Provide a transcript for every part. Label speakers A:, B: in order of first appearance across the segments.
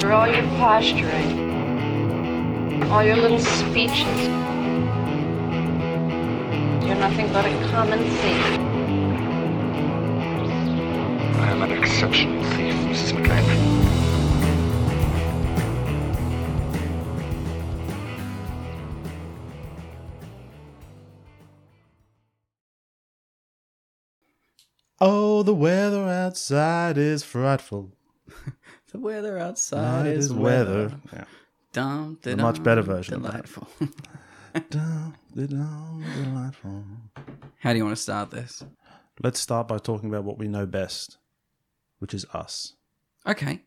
A: For all your posturing, all your little speeches, you're nothing but a common thief.
B: I am an exceptional thief, Mrs. McLean.
C: Oh, the weather outside is frightful.
D: The weather outside
C: That
D: is,
C: Uh, is
D: weather.
C: weather.
D: Dum,
C: A much better version of that.
D: Delightful.
C: Dum, de-dum, delightful.
D: How do you want to start this?
C: Let's start by talking about what we know best, which is us.
D: Okay.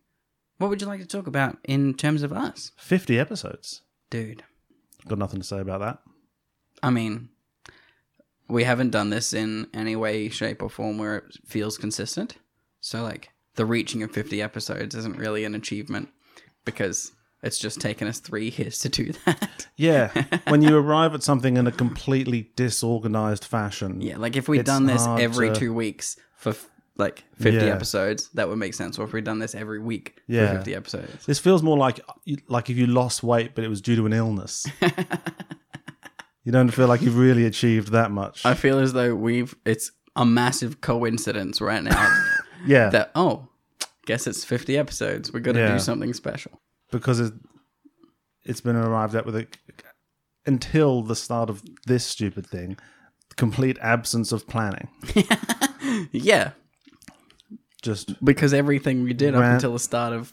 D: What would you like to talk about in terms of us,
C: 50 episodes.
D: dude?
C: Got nothing to say about that.
D: I mean, we haven't done this in any way, shape, or form where it feels consistent. So, like, the reaching of 50 episodes isn't really an achievement because it's just taken us three years to do that.
C: Yeah, when you arrive at something in a completely disorganized fashion.
D: yeah, like, if we'd
C: It's
D: done this
C: hard
D: every
C: to-
D: two weeks for f- like 50
C: Yeah.
D: episodes, that would make sense. Or if we'd done this every week
C: Yeah.
D: for 50 episodes.
C: This feels more like like if you lost weight, but it was due to an illness. you don't feel like you've really achieved that much.
D: I feel as though we've, it's a massive coincidence right now
C: yeah,
D: that, oh, guess it's 50 episodes. We're going to
C: Yeah.
D: do something special.
C: because it, it's been arrived at with a until the start of this stupid thing, complete absence of planning.
D: Yeah,
C: Just
D: because everything we did up
C: Rant.
D: until the start of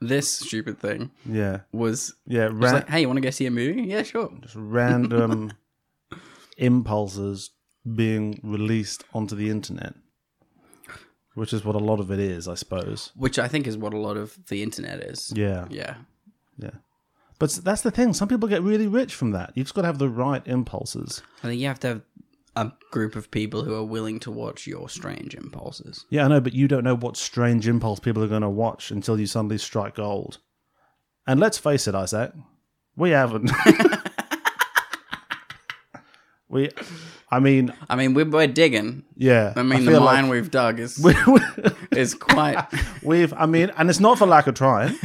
D: this stupid thing
C: yeah,
D: was
C: yeah,
D: just
C: ran,
D: like, hey, you want to go see a movie? Yeah, sure.
C: just random impulses being released onto the internet, which is what a lot of it is, I suppose.
D: Which I think is what a lot of the internet is.
C: Yeah.
D: Yeah.
C: But s- that's the thing. Some people get really rich from that. You've just got to have the right impulses.
D: I think you have to have a group of people who are willing to watch your strange impulses.
C: Yeah, I know, but you don't know what strange impulse people are going to watch until you suddenly strike gold. And let's face it, Isaac, we haven't. we, I mean,
D: I mean, we're, we're digging.
C: yeah.
D: I mean, the
C: feel
D: mine
C: like
D: we've dug is
C: we-
D: is quite.
C: we've, I mean, and it's not for lack of trying.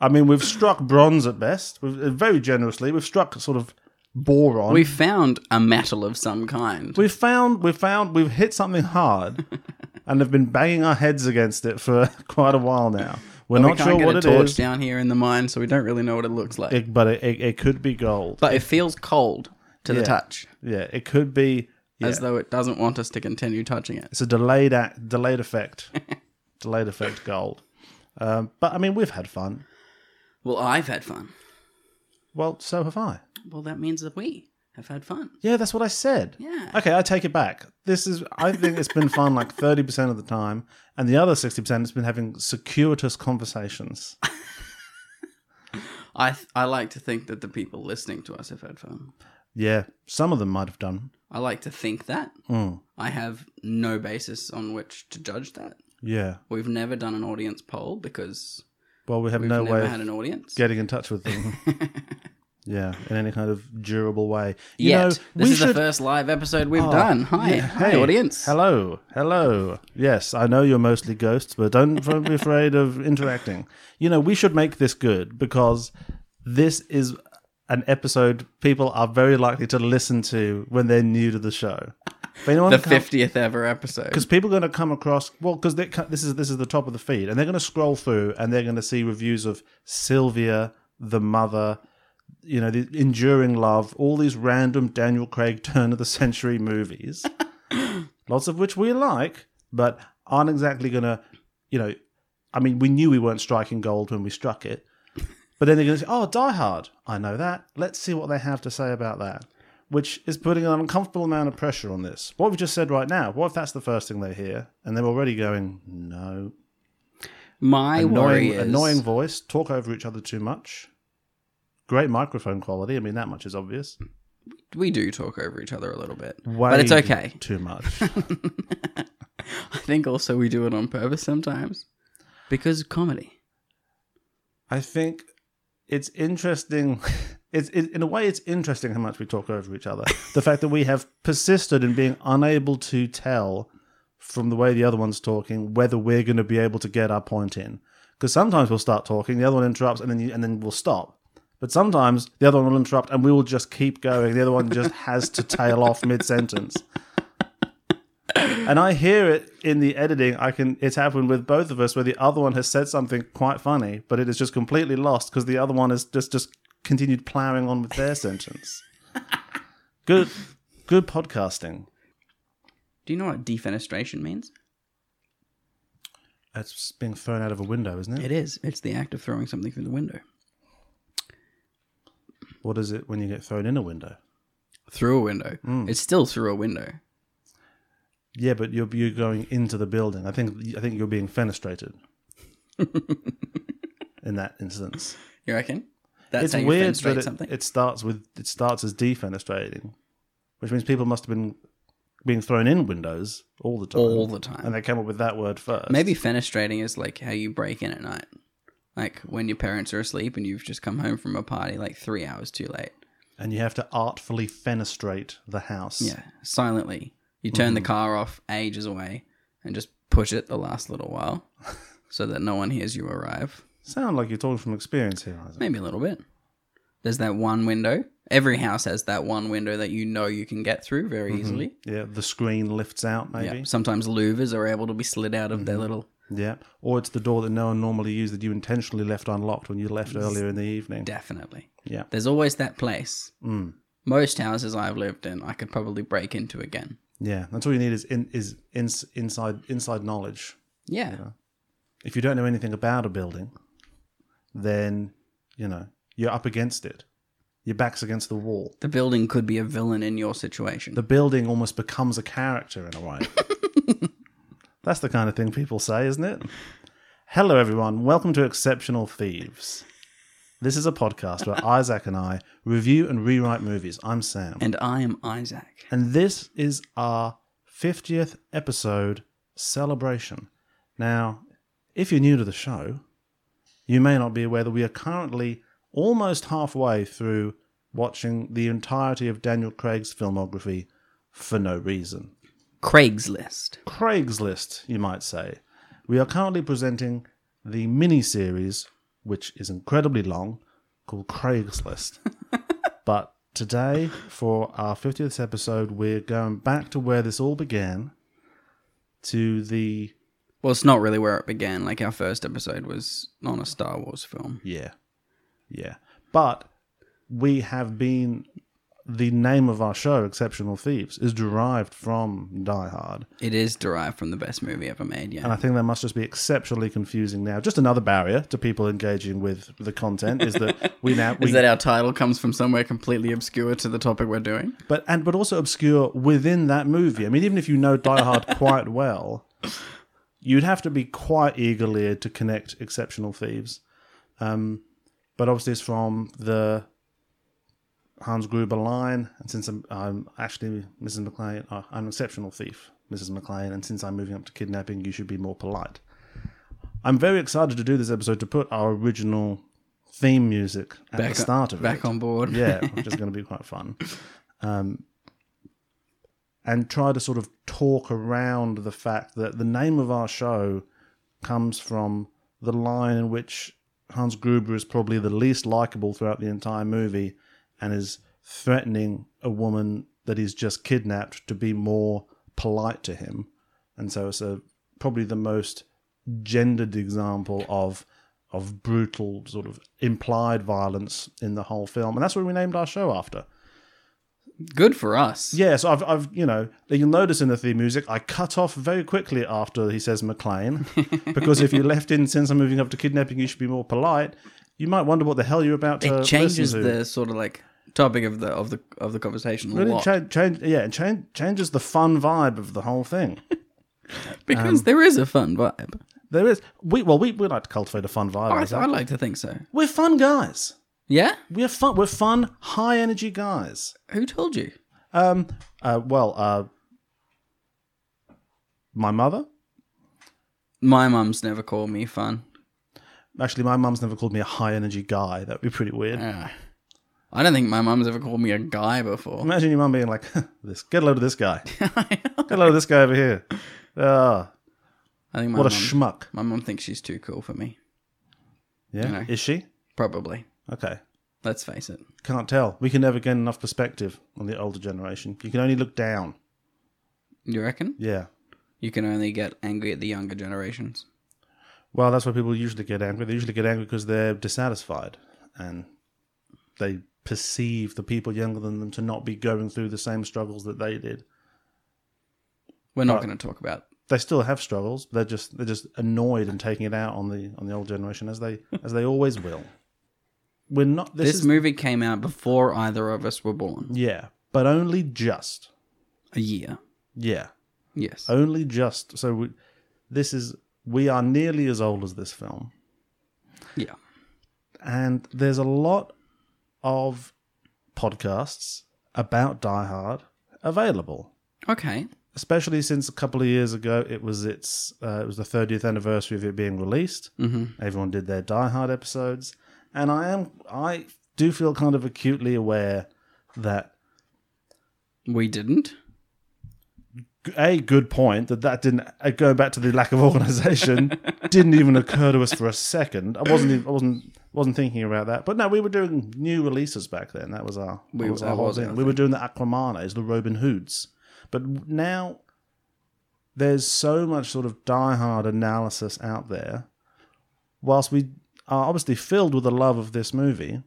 C: I mean, we've struck bronze at best. We've, very generously, we've struck sort of boron.
D: we found a metal of some kind.
C: We've found we've found we've hit something hard and have been banging our heads against it for quite a while now. We're
D: We
C: not
D: can't
C: sure
D: get
C: what
D: a
C: it
D: torch
C: is,
D: down here in the mine, so we don't really know what it looks like.
C: it- but it, it, it could be gold.
D: but it feels cold to the
C: Yeah.
D: touch,
C: yeah, it could be yeah.
D: as though it doesn't want us to continue touching it.
C: it's a delayed act, delayed effect, delayed effect gold. Um, but I mean, we've had fun.
D: Well, I've had fun.
C: Well, so have I.
D: Well, that means that we have had fun.
C: Yeah, that's what I said.
D: Yeah.
C: Okay, I take it back. This is I think it's been fun like thirty percent of the time, and the other sixty percent has been having circuitous conversations.
D: I th- I like to think that the people listening to us have had fun.
C: Yeah, some of them might have done.
D: I like to think that.
C: Mm,
D: I have no basis on which to judge that.
C: yeah.
D: We've never done an audience poll because
C: Well, we have
D: we've
C: no
D: never
C: way
D: had
C: of
D: an audience.
C: getting in touch with them. yeah, in any kind of durable way. You
D: Yet,
C: know,
D: this
C: we
D: is the
C: should.
D: first live episode we've
C: Oh,
D: done. Hi,
C: yeah,
D: hi,
C: hey,
D: audience.
C: Hello, hello. Yes, I know you're mostly ghosts, but don't don't be afraid of interacting. You know, we should make this good because this is an episode people are very likely to listen to when they're new to the show. If anyone
D: The
C: comes-
D: fiftieth ever episode.
C: because people are going to come across well because this is this is the top of the feed and they're going to scroll through and they're going to see reviews of sylvia the mother you know the enduring love all these random daniel craig turn of the century movies lots of which we like but aren't exactly going to you know i mean we knew we weren't striking gold when we struck it but then they're going to say oh die hard i know that let's see what they have to say about that which is putting an uncomfortable amount of pressure on this. What we've just said right now, what if that's the first thing they hear and they're already going, no,
D: My
C: annoying,
D: worry is
C: annoying voice, talk over each other too much, great microphone quality. I mean, that much is obvious.
D: We do talk over each other a little bit,
C: Way
D: but it's okay.
C: Too much.
D: I think also we do it on purpose sometimes because of comedy.
C: I think it's interesting. It's it, in a way, it's interesting how much we talk over each other. The fact that we have persisted in being unable to tell from the way the other one's talking whether we're going to be able to get our point in. Because sometimes we'll start talking, the other one interrupts, and then you, and then we'll stop. But sometimes the other one will interrupt, and we will just keep going. The other one just has to tail off mid sentence. And I hear it in the editing. I can. It's happened with both of us where the other one has said something quite funny, but it is just completely lost because the other one has just just continued ploughing on with their sentence. Good, good podcasting.
D: Do you know what defenestration means?
C: It's being thrown out of a window, isn't it?
D: It is. It's the act of throwing something through the window.
C: What is it when you get thrown in a window?
D: Through a window.
C: Hmm.
D: It's still through a window.
C: Yeah, but you're you're going into the building. I think I think you're being fenestrated. in that instance,
D: You reckon? That's
C: it's
D: how you
C: weird
D: fenestrate
C: that it,
D: something.
C: it starts with it starts as defenestrating, which means people must have been being thrown in windows all the time,
D: All the time.
C: and they came up with that word first.
D: Maybe fenestrating is like how you break in at night. Like when your parents are asleep and you've just come home from a party like three hours too late.
C: and you have to artfully fenestrate the house.
D: Yeah, silently. You turn
C: Mm-hmm.
D: the car off ages away and just push it the last little while so that no one hears you arrive.
C: sound like you're talking from experience here, Isaac.
D: Maybe a little bit. There's that one window. Every house has that one window that you know you can get through very easily.
C: Yeah, the screen lifts out, Mm-hmm. maybe. Mm-hmm.
D: Yeah. Sometimes louvers are able to be slid out of their little.
C: Yeah, or it's the door that no one normally uses that you intentionally left unlocked when you left earlier in the evening.
D: Definitely.
C: Yeah.
D: There's always that place.
C: Mm.
D: Most houses I've lived in, I could probably break into again.
C: Yeah, that's all you need is in, is ins inside inside knowledge.
D: Yeah.
C: If you don't know anything about a building, then you know you're up against it. Your back's against the wall.
D: The building could be a villain in your situation.
C: The building almost becomes a character in a way. that's the kind of thing people say, isn't it? Hello, everyone. Welcome to Exceptional Thieves. This is a podcast where Isaac and I review and rewrite movies. I'm Sam.
D: and I am Isaac.
C: And this is our 50th episode celebration. Now, if you're new to the show, you may not be aware that we are currently almost halfway through watching the entirety of Daniel Craig's filmography for no reason.
D: Craigslist.
C: Craigslist, you might say. We are currently presenting the mini series, which is incredibly long, called Craigslist. but today, for our 50th episode, we're going back to where this all began to the.
D: Well, it's not really where it began. Like our first episode was on a Star Wars film.
C: Yeah. Yeah. But we have been. The name of our show, Exceptional Thieves, is derived from Die Hard.
D: It is derived from the best movie ever made.
C: And
D: Yeah.
C: I think that must just be exceptionally confusing now. Just another barrier to people engaging with the content is that we now we,
D: Is that our title comes from somewhere completely obscure to the topic we're doing?
C: but and but also obscure within that movie. I mean, even if you know Die Hard quite well, you'd have to be quite eager-eared to connect Exceptional Thieves. Um, but obviously, it's from the Hans Gruber line, and since I'm, I'm actually Mrs. McLean, uh, I'm an exceptional thief, Mrs. McLean, and since I'm moving up to kidnapping, you should be more polite. I'm very excited to do this episode to put our original theme music at
D: Back
C: the
D: on-
C: start of it
D: uh, Back on board.
C: yeah, which is going to be quite fun. Um, and try to sort of talk around the fact that the name of our show comes from the line in which Hans Gruber is probably the least likable throughout the entire movie and is threatening a woman that he's just kidnapped to be more polite to him. And so it's a, probably the most gendered example of of brutal sort of implied violence in the whole film, and that's what we named our show after.
D: Good for us.
C: Yeah, so I've, I've you know you'll notice in the theme music I cut off very quickly after he says McLean, because if you left in since I'm moving up to kidnapping, you should be more polite. You might wonder what the hell you're about to
D: It changes
C: uh, listen to.
D: the sort of like topic of the of the of the conversation a
C: really
D: lot
C: change, change yeah it change, changes the fun vibe of the whole thing. um,
D: because there is a fun vibe.
C: there is we well we, we like to cultivate a fun vibe.
D: I,
C: Isaac.
D: I like to think so.
C: We're fun guys.
D: Yeah.
C: We're fun. We're fun, high energy guys.
D: Who told you?
C: Um. Uh, well. Uh. My mother.
D: My mum's never called me fun.
C: Actually, my mum's never called me a high energy guy. That would be pretty weird.
D: Ah. I don't think my mum's ever called me a guy before.
C: Imagine your mum being like, "This get a load of this guy. Get a load of this guy over here. Ah,
D: I think my
C: what a
D: mum-
C: schmuck.
D: my mum thinks she's too cool for me.
C: Yeah,
D: know.
C: is she?
D: Probably.
C: Okay,
D: Let's face it.
C: can't tell. We can never gain enough perspective on the older generation. You can only look down.
D: You reckon?
C: Yeah.
D: You can only get angry at the younger generations.
C: Well, that's why people usually get angry. They usually get angry because they're dissatisfied and they perceive the people younger than them to not be going through the same struggles that they did.
D: We're not
C: Right.
D: going to talk about
C: They still have struggles. They're just they're just annoyed and taking it out on the on the old generation as they as they always will. We're not this,
D: this.
C: is
D: movie came out before either of us were born.
C: yeah, but only just.
D: A year.
C: Yeah.
D: Yes.
C: Only just. So we, this is we are nearly as old as this film.
D: Yeah.
C: and there's a lot of podcasts about Die Hard available.
D: Okay.
C: Especially since a couple of years ago, it was its uh, it was the 30th anniversary of it being released. Mm-hmm. Everyone did their Die Hard episodes, and I am I do feel kind of acutely aware that
D: We didn't.
C: a good point that that didn't uh, going back to the lack of organization didn't even occur to us for a second. I wasn't even, I wasn't wasn't thinking about that. But no, we were doing new releases back then. That was our that
D: We-
C: was our
D: that
C: whole
D: was
C: thing.
D: our
C: We were doing the Aquamanes, the Robin Hoods. But now there's so much sort of diehard analysis out there. Whilst we are obviously filled with the love of this movie,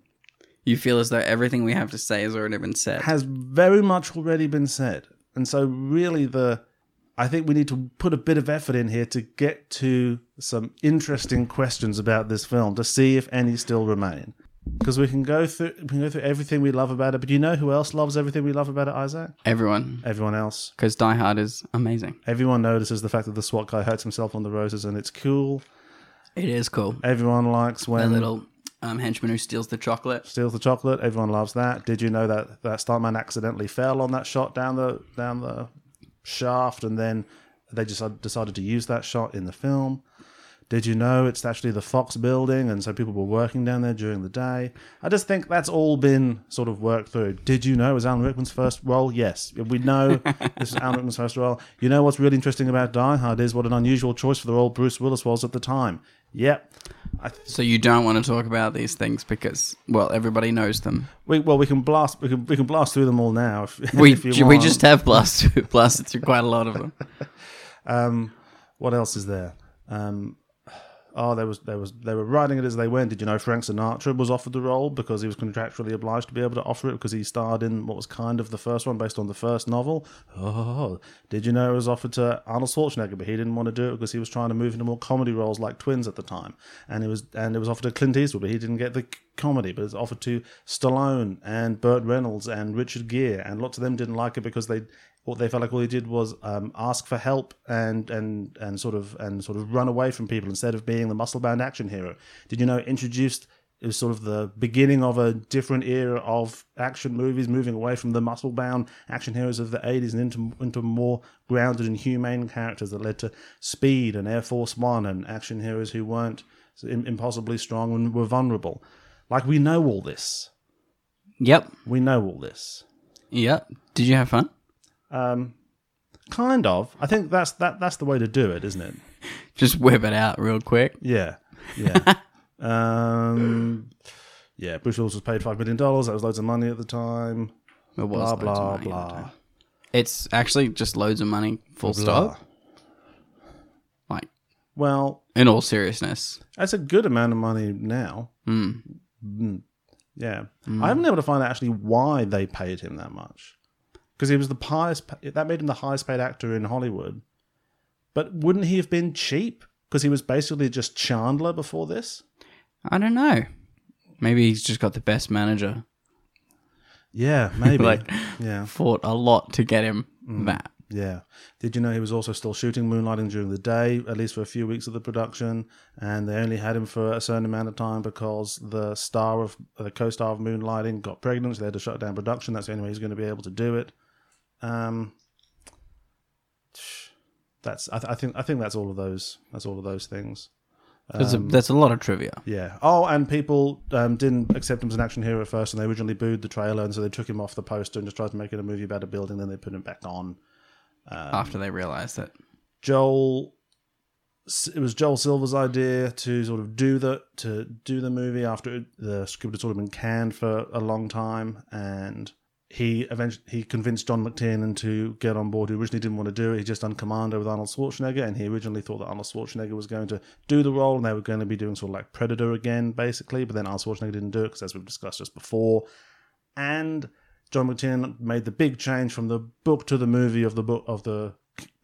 D: You feel as though everything we have to say has already been said.
C: has very much already been said. And so really the I think we need to put a bit of effort in here to get to some interesting questions about this film to see if any still remain. Because we can go through we can go through everything we love about it, but you know who else loves everything we love about it, Isaac?
D: Everyone.
C: Everyone else.
D: Because Die Hard is amazing.
C: Everyone notices the fact that the SWAT guy hurts himself on the roses and it's cool.
D: It is cool.
C: Everyone likes
D: A
C: when
D: little um, henchman who steals the chocolate.
C: steals the chocolate. Everyone loves that. Did you know that that stuntman accidentally fell on that shot down the down the shaft, and then they just uh, decided to use that shot in the film. Did you know it's actually the Fox building, and so people were working down there during the day? I just think that's all been sort of worked through. Did you know it was Alan Rickman's first role? Yes, we know this is Alan Rickman's first role. You know what's really interesting about Die Hard is what an unusual choice for the role Bruce Willis was at the time. Yep,
D: So you don't want to talk about these things because, well, everybody knows them.
C: We, well, we can blast. We can we can blast through them all now. If,
D: We,
C: if you
D: we
C: want.
D: just have blasted, blasted through quite a lot of them.
C: what else is there? Um, oh, there was there was they were writing it as they went. Did you know Frank Sinatra was offered the role because he was contractually obliged to be able to offer it because he starred in what was kind of the first one based on the first novel. Oh, did you know it was offered to Arnold Schwarzenegger, but he didn't want to do it because he was trying to move into more comedy roles like Twins at the time. And it was and it was offered to Clint Eastwood, but he didn't get the c- comedy. But it's offered to Stallone and Burt Reynolds and Richard Gere, and lots of them didn't like it because they what they felt like all he did was um, ask for help and and and sort of and sort of run away from people instead of being the muscle bound action hero. Did you know it introduced it was sort of the beginning of a different era of action movies, moving away from the muscle bound action heroes of the 80s and into, into more grounded and humane characters that led to Speed and Air Force One and action heroes who weren't im- impossibly strong and were vulnerable. Like, we know all this.
D: Yep.
C: We know all this.
D: Yep. Did you have fun?
C: Um, kind of. I think that's that. That's the way to do it, isn't it?
D: Just whip it out real quick.
C: Yeah, yeah. um, yeah. Bruce Willis was paid five million dollars. That was loads of money at the time.
D: It was
C: Blah
D: loads of
C: blah
D: money at the
C: blah.
D: time. It's actually just loads of money, full stop. Like,
C: Well,
D: in all seriousness.
C: that's a good amount of money now.
D: Hmm.
C: Mm. Yeah, I haven't been able to find out actually why they paid him that much because he was the highest. pa- That made him the highest paid actor in Hollywood. But wouldn't he have been cheap? Because he was basically just Chandler before this.
D: I don't know. Maybe he's just got the best manager.
C: Yeah, maybe.
D: Like-
C: yeah, Mm.
D: Fought a lot to get him that.
C: yeah. Did you know he was also still shooting Moonlighting during the day, at least for a few weeks of the production, and they only had him for a certain amount of time because the star of uh, the co-star of Moonlighting got pregnant, so they had to shut down production. That's the only way he's going to be able to do it. Um, that's I, th- I think I think that's all of those. That's all of those things.
D: That's,
C: Um,
D: a, that's a lot of trivia.
C: Yeah. Oh, and people um, didn't accept him as an action hero at first, and they originally booed the trailer, and so they took him off the poster and just tried to make it a movie about a building. Then they put him back on.
D: after they realized that
C: Joel. It was Joel Silver's idea to sort of do the to do the movie after it- the script had sort of been canned for a long time, and he eventually he convinced John McTiernan to get on board. Who originally didn't want to do it. He just done Commando with Arnold Schwarzenegger, and he originally thought that Arnold Schwarzenegger was going to do the role, and they were going to be doing sort of like Predator again, basically. But then Arnold Schwarzenegger didn't do it because, as we've discussed just before, and John McTiernan made the big change from the book to the movie of the book of the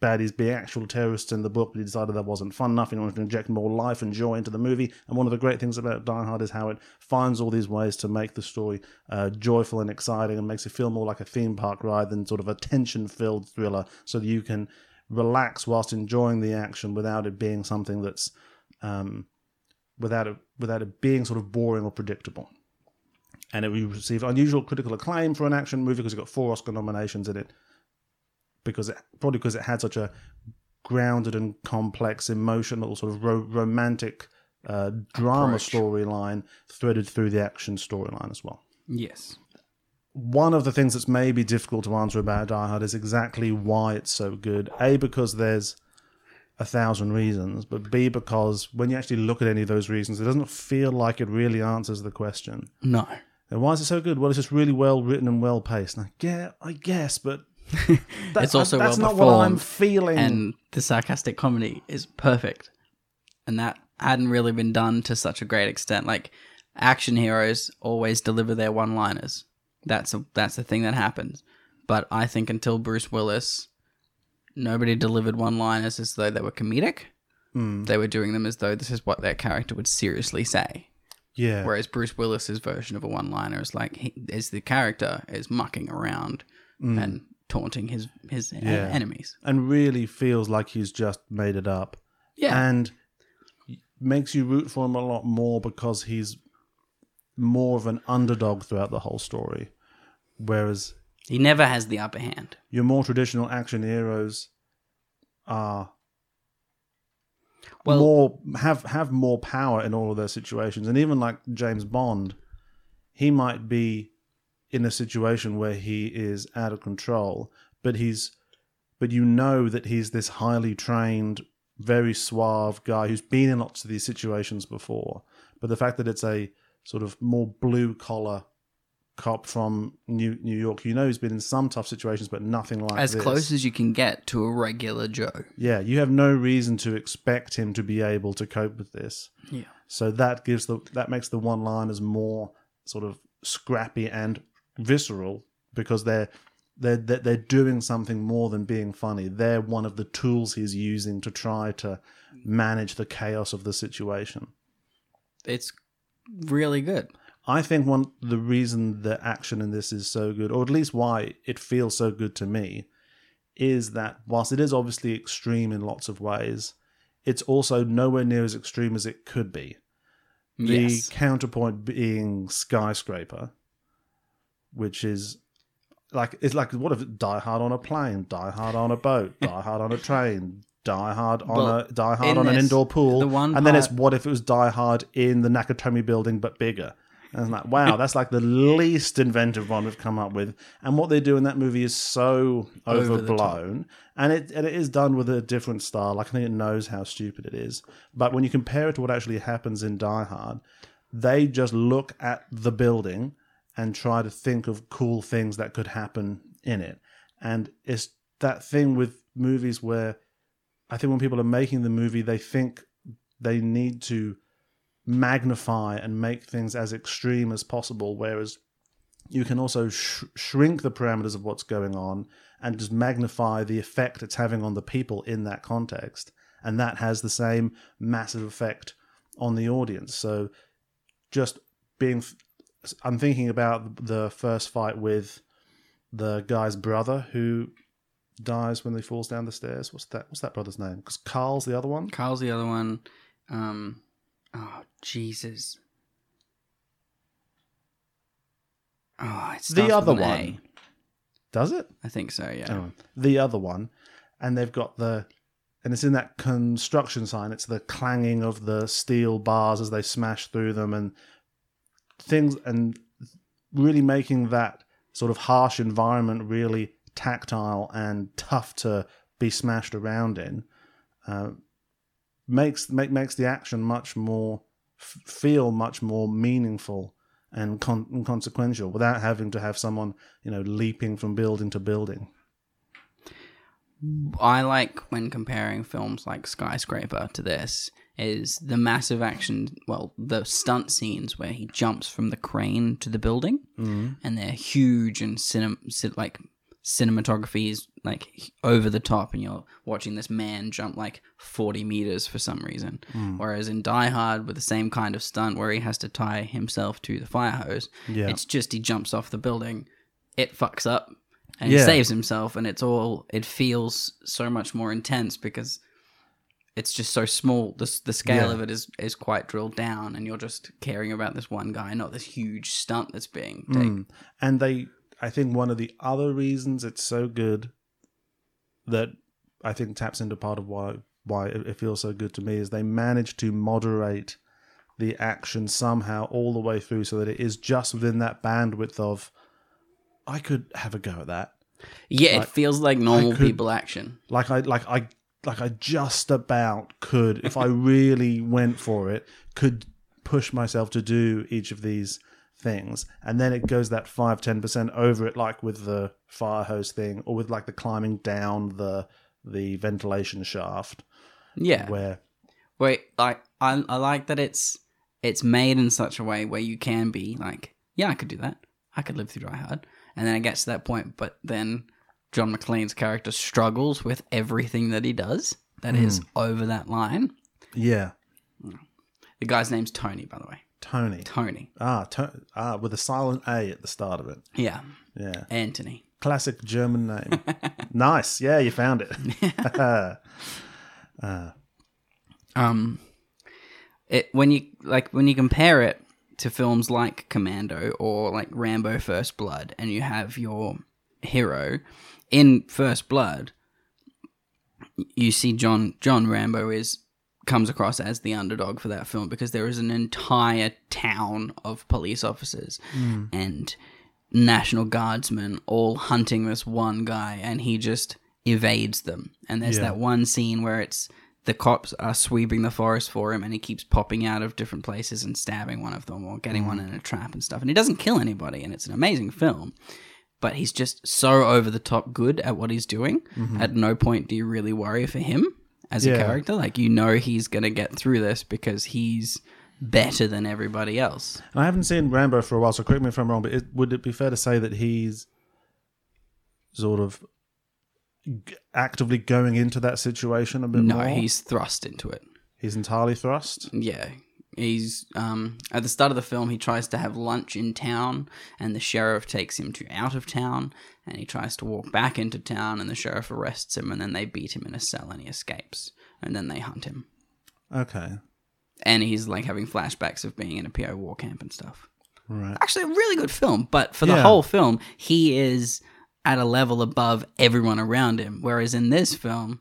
C: baddies being actual terrorists in the book, but he decided that wasn't fun enough. He wanted to inject more life and joy into the movie. And one of the great things about Die Hard is how it finds all these ways to make the story uh, joyful and exciting, and makes it feel more like a theme park ride than sort of a tension-filled thriller, so that you can relax whilst enjoying the action without it being something that's um, without it without it being sort of boring or predictable and it received unusual critical acclaim for an action movie because it got four Oscar nominations in it. Because it, probably because it had such a grounded and complex, emotional sort of ro- romantic uh, drama
D: Approach.
C: storyline threaded through the action storyline as well.
D: Yes.
C: One of the things that's maybe difficult to answer about Die Hard is exactly why it's so good. A because there's a thousand reasons, but B because when you actually look at any of those reasons, it doesn't feel like it really answers the question.
D: No.
C: Then why is it so good? Well, it's just really well written and well paced. And I, yeah, I guess, but that-
D: it's also
C: that's
D: well
C: not what I'm
D: performed,
C: feeling.
D: and the sarcastic comedy is perfect, and that hadn't really been done to such a great extent. Like action heroes always deliver their one-liners. That's a, that's the thing that happens. But I think until Bruce Willis, nobody delivered one-liners as though they were comedic.
C: Hmm,
D: They were doing them as though this is what their character would seriously say.
C: yeah,
D: Whereas Bruce Willis's version of a one-liner is like he, is the character is mucking around and taunting his his en-
C: Mm. Yeah.
D: enemies.
C: and really feels like he's just made it up,
D: Yeah,
C: and makes you root for him a lot more because he's more of an underdog throughout the whole story. Whereas
D: he never has the upper hand.
C: your more traditional action heroes are
D: Well-
C: more have have more power in all of their situations, and even like James Bond, he might be in a situation where he is out of control, but he's but you know that he's this highly trained, very suave guy who's been in lots of these situations before. But the fact that it's a sort of more blue collar cop from New New York, you know he's been in some tough situations, but nothing like
D: As
C: this.
D: close as you can get to a regular Joe.
C: Yeah, you have no reason to expect him to be able to cope with this.
D: Yeah.
C: So that gives the that makes the one liners more sort of scrappy and visceral because they're they're they're they're doing something more than being funny. They're one of the tools he's using to try to manage the chaos of the situation.
D: It's really good.
C: I think one the reason the action in this is so good, or at least why it feels so good to me, is that whilst it is obviously extreme in lots of ways, it's also nowhere near as extreme as it could be. The
D: yes.
C: counterpoint being skyscraper, which is like it's like what if Die Hard on a plane, Die Hard on a boat, Die Hard on a train, Die Hard on
D: Well,
C: a Die Hard
D: in
C: on an
D: this,
C: indoor pool,
D: the one
C: and then it's
D: part-
C: what if it was Die Hard in the Nakatomi building but bigger. And it's like, wow, that's like the least inventive one we've come up with. And what they do in that movie is so
D: Over the top.
C: overblown, and it and it is done with a different style. Like I think it knows how stupid it is, but when you compare it to what actually happens in Die Hard, they just look at the building and try to think of cool things that could happen in it. And it's that thing with movies where I think when people are making the movie, they think they need to magnify and make things as extreme as possible, whereas you can also sh- shrink the parameters of what's going on and just magnify the effect it's having on the people in that context. And that has the same massive effect on the audience. So just being, I'm thinking about the first fight with the guy's brother who dies when he falls down the stairs. What's that? What's that brother's name? Because Carl's the other one.
D: Carl's the other one. Um, oh Jesus. Oh, it's
C: The other one. Does it?
D: I think so. Yeah.
C: Oh. The other one, and they've got the, and it's in that construction sign. It's the clanging of the steel bars as they smash through them and things, and really making that sort of harsh environment really tactile and tough to be smashed around in. uh, makes make, makes the action much more f- feel much more meaningful and, con- and consequential without having to have someone you know leaping from building to building.
D: I like when comparing films like Skyscraper to this is the massive action, well, the stunt scenes where he jumps from the crane to the building, and they're huge and cinem- cin- like cinematography is like over the top, and you're watching this man jump like forty meters for some reason. Whereas in Die Hard, with the same kind of stunt where he has to tie himself to the fire hose,
C: Yeah.
D: it's just he jumps off the building, it fucks up, and he
C: Yeah.
D: saves himself and it's all it feels so much more intense because it's just so small the, s- the scale
C: Yeah.
D: of it is is quite drilled down and you're just caring about this one guy not this huge stunt that's being taken
C: Mm. And they, I think, one of the other reasons it's so good that I think taps into part of why why it it feels so good to me is they manage to moderate the action somehow all the way through so that it is just within that bandwidth of I could have a go at that.
D: yeah it
C: Like,
D: feels like normal
C: could-
D: people action
C: Like I like I like I just about could if I really went for it could push myself to do each of these things and then it goes that 5 10% over it like with the fire hose thing or with like the climbing down the the ventilation shaft
D: yeah
C: where
D: wait like I, I like that it's it's made in such a way where you can be like yeah i could do that i could live through dry hard and then it gets to that point but then john mcclane's character struggles with everything that he does that is over that line
C: yeah
D: The guy's name's Tony, by the way.
C: Tony
D: Tony.
C: ah to- ah with a silent a at the start of it
D: Yeah.
C: yeah
D: Eh. Anthony.
C: classic German name nice yeah you found it
D: Um it when you like when you compare it to films like Commando or like Rambo First Blood and you have your hero in First Blood you see John John Rambo is comes across as the underdog for that film because there is an entire town of police officers and national guardsmen all hunting this one guy and he just evades them and there's
C: Yeah.
D: that one scene where it's the cops are sweeping the forest for him and he keeps popping out of different places and stabbing one of them or getting one in a trap and stuff and he doesn't kill anybody and it's an amazing film but he's just so over the top good at what he's doing. At no point do you really worry for him as a
C: Yeah.
D: character. Like you know he's gonna get through this because he's better than everybody else.
C: And I haven't seen Rambo for a while, so correct me if I'm wrong, but it, would it be fair to say that he's sort of g- actively going into that situation a bit
D: No,
C: more?
D: he's thrust into it.
C: he's entirely thrust.
D: Yeah. He's um at the start of the film he tries to have lunch in town and the sheriff takes him to out of town and he tries to walk back into town and the sheriff arrests him and then they beat him in a cell and he escapes and then they hunt him.
C: Okay,
D: And he's like having flashbacks of being in a PO war camp and stuff.
C: right.
D: actually a really good film, but for the
C: Yeah.
D: whole film, he is at a level above everyone around him. Whereas in this film,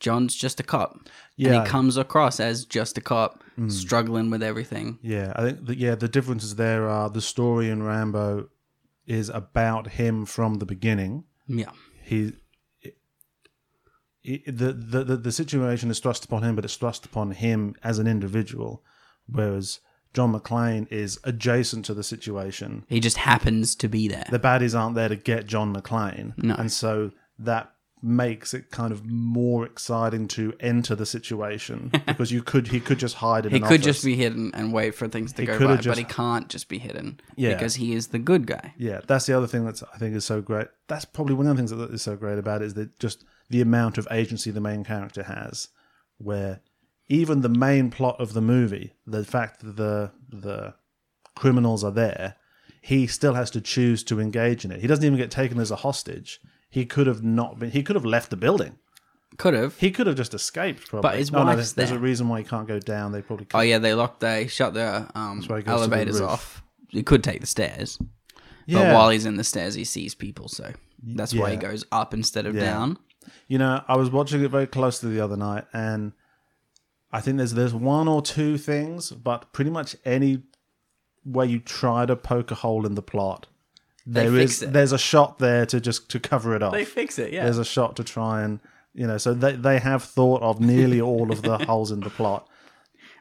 D: John's just a cop. And
C: Yeah. Hmm.
D: he comes across as just a cop, struggling with everything.
C: Yeah, I think that yeah the differences there are the story in Rambo is about him from the beginning.
D: Yeah.
C: He. he- The, the the the situation is thrust upon him, but it's thrust upon him as an individual, whereas John McClane is adjacent to the situation,
D: He just happens to be there.
C: the baddies aren't there to get John McClane.
D: No.
C: And so that makes it kind of more exciting to enter the situation because you could he could just hide in
D: He
C: an
D: could
C: office.
D: just be hidden and wait for things to
C: He
D: go
C: coulda
D: by, but
C: just-
D: he can't just be hidden
C: Yeah.
D: because he is the good guy.
C: yeah that's the other thing that's i think is so great that's probably one of the things that is so great about it is that just the amount of agency the main character has where even the main plot of the movie the fact that the the criminals are there he still has to choose to engage in it he doesn't even get taken as a hostage he could have not been he could have left the building
D: Could have.
C: he could have just escaped probably
D: his
C: no, no,
D: wife's
C: there's, there's
D: there.
C: a reason why he can't go down they probably
D: Oh
C: can't.
D: yeah, they locked. They shut the um,
C: why he goes to the
D: elevators
C: roof.
D: off. He could take the stairs,
C: yeah
D: but while he's in the stairs, he sees people. So that's why he
C: yeah.
D: goes up instead of
C: Yeah.
D: down.
C: You know, I was watching it very closely the other night, and I think there's there's one or two things, but pretty much any way you try to poke a hole in the plot, there
D: fix
C: is
D: it.
C: there's a shot there to just to cover it up.
D: They fix it, yeah.
C: There's a shot to try and You know, so they, they have thought of nearly all of the holes in the plot.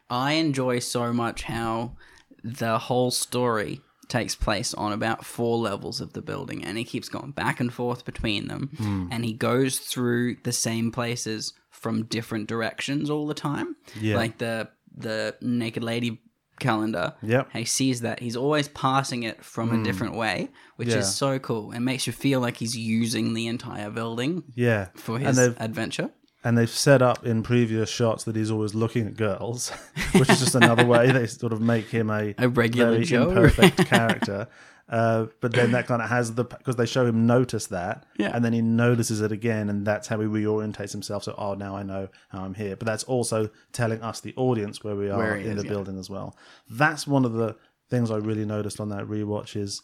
D: I enjoy so much how the whole story takes place on about four levels of the building and he keeps going back and forth between them
C: Hmm.
D: and he goes through the same places from different directions all the time.
C: Yeah.
D: Like the the naked lady calendar.
C: Yep. Hmm.
D: He sees that. He's always passing it from a different way, which
C: Yeah.
D: is so cool. It makes you feel like he's using the entire building
C: Yeah.
D: for
C: and
D: his
C: they've
D: adventure.
C: and they've set up in previous shots that he's always looking at girls, which is just another way they sort of make him a,
D: A regular
C: very
D: Joe.
C: imperfect character. Uh, but then that kind of has the because they show him notice that,
D: Yeah.
C: and then he notices it again, and that's how he reorientates himself. So, oh, now I know how I'm here. But that's also telling us the audience where we are
D: Where he
C: Oh, in
D: is,
C: the
D: yeah.
C: building as well. That's one of the things I really noticed on that rewatch is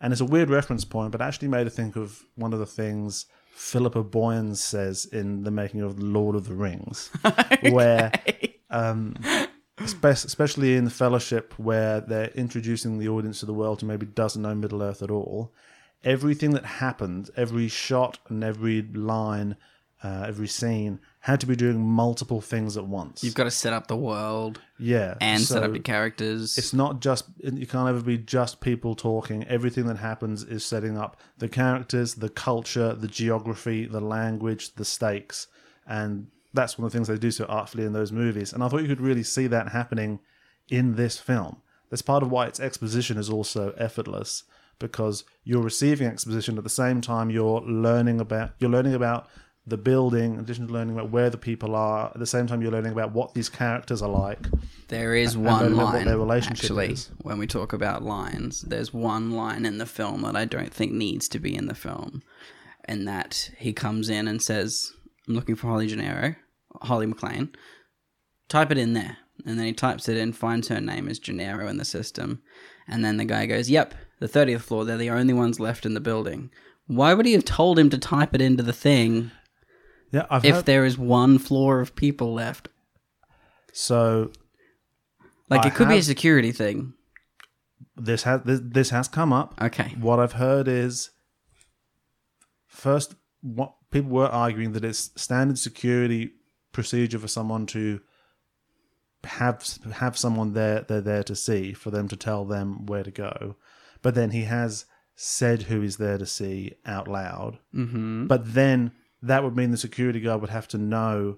C: and it's a weird reference point, but actually made me think of one of the things Philippa Boyens says in the making of Lord of the Rings, where, um, spe- especially in Fellowship, where they're introducing the audience to the world who maybe doesn't know Middle Earth at all. Everything that happened, every shot and every line, uh, every scene had to be doing multiple things at once.
D: You've got to set up the world
C: yeah,
D: and set up
C: so-
D: your characters.
C: it's not just you can't ever be just people talking everything that happens is setting up the characters the culture the geography the language the stakes and that's one of the things they do so artfully in those movies and i thought you could really see that happening in this film that's part of why its exposition is also effortless because you're receiving exposition at the same time you're learning about you're learning about the building in addition to learning about where the people are at the same time you're learning about what these characters are like
D: There is
C: don't
D: one
C: know what
D: line
C: their relationship
D: actually
C: is.
D: when we talk about lines. There's one line in the film that I don't think needs to be in the film, and that he comes in and says, "I'm looking for Holly Gennaro, Holly McLean." Type it in there, and then he types it in, finds her name is Gennaro in the system, and then the guy goes, "Yep, the thirtieth floor. They're the only ones left in the building." Why would he have told him to type it into the thing
C: yeah i've
D: if
C: heard-
D: there is one floor of people left?
C: So
D: Like
C: I
D: it could be a
C: have-
D: security thing.
C: this has this, this has come up.
D: Okay.
C: What I've heard is first what people were arguing that it's standard security procedure for someone to have have someone there they're there to see for them to tell them where to go. But then he has said who he's there to see out loud. Mm-hmm. But then that would mean the security guard would have to know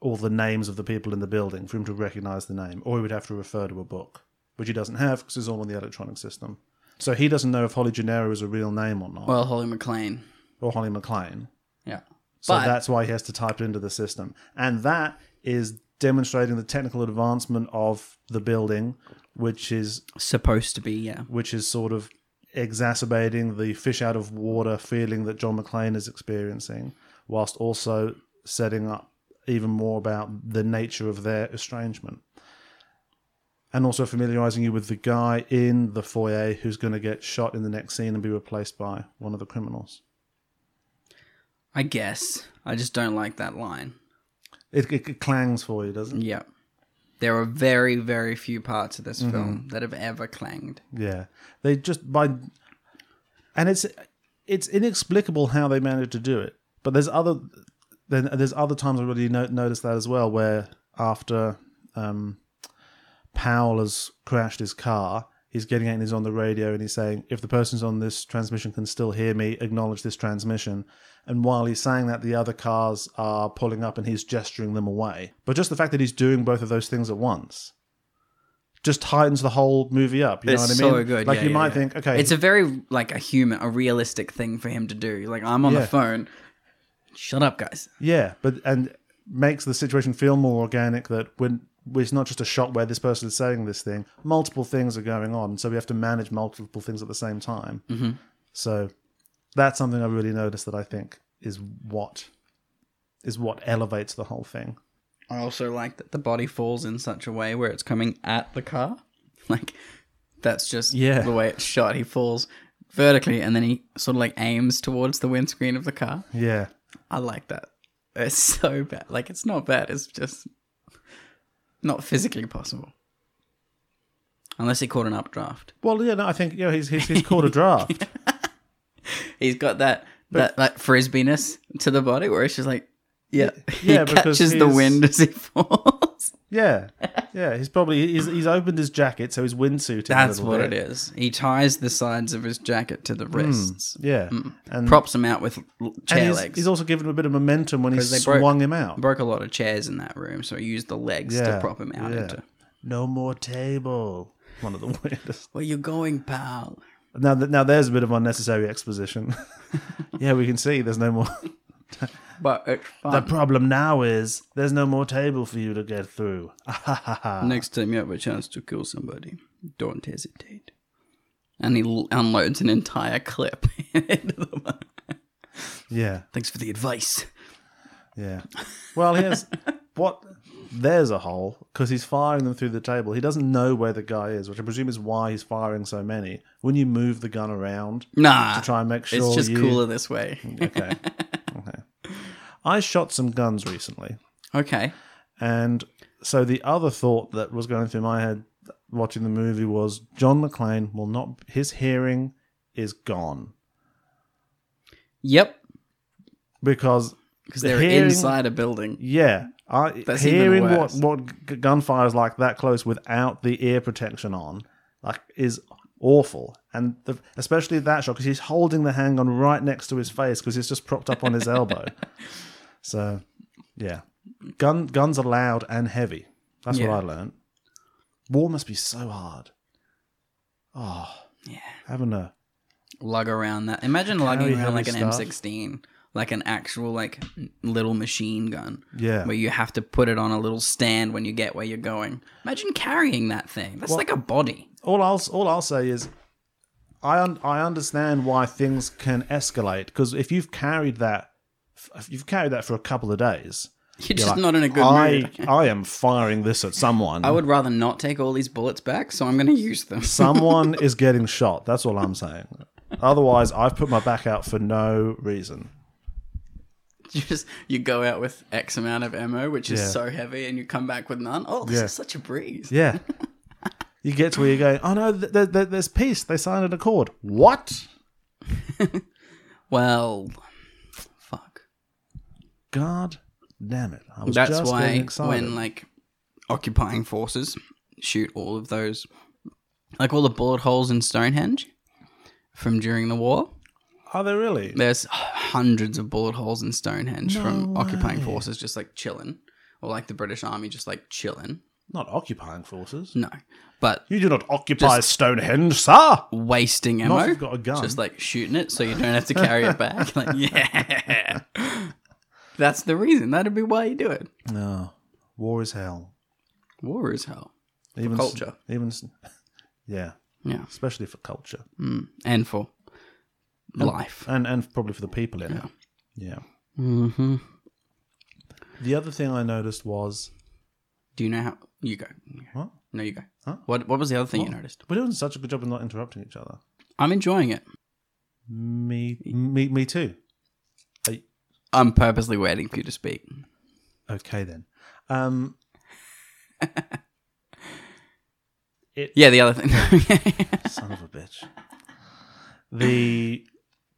C: all the names of the people in the building for him to recognize the name, or he would have to refer to a book, which he doesn't have because it's all on the electronic system. So he doesn't know if Holly Gennaro is a real name or not,
D: Well, Holly McLean.
C: or Holly McLean.
D: Yeah.
C: So
D: but
C: that's why he has to type it into the system. And that is demonstrating the technical advancement of the building, which is
D: supposed to be, yeah.
C: which is sort of exacerbating the fish out of water feeling that John McClane is experiencing, whilst also setting up even more about the nature of their estrangement. And also familiarizing you with the guy in the foyer who's going to get shot in the next scene and be replaced by one of the criminals.
D: I guess. I just don't like that line.
C: It, it, it clangs for you, doesn't it?
D: Yeah. There are very, very few parts of
C: Mm-hmm.
D: this film that have ever clanged.
C: Yeah, they just by, and it's it's inexplicable how they managed to do it. But there's other then there's other times I really no, noticed that as well, where after um, Powell has crashed his car, he's getting out and he's on the radio and he's saying, "If the person's on this transmission can still hear me, acknowledge this transmission." And while he's saying that, the other cars are pulling up and he's gesturing them away. But just the fact that he's doing both of those things at once. Just heightens the whole movie up. You
D: It's
C: know what I
D: so
C: mean?
D: good.
C: Like
D: yeah,
C: you
D: yeah,
C: might
D: yeah.
C: think, okay,
D: It's a very like a human, a realistic thing for him to do. Like I'm on
C: Yeah.
D: the phone. Shut up, guys.
C: Yeah, but and makes the situation feel more organic that when it's not just a shot where this person is saying this thing, multiple things are going on, so we have to manage multiple things at the same time. Mm-hmm. So that's something I really noticed that I think is what is what elevates the whole thing.
D: I also like that the body falls in such a way where it's coming at the car. Like that's just
C: Yeah.
D: the way it's shot. He falls vertically and then he sort of like aims towards the windscreen of the car.
C: Yeah.
D: I like that. It's so bad. Like it's not bad. It's just not physically possible. Unless he caught an updraft.
C: Well, yeah, no, I think you know he's he's, he's caught a draft.
D: He's got that that like frisbeeness to the body where it's just like Yeah, he
C: yeah, because
D: catches the
C: he's-
D: wind as he falls.
C: Yeah, yeah. He's probably he's, he's opened his jacket, so he's windsuiting.
D: That's
C: a little
D: what
C: bit.
D: it is. He ties the sides of his jacket to the wrists,
C: Yeah, and,
D: props him out with l- Mm. chair
C: and he's,
D: legs.
C: he's also given him a bit of momentum when he
D: 'Cause they
C: swung
D: broke-
C: him out.
D: broke a lot of chairs in that room, so he used the legs to
C: Yeah,
D: prop him out
C: yeah.
D: into.
C: No more table. One of the weirdest.
D: Where you going, pal?
C: Now, th- now there's a bit of unnecessary exposition. yeah, we can see there's no more.
D: But it's
C: The
D: fun.
C: problem now is there's no more table for you to get through.
D: Next time you have a chance to kill somebody, don't hesitate. And he l- unloads an entire clip. into the-
C: yeah,
D: Thanks for the advice.
C: yeah. Well, here's what. There's a hole because he's firing them through the table. He doesn't know where the guy is, which I presume is why he's firing so many. When you move the gun around,
D: Nah,
C: to try and make sure
D: it's just
C: you-
D: cooler this way.
C: okay. okay. I shot some guns recently,
D: okay.
C: and so the other thought that was going through my head watching the movie was John McClane will not his hearing is gone
D: Yep.
C: because
D: Because
C: The
D: they're
C: hearing-
D: inside a building.
C: yeah, I
D: That's even
C: hearing what
D: worse.
C: what g- gunfire is like that close without the ear protection on like is awful and the, especially that shot because he's holding the handgun right next to his face because he's just propped up on his elbow so yeah gun guns are loud and heavy that's
D: Yeah.
C: what i learned war must be so hard oh
D: Yeah.
C: having a
D: Lug around that. Imagine lugging
C: heavy
D: around like an
C: stuff.
D: M16, like an actual like n- little machine gun,
C: yeah
D: where you have to put it on a little stand when you get where you're going. Imagine carrying that thing. That's like a body.
C: all I'll all I'll say is, I un- I understand why things can escalate because if you've carried that, if you've carried that for a couple of days,
D: You're,
C: you're
D: just
C: like,
D: not in a good
C: I
D: mood.
C: I am firing this at someone.
D: I would rather not take all these bullets back, so I'm going to use them.
C: someone is getting shot. That's all I'm saying. Otherwise, I've put my back out for no reason.
D: you just you go out with X amount of ammo, which is
C: Yeah.
D: so heavy, and you come back with none. Oh, this
C: Yeah.
D: is such a breeze.
C: Yeah. You get to where you're going. Oh no, th- th- th- there's peace. They signed an accord. What?
D: Well, fuck.
C: God damn it! I was
D: That's
C: just getting
D: why
C: excited.
D: when like occupying forces shoot all of those, like all the bullet holes in Stonehenge from during the war.
C: are they really?
D: There's hundreds of bullet holes in Stonehenge from occupying forces just like chilling, or like the British Army just like chilling.
C: Not occupying forces.
D: No, but
C: You do not occupy Stonehenge, sir.
D: wasting ammo.
C: Not if you've got a gun.
D: Just like shooting it so you don't have to carry it back. Like, yeah. That's the reason. That'd be why you do it.
C: No, war is hell.
D: War is hell.
C: Even
D: culture.
C: even s- yeah,
D: Yeah.
C: especially for culture
D: And for life.
C: and and probably for the people in it. Yeah.
D: hmm
C: The other thing I noticed was
D: Do you know how. You go.
C: What?
D: No, you go.
C: Huh?
D: What, what was the other thing you noticed?
C: we're doing such a good job of not interrupting each other.
D: I'm enjoying it.
C: Me me me too.
D: I'm purposely waiting for you to speak.
C: Okay then. Um. it
D: Yeah, the other thing.
C: son of a bitch. The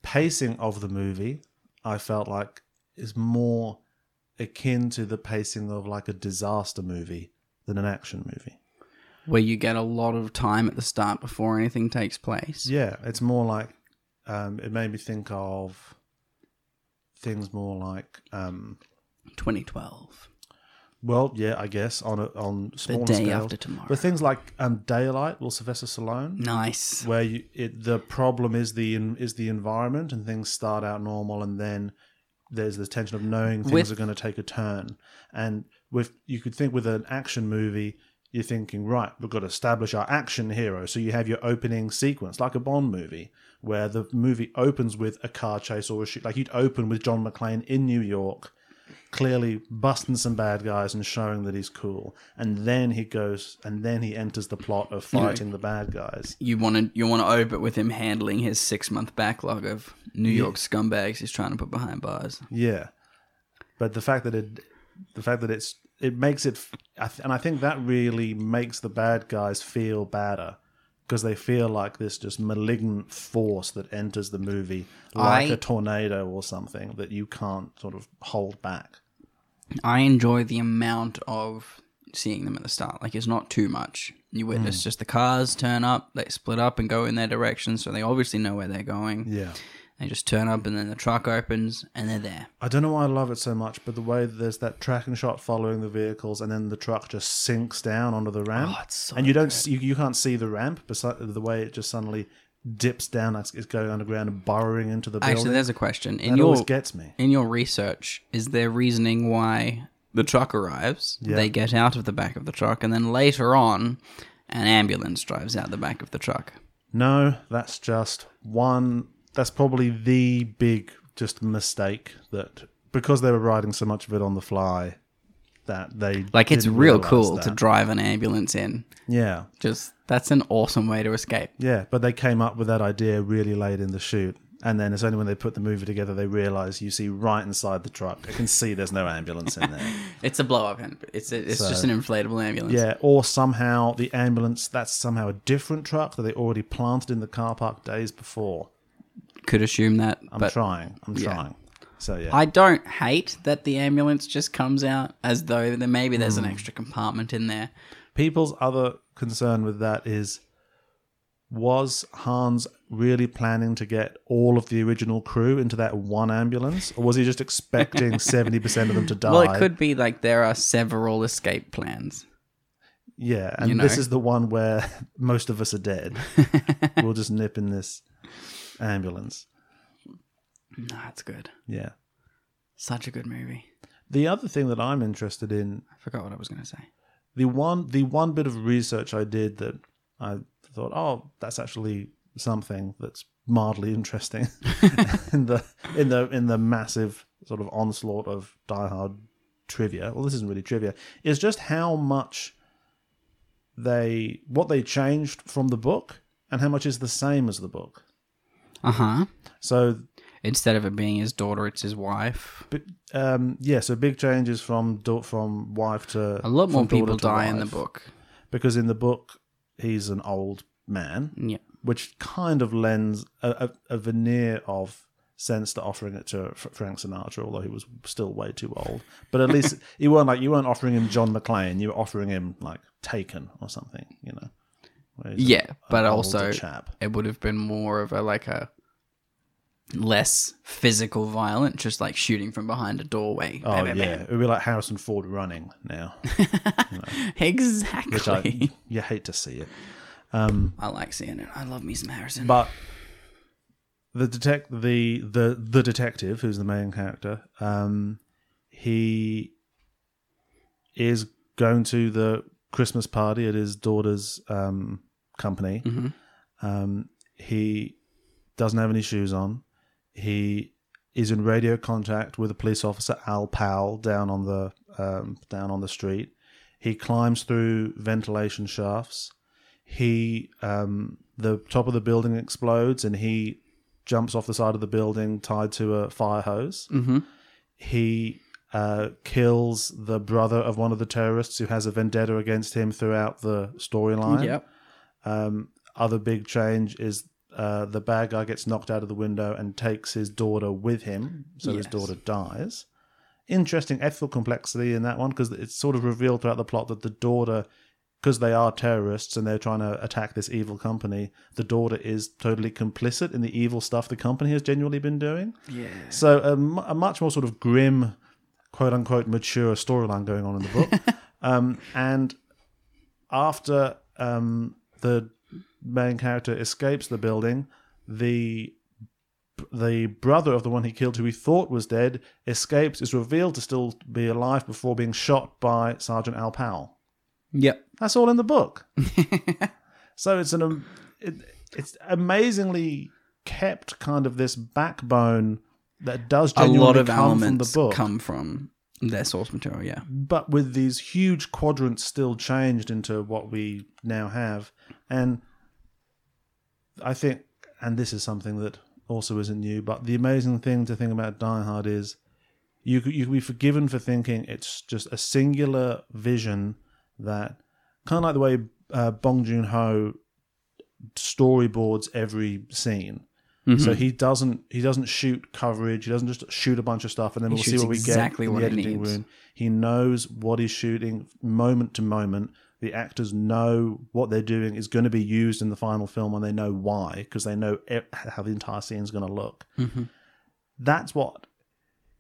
C: pacing of the movie, I felt like, is more akin to the pacing of like a disaster movie than an action movie.
D: Where you get a lot of time at the start before anything takes place.
C: Yeah, it's more like um, it made me think of things more like um,
D: 2012.
C: well, yeah, I guess on a, on
D: The
C: smaller
D: day
C: scale,
D: after tomorrow.
C: but things like um, Daylight, Will Sylvester Stallone.
D: Nice.
C: where you, it, the problem is the en- is the environment and things start out normal and then there's this tension of knowing things
D: With-
C: are going to take a turn and with you could think with an action movie you're thinking right we've got to establish our action hero so you have your opening sequence like a bond movie where the movie opens with a car chase or a shoot like you'd open with john mcclane in new york clearly busting some bad guys and showing that he's cool and then he goes and then he enters the plot of fighting the bad guys
D: you want to you want to open with him handling his six month backlog of New York scumbags he's trying to put behind bars.
C: Yeah, but the fact that it, the fact that it's, it makes it, I th- and I think that really makes the bad guys feel badder because they feel like this just malignant force that enters the movie like
D: I-
C: a tornado or something that you can't sort of hold back.
D: I enjoy the amount of seeing them at the start. Like it's not too much. You witness
C: Mm.
D: just the cars turn up, they split up and go in their direction, so they obviously know where they're going.
C: Yeah.
D: They just turn up and then the truck opens and they're there.
C: I don't know why I love it so much, but the way that there's that tracking shot following the vehicles, and then the truck just sinks down onto the ramp,
D: Oh, it's so
C: and you don't see- you, you can't see the ramp, but the way it just suddenly dips down, like it's going underground and burrowing into the building.
D: Actually, there's a question. In
C: that
D: your
C: always gets me.
D: in your research, is there reasoning why the truck arrives?
C: Yeah.
D: They get out of the back of the truck and then later on an ambulance drives out the back of the truck.
C: No, that's just one. That's probably the big just mistake that because they were writing so much of it on the fly that they
D: Like it's
C: didn't
D: real
C: realise
D: cool to
C: that.
D: drive an ambulance in.
C: yeah
D: Just that's an awesome way to escape.
C: yeah but they came up with that idea really late in the shoot and then it's only when they put the movie together they realize you see right inside the truck I can see there's no ambulance in there
D: It's a blow up. It's a, it's just an inflatable ambulance.
C: yeah or somehow the ambulance that's somehow a different truck that they already planted in the car park days before
D: Could assume that.
C: I'm
D: but
C: trying I'm
D: yeah.
C: trying so yeah
D: I don't hate that the ambulance just comes out as though there maybe there's
C: Hmm.
D: an extra compartment in there.
C: people's other concern with that is was Hans really planning to get all of the original crew into that one ambulance, or was he just expecting seventy percent of them to die?
D: Well, it could be like there are several escape plans.
C: yeah. And
D: you know.
C: this is the one where most of us are dead. we'll just nip in this ambulance.
D: No, it's good.
C: Yeah.
D: Such a good movie.
C: The other thing that I'm interested in
D: I forgot what I was going to say.
C: the one the one bit of research I did that I thought, oh, that's actually something that's mildly interesting in the in the in the massive sort of onslaught of diehard trivia. Well, this isn't really trivia. Is just how much they what they changed from the book and how much is the same as the book.
D: Uh huh.
C: So
D: Instead of it being his daughter, it's his wife.
C: but, um, yeah, so big changes from da- from wife to
D: A lot more
C: from daughter
D: people
C: to
D: die in the
C: wife.
D: book.
C: because in the book he's an old man.
D: Yeah.
C: which kind of lends a, a, a veneer of sense to offering it to Fr- Frank Sinatra, although he was still way too old. But at least you weren't like you weren't offering him John McClane. You were offering him like Taken or something, you know. where he's a-
D: Yeah,
C: an
D: but
C: older
D: also
C: chap.
D: it would have been more of a like a less physical violent, just like shooting from behind a doorway.
C: Oh
D: Bam, bam,
C: yeah,
D: bam.
C: it would be like Harrison Ford running now, which I
D: exactly.
C: you hate to see it.
D: I, like seeing it. I love me some Harrison.
C: But the detect the the the detective, who's the main character, um, he is going to the Christmas party at his daughter's um, company. Um, he doesn't have any shoes on. He is in radio contact with a police officer, Al Powell, down on the um, down on the street. He climbs through ventilation shafts. He um, the top of the building explodes, and he jumps off the side of the building tied to a fire hose.
D: Mm-hmm.
C: He uh, kills the brother of one of the terrorists who has a vendetta against him throughout the storyline
D: yep.
C: other big change is uh, the bad guy gets knocked out of the window and takes his daughter with him, so his
D: Yes.
C: daughter dies. Interesting ethical complexity in that one because it's sort of revealed throughout the plot that the daughter, because they are terrorists and they're trying to attack this evil company, the daughter is totally complicit in the evil stuff the company has genuinely been doing.
D: Yeah.
C: So a, mu- a much more sort of grim, quote unquote, mature storyline going on in the book. um, and after um, the main character escapes the building, the the brother of the one he killed, who he thought was dead, escapes. Is revealed to still be alive before being shot by Sergeant Al Powell.
D: Yep.
C: That's all in the book. so it's an am- it, it's amazingly kept kind of this backbone that does
D: A
C: genuinely
D: lot of
C: come
D: elements
C: from the book, Mm.
D: come from their source material. Yeah.
C: but with these huge quadrants still changed into what we now have, and I think, and this is something that also isn't new, but the amazing thing to think about Die Hard is you c- you can be forgiven for thinking it's just a singular vision that kind of like the way uh, Bong Joon Ho storyboards every scene.
D: Mm-hmm.
C: So he doesn't he doesn't shoot coverage. He doesn't just shoot a bunch of stuff and then
D: He
C: we'll see
D: shoots
C: what we
D: exactly
C: get. in
D: what
C: the
D: it
C: editing
D: needs.
C: room. He knows what he's shooting moment to moment. The actors know what they're doing is going to be used in the final film, and they know why because they know e- how the entire scene's going to look. That's what.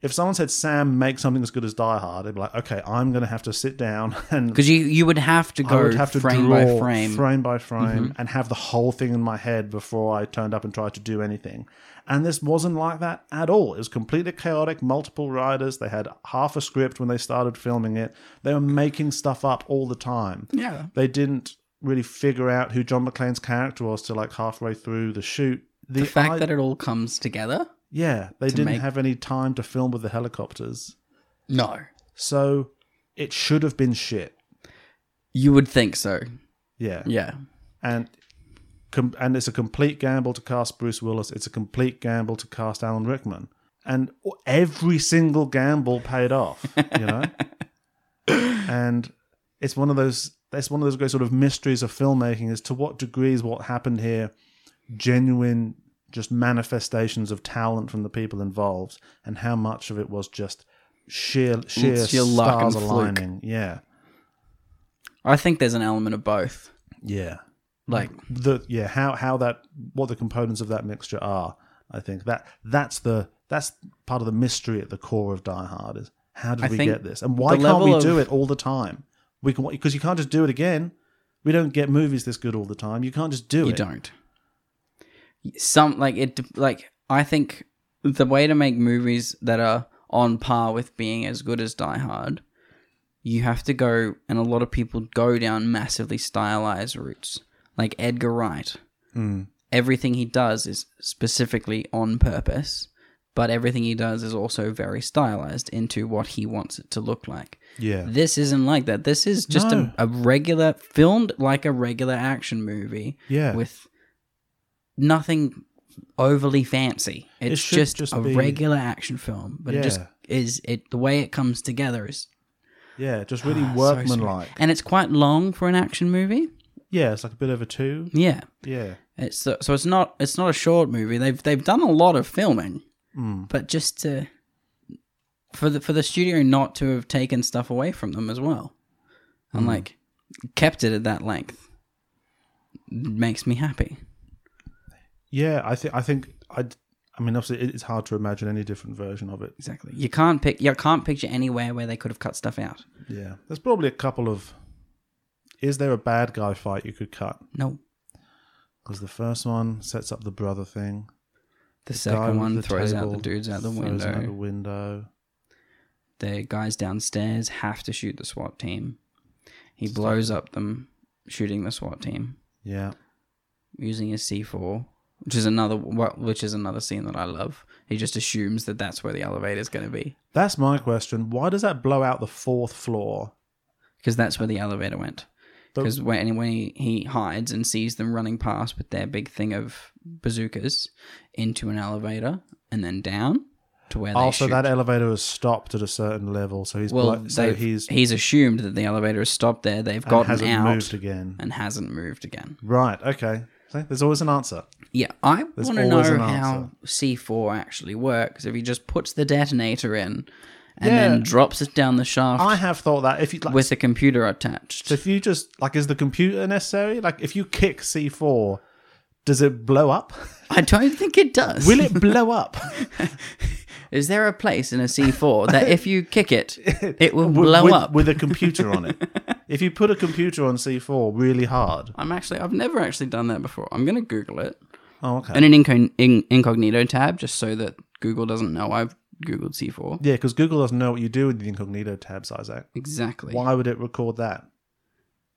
C: If someone said Sam make something as good as Die Hard, they'd be like, okay, I'm going to have to sit down and
D: Because you you would have to
C: I
D: go
C: would have to
D: frame
C: draw
D: by frame. Mm-hmm.
C: frame by frame, and have the whole thing in my head before I turned up and tried to do anything. And this wasn't like that at all. It was completely chaotic. Multiple writers. They had half a script when they started filming it. They were making stuff up all the time.
D: Yeah.
C: They didn't really figure out who John McClane's character was till like halfway through the shoot.
D: The fact
C: i-
D: that it all comes together.
C: yeah, they didn't
D: make-
C: have any time to film with the helicopters,
D: No,
C: so it should have been shit.
D: you would think so.
C: Yeah,
D: Yeah.
C: and com- and it's a complete gamble to cast Bruce Willis. It's a complete gamble to cast Alan Rickman, and every single gamble paid off. You know, and it's one of those. It's one of those great sort of mysteries of filmmaking: is to what degree is what happened here genuine, just manifestations of talent from the people involved, and how much of it was just sheer sheer
D: It's sheer
C: stars
D: luck and fluke.
C: aligning. Yeah,
D: I think there's an element of both.
C: yeah.
D: Like
C: the yeah how how that what the components of that mixture are i think that that's the that's part of the mystery at the core of die hard is how did
D: I
C: we
D: think
C: get this and why
D: the
C: can't
D: level
C: we
D: of-
C: do it all the time we can because you can't just do it again we don't get movies this good all the time you can't just do
D: you
C: it
D: don't. Some like it de- like I think the way to make movies that are on par with being as good as Die Hard, you have to go and a lot of people go down massively stylized routes. Like Edgar Wright.
C: Mm.
D: Everything he does is specifically on purpose, but everything he does is also very stylized into what he wants it to look like.
C: yeah
D: This isn't like that. This is just
C: No.
D: a, a regular filmed like a regular action movie
C: yeah
D: with nothing overly fancy.
C: It
D: It's
C: should
D: just,
C: just
D: a
C: be-
D: regular action film, but it just
C: Yeah.
D: is it the way it comes together is
C: yeah just really
D: ah, so sweet.
C: workmanlike
D: and it's quite long for an action movie.
C: yeah it's like a bit over two
D: Yeah,
C: yeah
D: it's so, so it's not it's not a short movie. They've they've done a lot of filming,
C: Mm.
D: but just to for the for the studio not to have taken stuff away from them as well,
C: Hmm.
D: and like kept it at that length makes me happy.
C: yeah i think i think i i mean obviously it- it's hard to imagine any different version of it
D: Exactly. You can't pick. You can't picture anywhere where they could have cut stuff out.
C: yeah there's probably a couple of is there a bad guy fight you could cut
D: No.
C: Because the first one sets up the brother thing.
D: The
C: Guy with
D: second one
C: the
D: throws out
C: table
D: the dudes out the
C: throws him
D: window.
C: out the window.
D: The guys downstairs have to shoot the SWAT team. He blows up them shooting the SWAT team
C: Yeah.
D: using his C4, which is another wh- which is another scene that I love. He just assumes that that's where the elevator is going to be
C: That's my question. Why does that blow out the fourth floor?
D: because that's where the elevator went.
C: But-
D: Because when, when he, he hides and sees them running past with their big thing of bazookas into an elevator and then down to where they
C: Also,
D: shoot.
C: Oh, that elevator has stopped at a certain level, so he's
D: well,
C: blo- so
D: they've-
C: he's
D: he's assumed that the elevator has stopped there. They've
C: and
D: gotten
C: hasn't
D: out
C: moved again.
D: and hasn't moved again.
C: Right. Okay. See, there's always an answer.
D: Yeah, I
C: There's
D: want to know
C: always an
D: how C four actually works. If he just puts the detonator in and then
C: Yeah.
D: drops it down the shaft
C: I have thought that if you like,
D: with the computer attached,
C: so if you just like, is the computer necessary? Like, if you kick C four, does it blow up?
D: I don't think it does.
C: Will it blow up?
D: Is there a place in a C four that if you kick it, it will
C: With-
D: blow
C: with,
D: up?
C: with a computer on it. if you put a computer on C four really hard,
D: I'm actually I've never actually done that before. I'm gonna Google it
C: Oh, okay.
D: in an incog- in- incognito tab just so that Google doesn't know I've googled C four.
C: yeah, because Google doesn't know what you do with the incognito tabs, Isaac.
D: Exactly.
C: Why would it record that?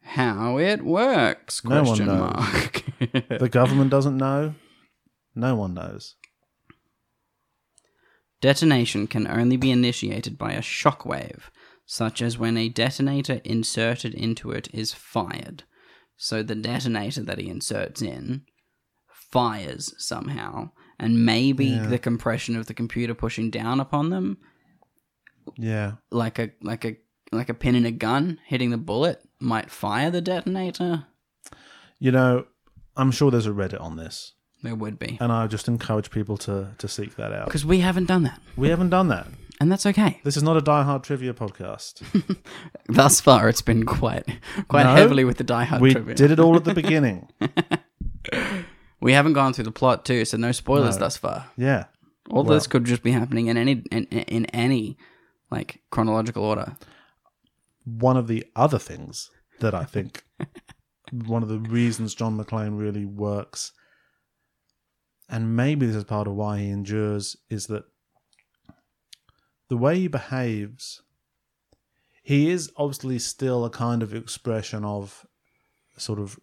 D: How it works?
C: No one
D: Question
C: knows.
D: mark.
C: The government doesn't know. No one knows.
D: Detonation can only be initiated by a shockwave, such as when a detonator inserted into it is fired. So the detonator that he inserts in fires somehow, and maybe
C: Yeah.
D: the compression of the computer pushing down upon them,
C: Yeah,
D: like a like a like a pin in a gun hitting the bullet, might fire the detonator.
C: you know, I'm sure there's a Reddit on this.
D: There would be.
C: And I just encourage people to to seek that out.
D: Because we haven't done that.
C: We haven't done that.
D: And that's okay.
C: This is not a diehard trivia podcast.
D: Thus far, it's been quite quite
C: No,
D: heavily with the Die Hard
C: We
D: trivia.
C: did it all at the beginning.
D: We haven't gone through the plot too, so no spoilers thus far.
C: Yeah.
D: All this could just be happening in any in, in any like chronological order.
C: One of the other things that I think one of the reasons John McClane really works, and maybe this is part of why he endures, is that the way he behaves, he is obviously still a kind of expression of sort of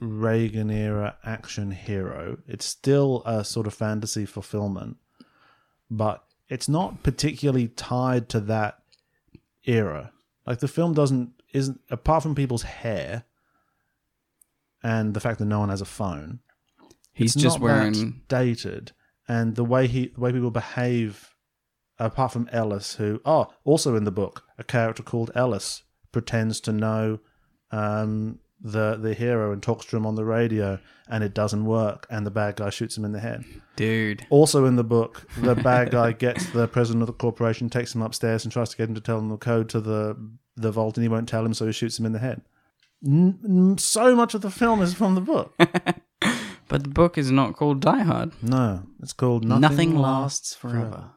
C: Reagan era action hero. It's still a sort of fantasy fulfillment, but it's not particularly tied to that era. Like the film doesn't isn't apart from people's hair and the fact that no one has a phone.
D: He's
C: it's
D: just
C: not that
D: wearing
C: dated, and the way he the way people behave, apart from Ellis, who oh also in the book a character called Ellis pretends to know um, the the hero and talks to him on the radio, and it doesn't work, and the bad guy shoots him in the head.
D: dude.
C: Also in the book, the bad guy gets the president of the corporation, takes him upstairs, and tries to get him to tell him the code to the the vault, and he won't tell him, so he shoots him in the head. N- n- so much of the film is from the book.
D: But the book is not called Die Hard.
C: No, it's called
D: Nothing,
C: Nothing,
D: lasts forever.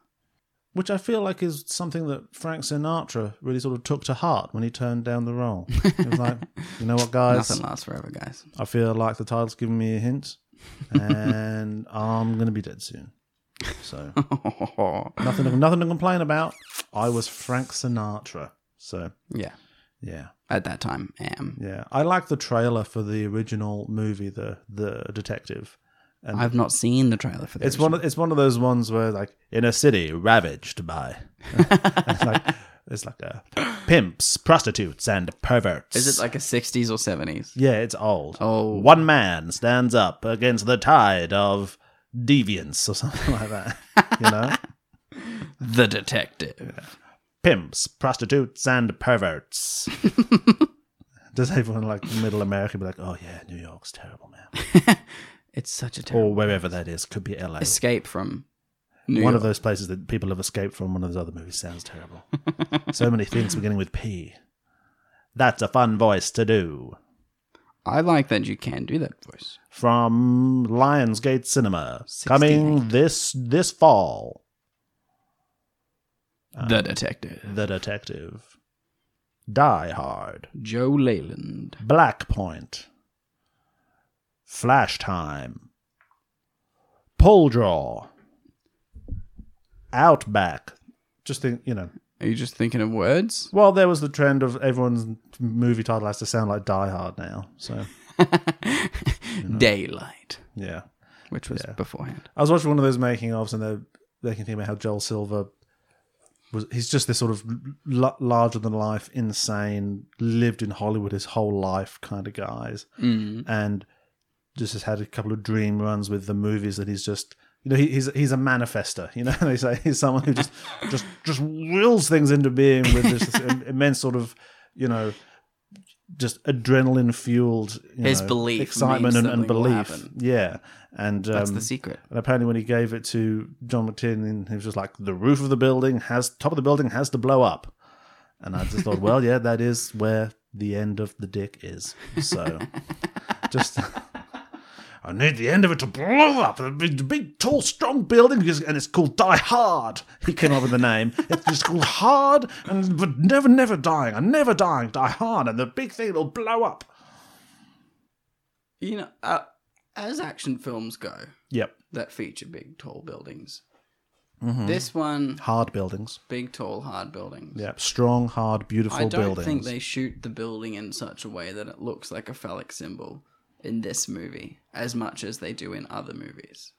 C: which I feel like is something that Frank Sinatra really sort of took to heart when he turned down the role. It was like, you know what, guys,
D: Nothing lasts forever, guys.
C: I feel like the title's giving me a hint, and I'm going to be dead soon. So nothing, to, nothing to complain about. I was Frank Sinatra, so
D: yeah.
C: yeah,
D: At that time, am.
C: yeah. I like the trailer for the original movie, the the detective.
D: I've not seen the trailer for this.
C: It's one. Of, it's one of those ones where like in a city ravaged by. it's like it's like a pimps, prostitutes, and perverts.
D: Is it like a 60s or 70s?
C: Yeah, it's old.
D: Oh.
C: One man stands up against the tide of deviance or something like that. you know,
D: The Detective.
C: pimps, prostitutes, and perverts. Does everyone like middle America be like, oh yeah, New York's terrible, man,
D: It's such a terrible
C: or wherever that is, could be LA.
D: escape from New
C: one
D: York.
C: of those places that people have escaped from. One of those other movies sounds terrible. so many things beginning with P. That's a fun voice to do.
D: I like that you can do that voice.
C: From Lionsgate Cinema, coming this this fall. Uh,
D: the Detective.
C: The Detective, Die Hard,
D: Joe Leyland.
C: Black Point, Flash Time, Pull Draw, Outback. Just think, you know,
D: Are you just thinking of words?
C: Well, there was the trend of everyone's movie title has to sound like Die Hard now. So,
D: Daylight,
C: Mm-hmm. yeah.
D: which was beforehand.
C: I was watching one of those making ofs and they're making a thing about how Joel Silver was, he's just this sort of l- larger than life, insane, lived in Hollywood his whole life kind of guys.
D: Mm-hmm.
C: And just has had a couple of dream runs with the movies that he's just. You know, he, he's he's a manifester. You know, they say he's someone who just just just wills things into being with this im- immense sort of, you know, just adrenaline fueled
D: His belief means
C: excitement, and, and
D: something will
C: belief.
D: happen.
C: Yeah, and
D: That's
C: um,
D: the secret.
C: and apparently, when he gave it to John McTiernan, he was just like, "The roof of the building has top of the building has to blow up," and I just thought, "Well, yeah, that is where the end of the dick is." So, just I need the end of it to blow up. A big, big, tall, strong building, because- and it's called Die Hard. He came up with the name. It's just called Hard, and but never, never dying. I'm never dying. Die Hard, and the big thing will blow up.
D: You know, uh, as action films go,
C: Yep,
D: that feature big, tall buildings.
C: Mm-hmm.
D: This one,
C: hard buildings.
D: big, tall, hard buildings.
C: Yep, strong, hard, beautiful
D: I don't
C: buildings.
D: think they shoot the building in such a way that it looks like a phallic symbol in this movie as much as they do in other movies.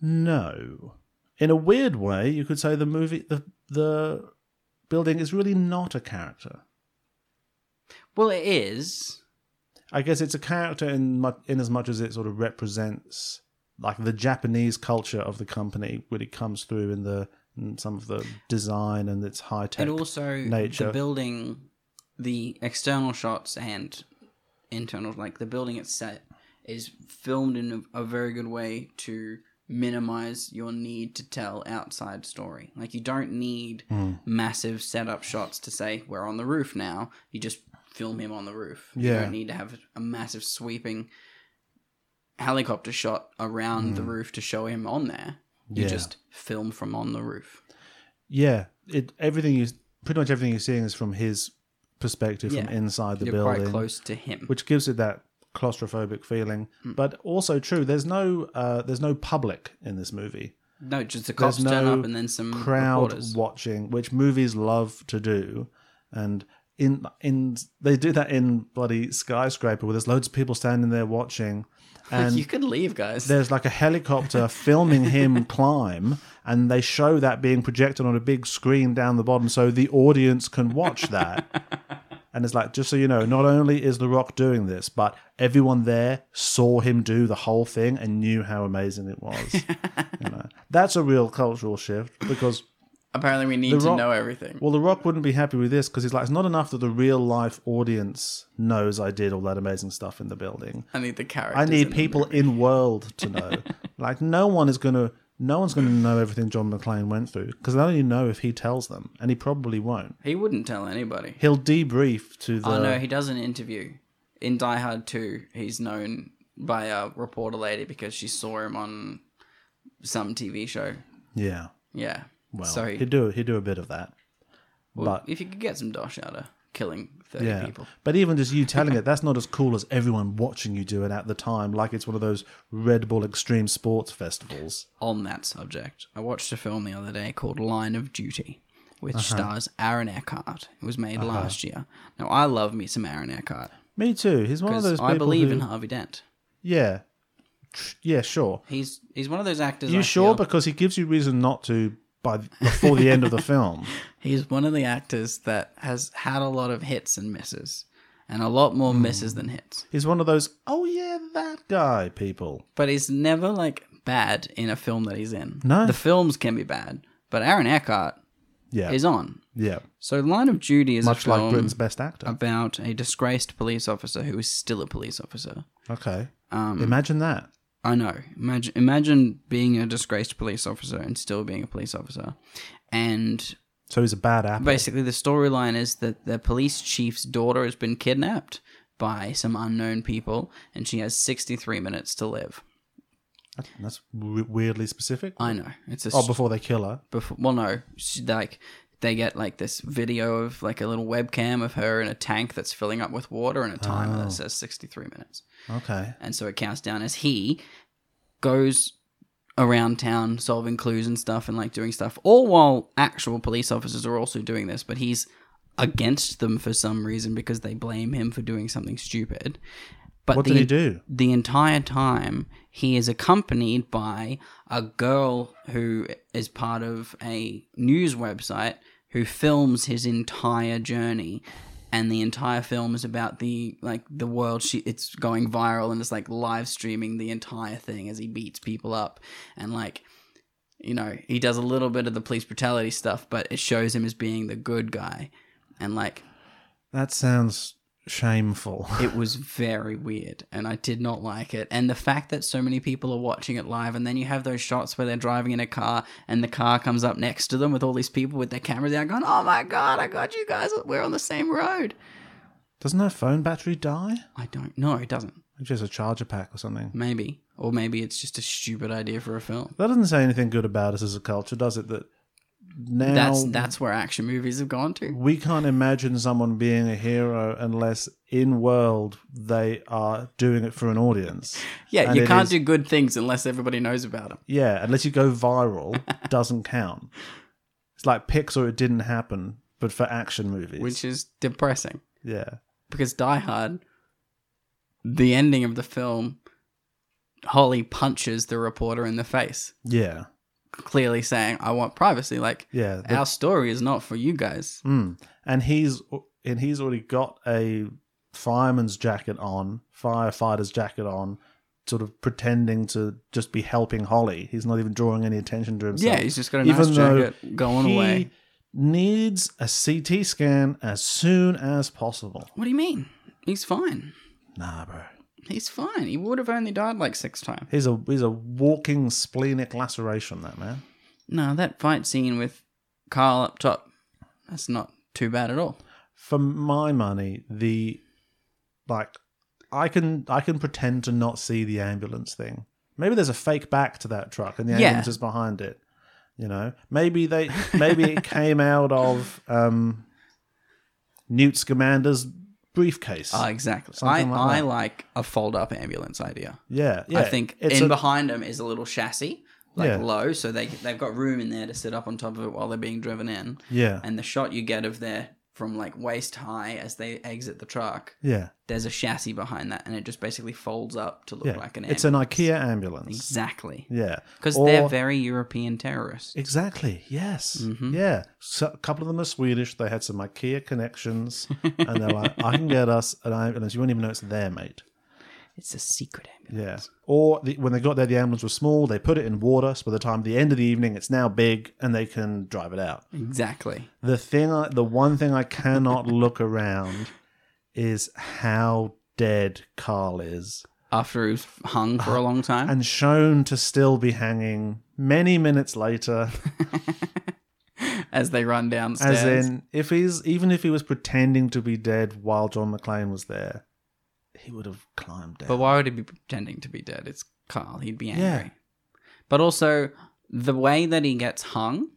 C: No. In a weird way, you could say the movie, the the building is really not a character.
D: Well, it is.
C: I guess it's a character in mu- in as much as it sort of represents like the Japanese culture of the company when it comes through in the in some of the design and its high tech.
D: and also
C: nature.
D: the building the external shots and internal like the building itself is filmed in a, a very good way to minimize your need to tell outside story. Like you don't need
C: Hmm.
D: massive setup shots to say we're on the roof now. You just film him on the roof. You
C: Yeah.
D: don't need to have a massive sweeping helicopter shot around the roof to show him on there.
C: Hmm.
D: You
C: Yeah.
D: just film from on the roof.
C: Yeah, it everything you pretty much everything you're seeing is from his perspective
D: Yeah.
C: from inside the
D: You're
C: building,
D: quite close to him.
C: which gives it that claustrophobic feeling.
D: Hmm.
C: But also true, there's no uh, there's no public in this movie.
D: no, just the cops
C: there's
D: turn
C: no
D: up and then some
C: crowd
D: reporters.
C: watching, which movies love to do, and in in they do that in bloody skyscraper where there's loads of people standing there watching, and
D: you can leave, guys.
C: there's like a helicopter filming him climb, and they show that being projected on a big screen down the bottom so the audience can watch that. and it's like, just so you know, not only is The Rock doing this, but everyone there saw him do the whole thing and knew how amazing it was. You know? That's a real cultural shift because
D: Apparently, we need
C: The
D: to
C: Rock-
D: know everything.
C: well, The Rock wouldn't be happy with this because he's like, it's not enough that the real life audience knows I did all that amazing stuff in the building.
D: I need the characters.
C: I
D: in
C: need
D: the
C: people
D: movie.
C: in world to know. like, no one is gonna, no one's gonna know everything John McClane went through because they only know if he tells them, and he probably won't.
D: He wouldn't tell anybody.
C: He'll debrief to the.
D: Oh no, he does an interview in Die Hard Two. He's known by a reporter lady because she saw him on some TV show.
C: yeah.
D: Yeah.
C: Well,
D: so he-
C: he'd do he'd do a bit of that.
D: well,
C: but-
D: if you could get some dosh out of killing thirty
C: Yeah.
D: people,
C: But even just you telling it, that's not as cool as everyone watching you do it at the time. Like it's one of those Red Bull Extreme Sports festivals.
D: on that subject, I watched a film the other day called Line of Duty, which
C: Uh-huh.
D: stars Aaron Eckhart. It was made last year. Now I love me some Aaron Eckhart
C: Me too. He's one of those.
D: because
C: People
D: I believe
C: who,
D: in Harvey Dent.
C: Yeah. Tr- Yeah, sure.
D: He's he's one of those actors.
C: You
D: I
C: sure?
D: feel-
C: Because he gives you reason not to by before the end of the film.
D: He's one of the actors that has had a lot of hits and misses, and a lot
C: Hmm.
D: more misses than hits.
C: He's one of those, oh yeah, that guy people.
D: But he's never like bad in a film that he's in.
C: No.
D: the films can be bad, but Aaron Eckhart
C: Yeah.
D: is on.
C: yeah.
D: So, Line of Duty is a
C: Much like
D: film Um,
C: Britain's best actor.
D: about a disgraced police officer who is still a police officer.
C: okay.
D: Um,
C: Imagine that.
D: I know. Imagine imagine being a disgraced police officer and still being a police officer, and
C: So he's a bad apple.
D: basically the storyline is that the police chief's daughter has been kidnapped by some unknown people and she has 63 minutes to live
C: That's w- weirdly specific.
D: i know it's a
C: oh, before they kill her.
D: before, well no she, like they get like this video of like a little webcam of her in a tank that's filling up with water and a timer that says 63 minutes
C: Okay.
D: and so it counts down as he goes around town solving clues and stuff and like doing stuff all while actual police officers are also doing this but he's against them for some reason because they blame him for doing something stupid but
C: What
D: the,
C: did he do?
D: the entire time he is accompanied by a girl who is part of a news website who films his entire journey and the entire film is about the like the world she it's going viral and it's like live streaming the entire thing as he beats people up and like you know he does a little bit of the police brutality stuff but it shows him as being the good guy and like
C: That sounds shameful.
D: it was very weird and I did not like it. And the fact that so many people are watching it live, and then you have those shots where they're driving in a car and the car comes up next to them with all these people with their cameras out going, Oh my God, I got you guys. We're on the same road.
C: Doesn't her phone battery die?
D: I don't know. It doesn't.
C: Maybe she has a charger pack or something.
D: Maybe. Or maybe it's just a stupid idea for a film.
C: That doesn't say anything good about us as a culture, does it? That now
D: That's that's where action movies have gone to.
C: we can't imagine someone being a hero unless in world they are doing it for an audience.
D: Yeah,
C: And
D: you
C: it
D: can't
C: is-
D: do good things unless everybody knows about them.
C: Yeah, unless you go viral, doesn't count. It's like Pixar, it didn't happen, but for action movies.
D: Which is depressing.
C: yeah.
D: because Die Hard, the ending of the film, Holly punches the reporter in the face,
C: Yeah.
D: clearly saying, "I want privacy. Like
C: Yeah. the-
D: our story is not for you guys."
C: mm. And he's and he's already got a fireman's jacket on, firefighter's jacket on, sort of pretending to just be helping Holly. He's not even drawing any attention to himself.
D: yeah, he's just got a nice
C: though
D: jacket going
C: he
D: away.
C: Needs a CT scan as soon as possible.
D: What do you mean? He's fine.
C: Nah, bro.
D: He's fine. He would have only died like six times.
C: He's a he's a walking splenic laceration. That man.
D: No, that fight scene with Carl up top, that's not too bad at all.
C: For my money, the like I can I can pretend to not see the ambulance thing. Maybe there's a fake back to that truck and the
D: Yeah.
C: ambulance is behind it. You know, maybe they maybe it came out of um, Newt Scamander's briefcase.
D: Ah, exactly. I,
C: Something like
D: I
C: that.
D: like a fold up ambulance idea.
C: yeah, yeah.
D: I think
C: it's
D: in
C: a-
D: behind them is a little chassis, like
C: Yeah.
D: low, so they they've got room in there to sit up on top of it while they're being driven in.
C: yeah,
D: And the shot you get of their from like waist high as they exit the truck,
C: yeah,
D: there's a chassis behind that, and it just basically folds up to look
C: yeah.
D: like an.
C: it's an
D: ambulance.
C: IKEA ambulance.
D: Exactly.
C: Yeah,
D: Because
C: Or-
D: they're very European terrorists.
C: Exactly. Yes.
D: Mhm.
C: Yeah. So a couple of them are Swedish. They had some IKEA connections, and they're like, "I can get us an ambulance. You won't even know it's there, mate."
D: It's a secret
C: Yeah.
D: ambulance.
C: Or the, when they got there, the ambulance was small. They put it in water. So by the time the end of the evening, it's now big, and they can drive it out.
D: Exactly.
C: The thing, I, the one thing I cannot look around is how dead Carl is,
D: After he's hung for a long time.
C: Uh-huh. and shown to still be hanging many minutes later.
D: as they run
C: As
D: downstairs.
C: in, if he's even if he was pretending to be dead while John McClane was there, he would have climbed down.
D: but why would he be pretending to be dead? It's Carl. He'd be angry.
C: Yeah.
D: But also, the way that he gets hung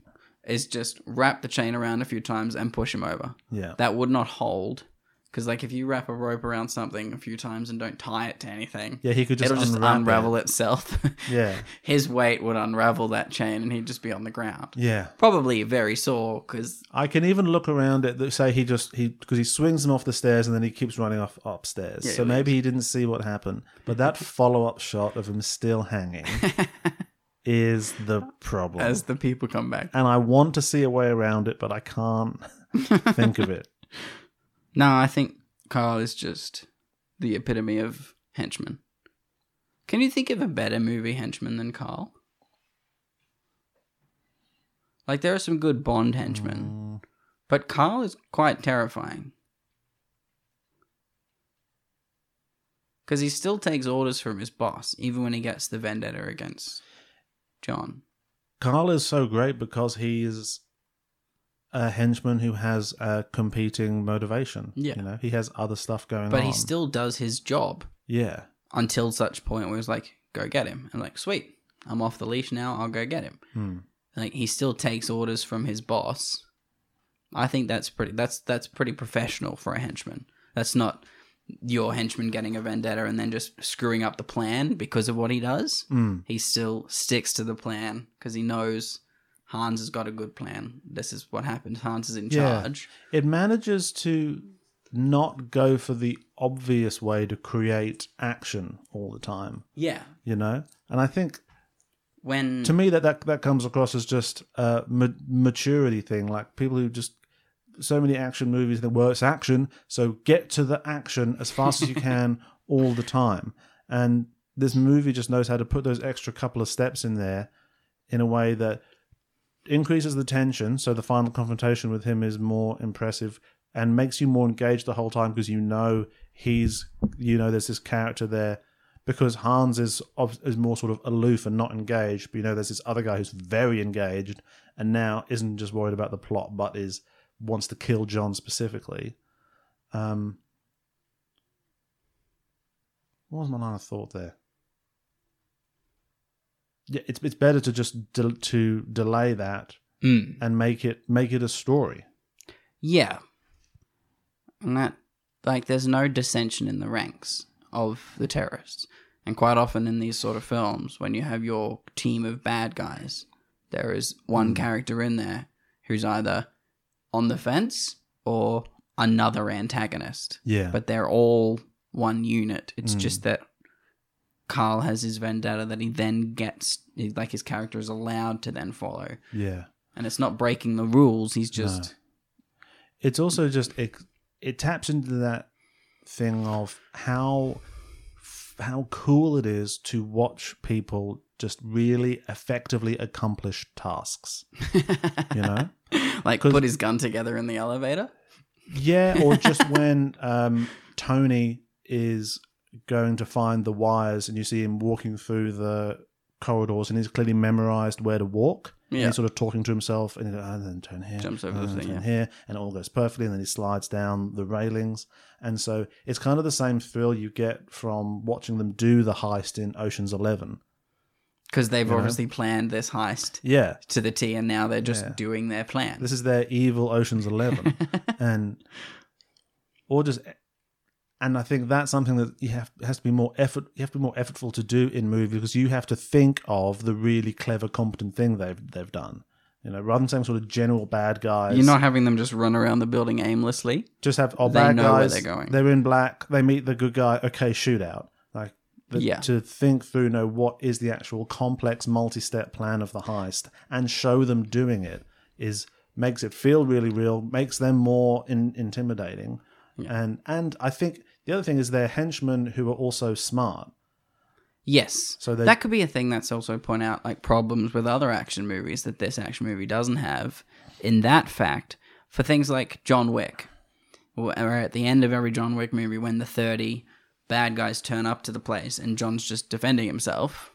D: is just wrap the chain around a few times and push him over.
C: yeah,
D: That would not hold. Because, like, if you wrap a rope around something a few times and don't tie it to anything,
C: yeah, he could just
D: it'll just
C: unwrap
D: unravel
C: it.
D: itself.
C: Yeah.
D: His weight would unravel that chain and he'd just be on the ground.
C: Yeah,
D: Probably very sore because
C: I can even look around at the, say he just he because he swings him off the stairs and then he keeps running off upstairs.
D: Yeah,
C: so
D: he
C: maybe he didn't see what happened. But that follow up shot of him still hanging is the problem.
D: as the people come back.
C: and I want to see a way around it, but I can't think of it.
D: No, I think Carl is just the epitome of henchman. Can you think of a better movie henchman than Carl? Like there are some good Bond henchmen,
C: Mm,
D: but Carl is quite terrifying. Cuz he still takes orders from his boss even when he gets the vendetta against John.
C: Carl is so great because he is a henchman who has a competing motivation.
D: Yeah.
C: you know he has other stuff going
D: But
C: on.
D: he still does his job
C: yeah,
D: until such point where it's like, go get him. I'm like, sweet, I'm off the leash now. I'll go get him.
C: Hmm.
D: Like he still takes orders from his boss. I think that's pretty. That's that's pretty professional for a henchman. That's not your henchman getting a vendetta and then just screwing up the plan because of what he does.
C: Mm.
D: He still sticks to the plan because he knows Hans has got a good plan. This is what happened. Hans is in
C: Yeah.
D: charge.
C: it manages to not go for the obvious way to create action all the time
D: Yeah.
C: you know and i think
D: When
C: to me that that, that comes across as just a ma- maturity thing like people who just so many action movies that well it's action so get to the action as fast as you can all the time and this movie just knows how to put those extra couple of steps in there in a way that increases the tension so the final confrontation with him is more impressive and makes you more engaged the whole time because you know he's you know there's this character there because Hans is ob- is more sort of aloof and not engaged but you know there's this other guy who's very engaged and now isn't just worried about the plot but is wants to kill John specifically um what was my line of thought there yeah it's it's better to just del to delay that
D: Mm.
C: and make it make it a story.
D: Yeah. And that, like, there's no dissension in the ranks of the terrorists. And quite often in these sort of films, when you have your team of bad guys, there is
C: Hmm.
D: one character in there who's either on the fence or another antagonist.
C: Yeah,
D: But they're all one unit. It's
C: Mm.
D: just that Carl has his vendetta that he then gets, like, his character is allowed to then follow.
C: yeah.
D: And it's not breaking the rules, he's just.
C: It's also just it, it taps into that thing of how f- how cool it is to watch people just really effectively accomplish tasks. You know,
D: like
C: 'Cause-
D: put his gun together in the elevator.
C: yeah. Or just when um, Tony is going to find the wires and you see him walking through the corridors and he's clearly memorized where to walk. And
D: Yeah.
C: he's sort of talking to himself and, he goes, and then turn here.
D: Jumps over the
C: and then
D: thing,
C: turn
D: yeah.
C: here. And it all goes perfectly. And then he slides down the railings. And so it's kind of the same thrill you get from watching them do the heist in Ocean's Eleven.
D: because they've obviously planned this heist
C: Yeah.
D: to the T, and now they're just doing their plan.
C: This is their evil Ocean's Eleven, and or just, and I think that's something that you have has to be more effort. You have to be more effortful to do in movies because you have to think of the really clever, competent thing they've they've done. You know, rather than saying sort of general bad guys,
D: You're not having them just run around the building aimlessly.
C: just have oh,
D: they
C: bad
D: know where
C: guys.
D: they're going.
C: They're in black. They meet the good guy. Okay, shootout. Like the,
D: Yeah.
C: to think through, know what is the actual complex multi-step plan of the heist, and show them doing it is makes it feel really real. Makes them more in, intimidating, and and I think the other thing is they're henchmen who are also smart.
D: Yes.
C: So
D: So
C: they-
D: that could be a thing that's also point out like problems with other action movies that this action movie doesn't have in that fact for things like John Wick. Where at the end of every John Wick movie when the 30 bad guys turn up to the place and John's just defending himself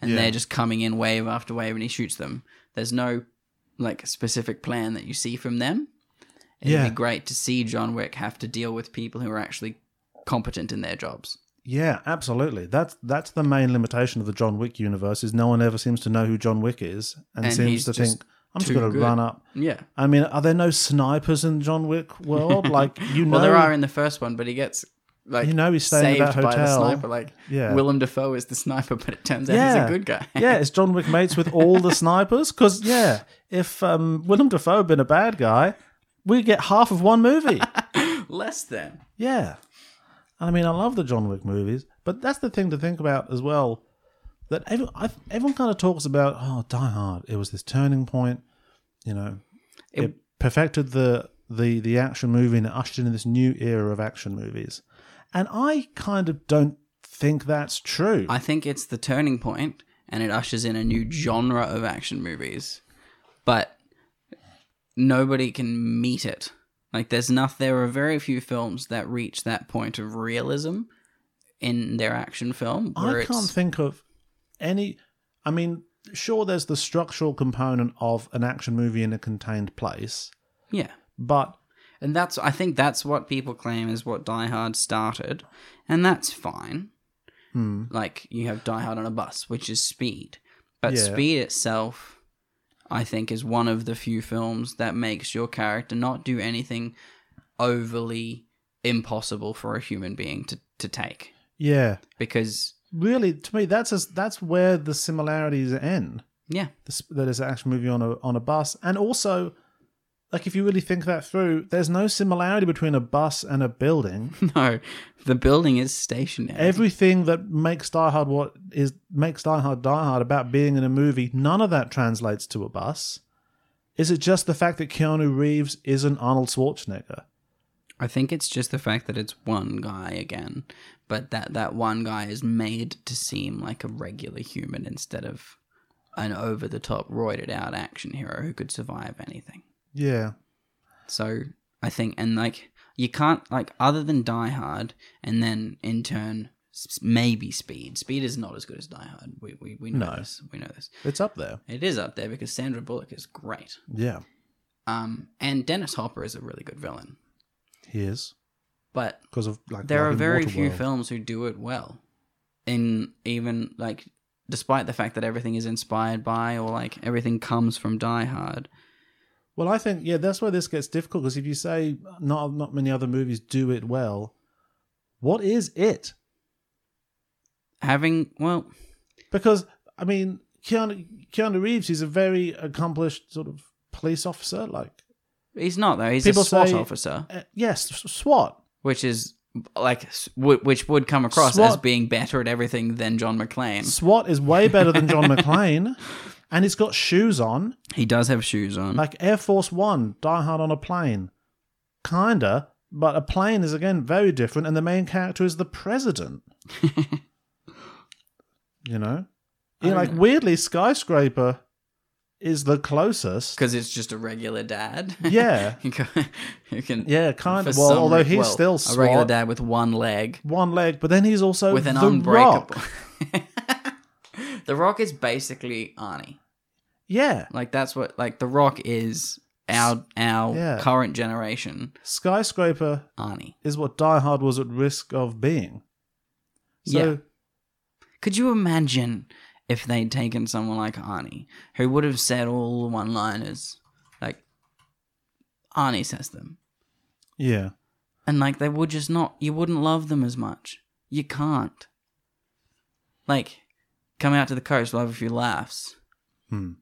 D: and
C: Yeah.
D: they're just coming in wave after wave and he shoots them. There's no like specific plan that you see from them. It'd
C: Yeah.
D: be great to see John Wick have to deal with people who are actually competent in their jobs.
C: Yeah, absolutely. That's that's the main limitation of the John Wick universe is no one ever seems to know who John Wick is, and,
D: And
C: seems
D: he's
C: to
D: just
C: think I'm just
D: too
C: going to
D: good."
C: run up.
D: Yeah.
C: I mean, are there no snipers in John Wick world? Like you know,
D: Well, there are in the first one, but he gets like
C: You know he's staying
D: saved
C: at that
D: by the
C: hotel.
D: sniper. Like
C: Yeah.
D: Willem Dafoe is the sniper, but it turns out he's a good guy.
C: yeah, is John Wick mates with all the snipers? Because yeah, if um, Willem Dafoe had been a bad guy, we get half of one movie.
D: less than
C: yeah, I mean, I love the John Wick movies, but that's the thing to think about as well. That every, I, everyone kind of talks about, oh, Die Hard. It was this turning point. You know, it, perfected the the the action movie and it ushered in this new era of action movies. And I kind of don't think that's true.
D: I think it's the turning point, and it ushers in a new genre of action movies, but nobody can meet it. Like there's not there are very few films that reach that point of realism in their action film where
C: I
D: it's
C: can't think of any. I mean, sure, there's the structural component of an action movie in a contained place,
D: yeah.
C: but
D: And that's I think that's what people claim is what Die Hard started, and that's fine. Like you have Die Hard on a bus, which is Speed, but
C: Yeah.
D: Speed itself, I think, is one of the few films that makes your character not do anything overly impossible for a human being to to take
C: yeah,
D: because
C: really, to me, that's as that's where the similarities end.
D: yeah
C: The sp- That is an action movie on a on a bus, and also, like, if you really think that through, there's no similarity between a bus and a building.
D: no the building is stationary
C: Everything that makes Die Hard what is makes Die Hard Die Hard about being in a movie, none of that translates to a bus. Is it just the fact that Keanu Reeves isn't Arnold Schwarzenegger?
D: I think it's just the fact that it's one guy again, but that that one guy is made to seem like a regular human instead of an over the top roided out action hero who could survive anything.
C: Yeah.
D: So I think and like you can't like other than Die Hard and then in turn s- maybe Speed. Speed is not as good as Die Hard. We we, we know
C: No.
D: this. We know this.
C: It's up there.
D: It is up there because Sandra Bullock is great.
C: Yeah.
D: Um and Dennis Hopper is a really good villain.
C: He is.
D: But
C: Because of like
D: there
C: like
D: are
C: in
D: very few
C: Waterworld.
D: films who do it well in even like despite the fact that everything is inspired by or like everything comes from die hard
C: Well, I think yeah, that's where this gets difficult because if you say not not many other movies do it well, what is it?
D: having well
C: Because I mean, Keanu Keanu Reeves is a very accomplished sort of police officer. Like
D: he's not though he's
C: People
D: a swat
C: say-
D: officer
C: uh, yes, SWAT.
D: which is like s- w- which would come across
C: SWAT
D: as being better at everything than john mcclane
C: SWAT is way better than John McClane, and it's got shoes on,
D: he does have shoes on
C: like Air Force One, Die Hard on a plane, kinda. But a plane is again very different, and the main character is the president. you know, yeah, like weirdly, skyscraper is the closest.
D: because it's just a regular dad.
C: Yeah.
D: you can. You can
C: Yeah, kind
D: for
C: of. Well,
D: some
C: although
D: re-
C: he's
D: well,
C: still
D: a regular
C: SWAT,
D: dad with one leg
C: one leg, but then he's also
D: with an
C: the
D: unbreakable.
C: Rock.
D: the Rock is basically Arnie.
C: Yeah,
D: Like that's what like the Rock is our our
C: Yeah.
D: current generation
C: skyscraper
D: Arnie.
C: is what Die Hard was at risk of being. So
D: Yeah. Could you imagine if they'd taken someone like Arnie, who would have said all the one liners, like Arnie says them,
C: yeah,
D: and like they would just not, you wouldn't love them as much. You can't. Like, come out to the coast, we'll have a few laughs.
C: Hmm.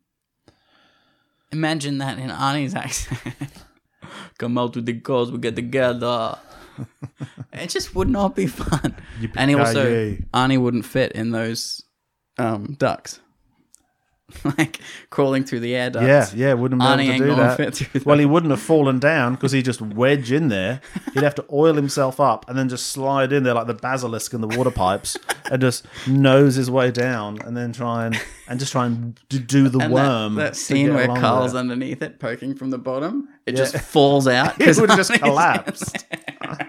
D: Imagine that in Arnie's accent. come out to the coast, we get together. it just would not be fun. and he also
C: Yippee-ki-yay.
D: Arnie wouldn't fit in those um, ducks, like crawling through the air
C: yeah,
D: ducts.
C: yeah, wouldn't have been able
D: Arnie ain't
C: to do
D: gonna
C: that.
D: fit through
C: Well,
D: that.
C: he wouldn't have fallen down because he just wedge in there. He'd have to oil himself up and then just slide in there like the basilisk in the water pipes and just nose his way down and then try and and just try and d- do the
D: And that-
C: worm.
D: That,
C: to
D: scene
C: get
D: where
C: along
D: Carl's
C: there.
D: underneath it, poking from the bottom, it
C: Yeah.
D: just falls out.
C: He
D: 'cause
C: would have just
D: Arnie's in
C: collapsed.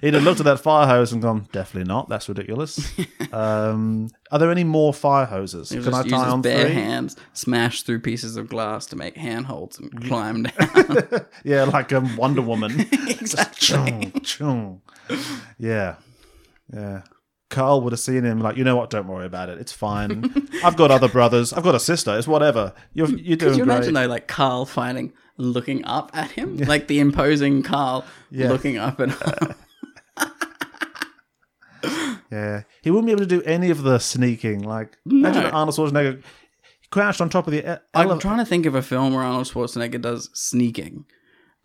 C: He'd have looked at that fire hose and gone, definitely not. That's ridiculous. um, are there any more fire hoses?
D: He'll
C: Can I
D: just use
C: tie
D: his
C: on
D: bare
C: three?
D: hands, smash through pieces of glass to make handholds and climb down.
C: Yeah, like um, Wonder Woman.
D: exactly.
C: chung, chung. Yeah. Yeah. Carl would have seen him like, you know what? Don't worry about it. It's fine. I've got other brothers. I've got a sister. It's whatever. You're, you're doing
D: Could you
C: great.
D: imagine though, like Carl finding looking up at him, like the imposing Carl
C: Yeah.
D: looking up at him?
C: Yeah. He wouldn't be able to do any of the sneaking. Like, imagine Arnold Schwarzenegger he crouched on top of the. E-
D: I'm
C: ele-
D: trying to think of a film where Arnold Schwarzenegger does sneaking,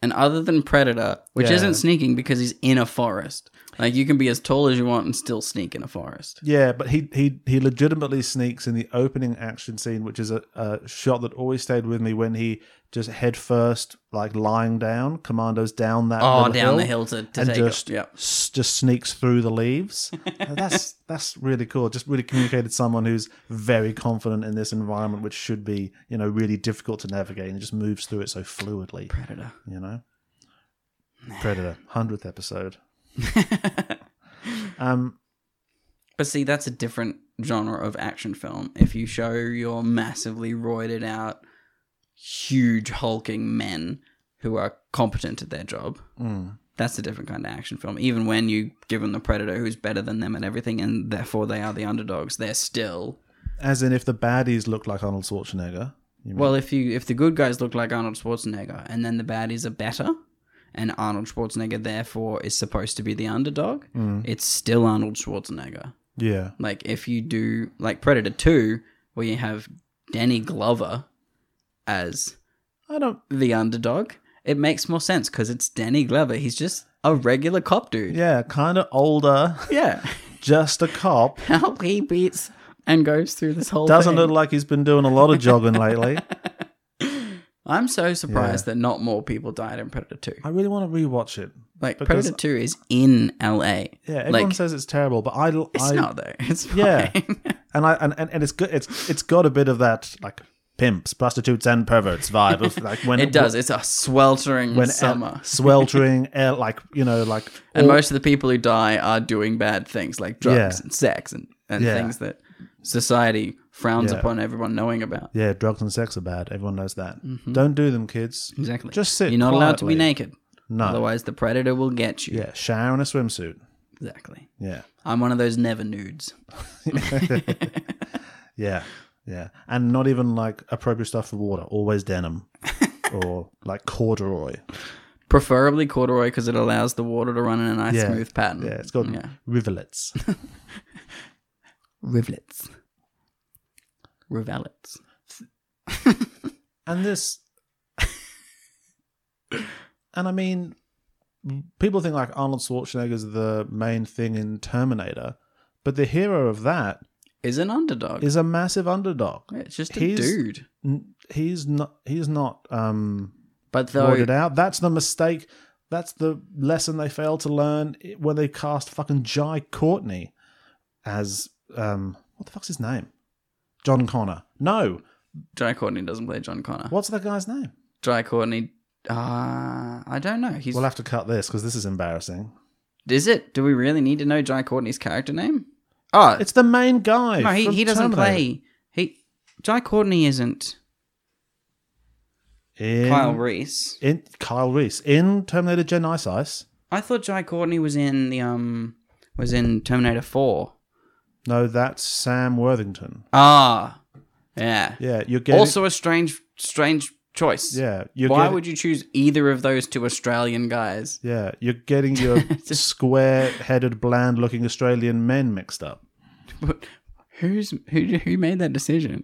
D: and other than Predator, which
C: Yeah.
D: isn't sneaking because he's in a forest. Like you can be as tall as you want and still sneak in a forest.
C: yeah, but he, he he legitimately sneaks in the opening action scene, which is a, a shot that always stayed with me when he just head first, like lying down, commandos down that.
D: Oh,
C: little
D: down the hill to, to
C: and
D: take
C: just
D: it. Yep.
C: s- just sneaks through the leaves. Uh, that's that's really cool. Just really communicated someone who's very confident in this environment, which should be you know really difficult to navigate, and just moves through it so fluidly.
D: Predator.
C: You know, Predator hundredth episode. um,
D: But see, that's a different genre of action film. If you show your massively roided out, huge hulking men who are competent at their job,
C: mm,
D: that's a different kind of action film. Even when you give them the predator who's better than them and everything, and therefore they are the underdogs, they're still
C: as in if the baddies look like Arnold Schwarzenegger. You mean-
D: well. If you if the good guys look like Arnold Schwarzenegger, and then the baddies are better, and Arnold Schwarzenegger therefore is supposed to be the underdog, it's still Arnold Schwarzenegger.
C: yeah,
D: Like if you do like Predator Two, where you have Danny Glover as
C: I don't.
D: the underdog, it makes more sense because it's Danny Glover. He's just a regular cop dude.
C: Yeah, kind of older,
D: Yeah.
C: just a cop.
D: How he beats and goes through this whole
C: Doesn't
D: thing.
C: look like he's been doing a lot of jogging lately.
D: I'm so surprised that not more people died in Predator Two.
C: I really want to rewatch it.
D: Like
C: because-
D: Predator Two is in LA.
C: Yeah, everyone
D: like,
C: says it's terrible, but I,
D: It's
C: I
D: not though. It's fine.
C: Yeah.
D: Yeah.
C: and I and, and, and it's good. It's it's got a bit of that like pimps, prostitutes, and perverts vibe of like when
D: it does. It's a sweltering
C: when
D: summer.
C: air- sweltering air, like you know like
D: and
C: all-
D: most of the people who die are doing bad things like drugs
C: Yeah.
D: and sex and, and
C: Yeah.
D: things that society frowns
C: Yeah.
D: upon everyone knowing about.
C: yeah, drugs and sex are bad. Everyone knows that. Don't do them, kids.
D: Mm-hmm. Exactly.
C: Just sit.
D: You're not allowed to be
C: quietly.
D: naked.
C: No.
D: Otherwise, the predator will get you.
C: Yeah, shower in a swimsuit.
D: Exactly.
C: Yeah,
D: I'm one of those never nudes.
C: yeah, yeah, and not even like appropriate stuff for water. Always denim or like corduroy.
D: Preferably corduroy because it allows the water to run in a nice
C: Yeah.
D: smooth pattern.
C: Yeah, it's called
D: Yeah.
C: rivulets.
D: rivulets. Rivulets.
C: And this, and I mean, people think like Arnold Schwarzenegger's the main thing in Terminator, but the hero of that
D: Is an underdog.
C: is a massive underdog.
D: Yeah, it's just a
C: He's-
D: dude.
C: N- He's not. He's not um,
D: But though
C: roided out. That's the mistake. That's the lesson they failed to learn when they cast fucking Jai Courtney as um, what the fuck's his name? John Connor. No,
D: Jai Courtney doesn't play John Connor.
C: What's that guy's name?
D: Jai Courtney. Uh, I don't know. He's
C: We'll have to cut this because this is embarrassing.
D: is it? Do we really need to know Jai Courtney's character name? Oh,
C: It's the main guy.
D: no, he,
C: from
D: he doesn't
C: Terminator.
D: play. He Jai Courtney isn't
C: In,
D: Kyle Reese.
C: in Kyle Reese in Terminator Genisys.
D: I thought Jai Courtney was in the um was in Terminator Four.
C: No, that's Sam Worthington.
D: Ah, yeah.
C: Yeah, you're getting
D: also a strange strange choice.
C: Yeah, you're
D: Why
C: getting,
D: would you choose either of those two Australian guys?
C: Yeah, you're getting your square-headed, bland-looking Australian men mixed up.
D: But who's who? Who made that decision?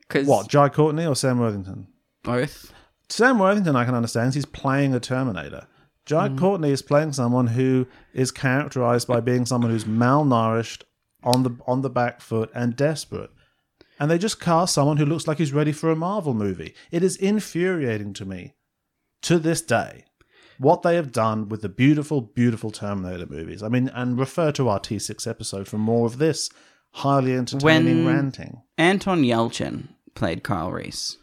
D: Because
C: What, Jai Courtney or Sam Worthington?
D: both?
C: Sam Worthington, I can understand. He's playing a Terminator. Jai
D: Mm.
C: Courtney is playing someone who is characterized by being someone who's malnourished, on the on the back foot, and desperate. And they just cast someone who looks like he's ready for a Marvel movie. It is infuriating to me, to this day, what they have done with the beautiful, beautiful Terminator movies. I mean, and refer to our T6 episode for more of this highly entertaining
D: When-
C: ranting.
D: Anton Yelchin played Kyle Reese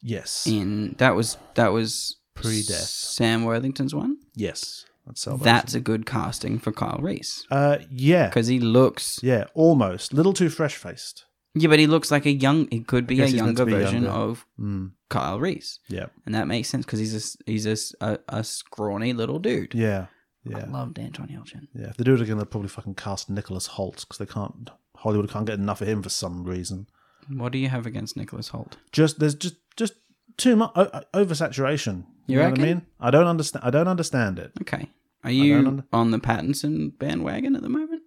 C: Yes,
D: in that was that was
C: Pre-death.
D: Sam Worthington's one.
C: yes, that's salvation.
D: That's a good casting for Kyle Reese
C: uh, yeah.
D: because he looks
C: Yeah, almost. Little too fresh faced.
D: yeah, but he looks like a young. It could be a
C: guess he's meant
D: younger
C: to be
D: version
C: younger. Hmm.
D: of Kyle Reese,
C: Yeah.
D: and that makes sense because he's a s- he's a, s- a- a scrawny little dude.
C: Yeah.
D: I
C: Yeah.
D: loved Anton Yelchin.
C: Yeah. If they do it again, they'll probably fucking cast Nicholas Holt because they can't, Hollywood can't get enough of him for some reason.
D: What do you have against Nicholas Holt?
C: Just, there's just, just too much o- o- oversaturation.
D: You
C: know
D: reckon?
C: what I mean? I don't understand. I don't understand it.
D: Okay. Are
C: don't
D: you
C: under-
D: on the Pattinson bandwagon at the moment?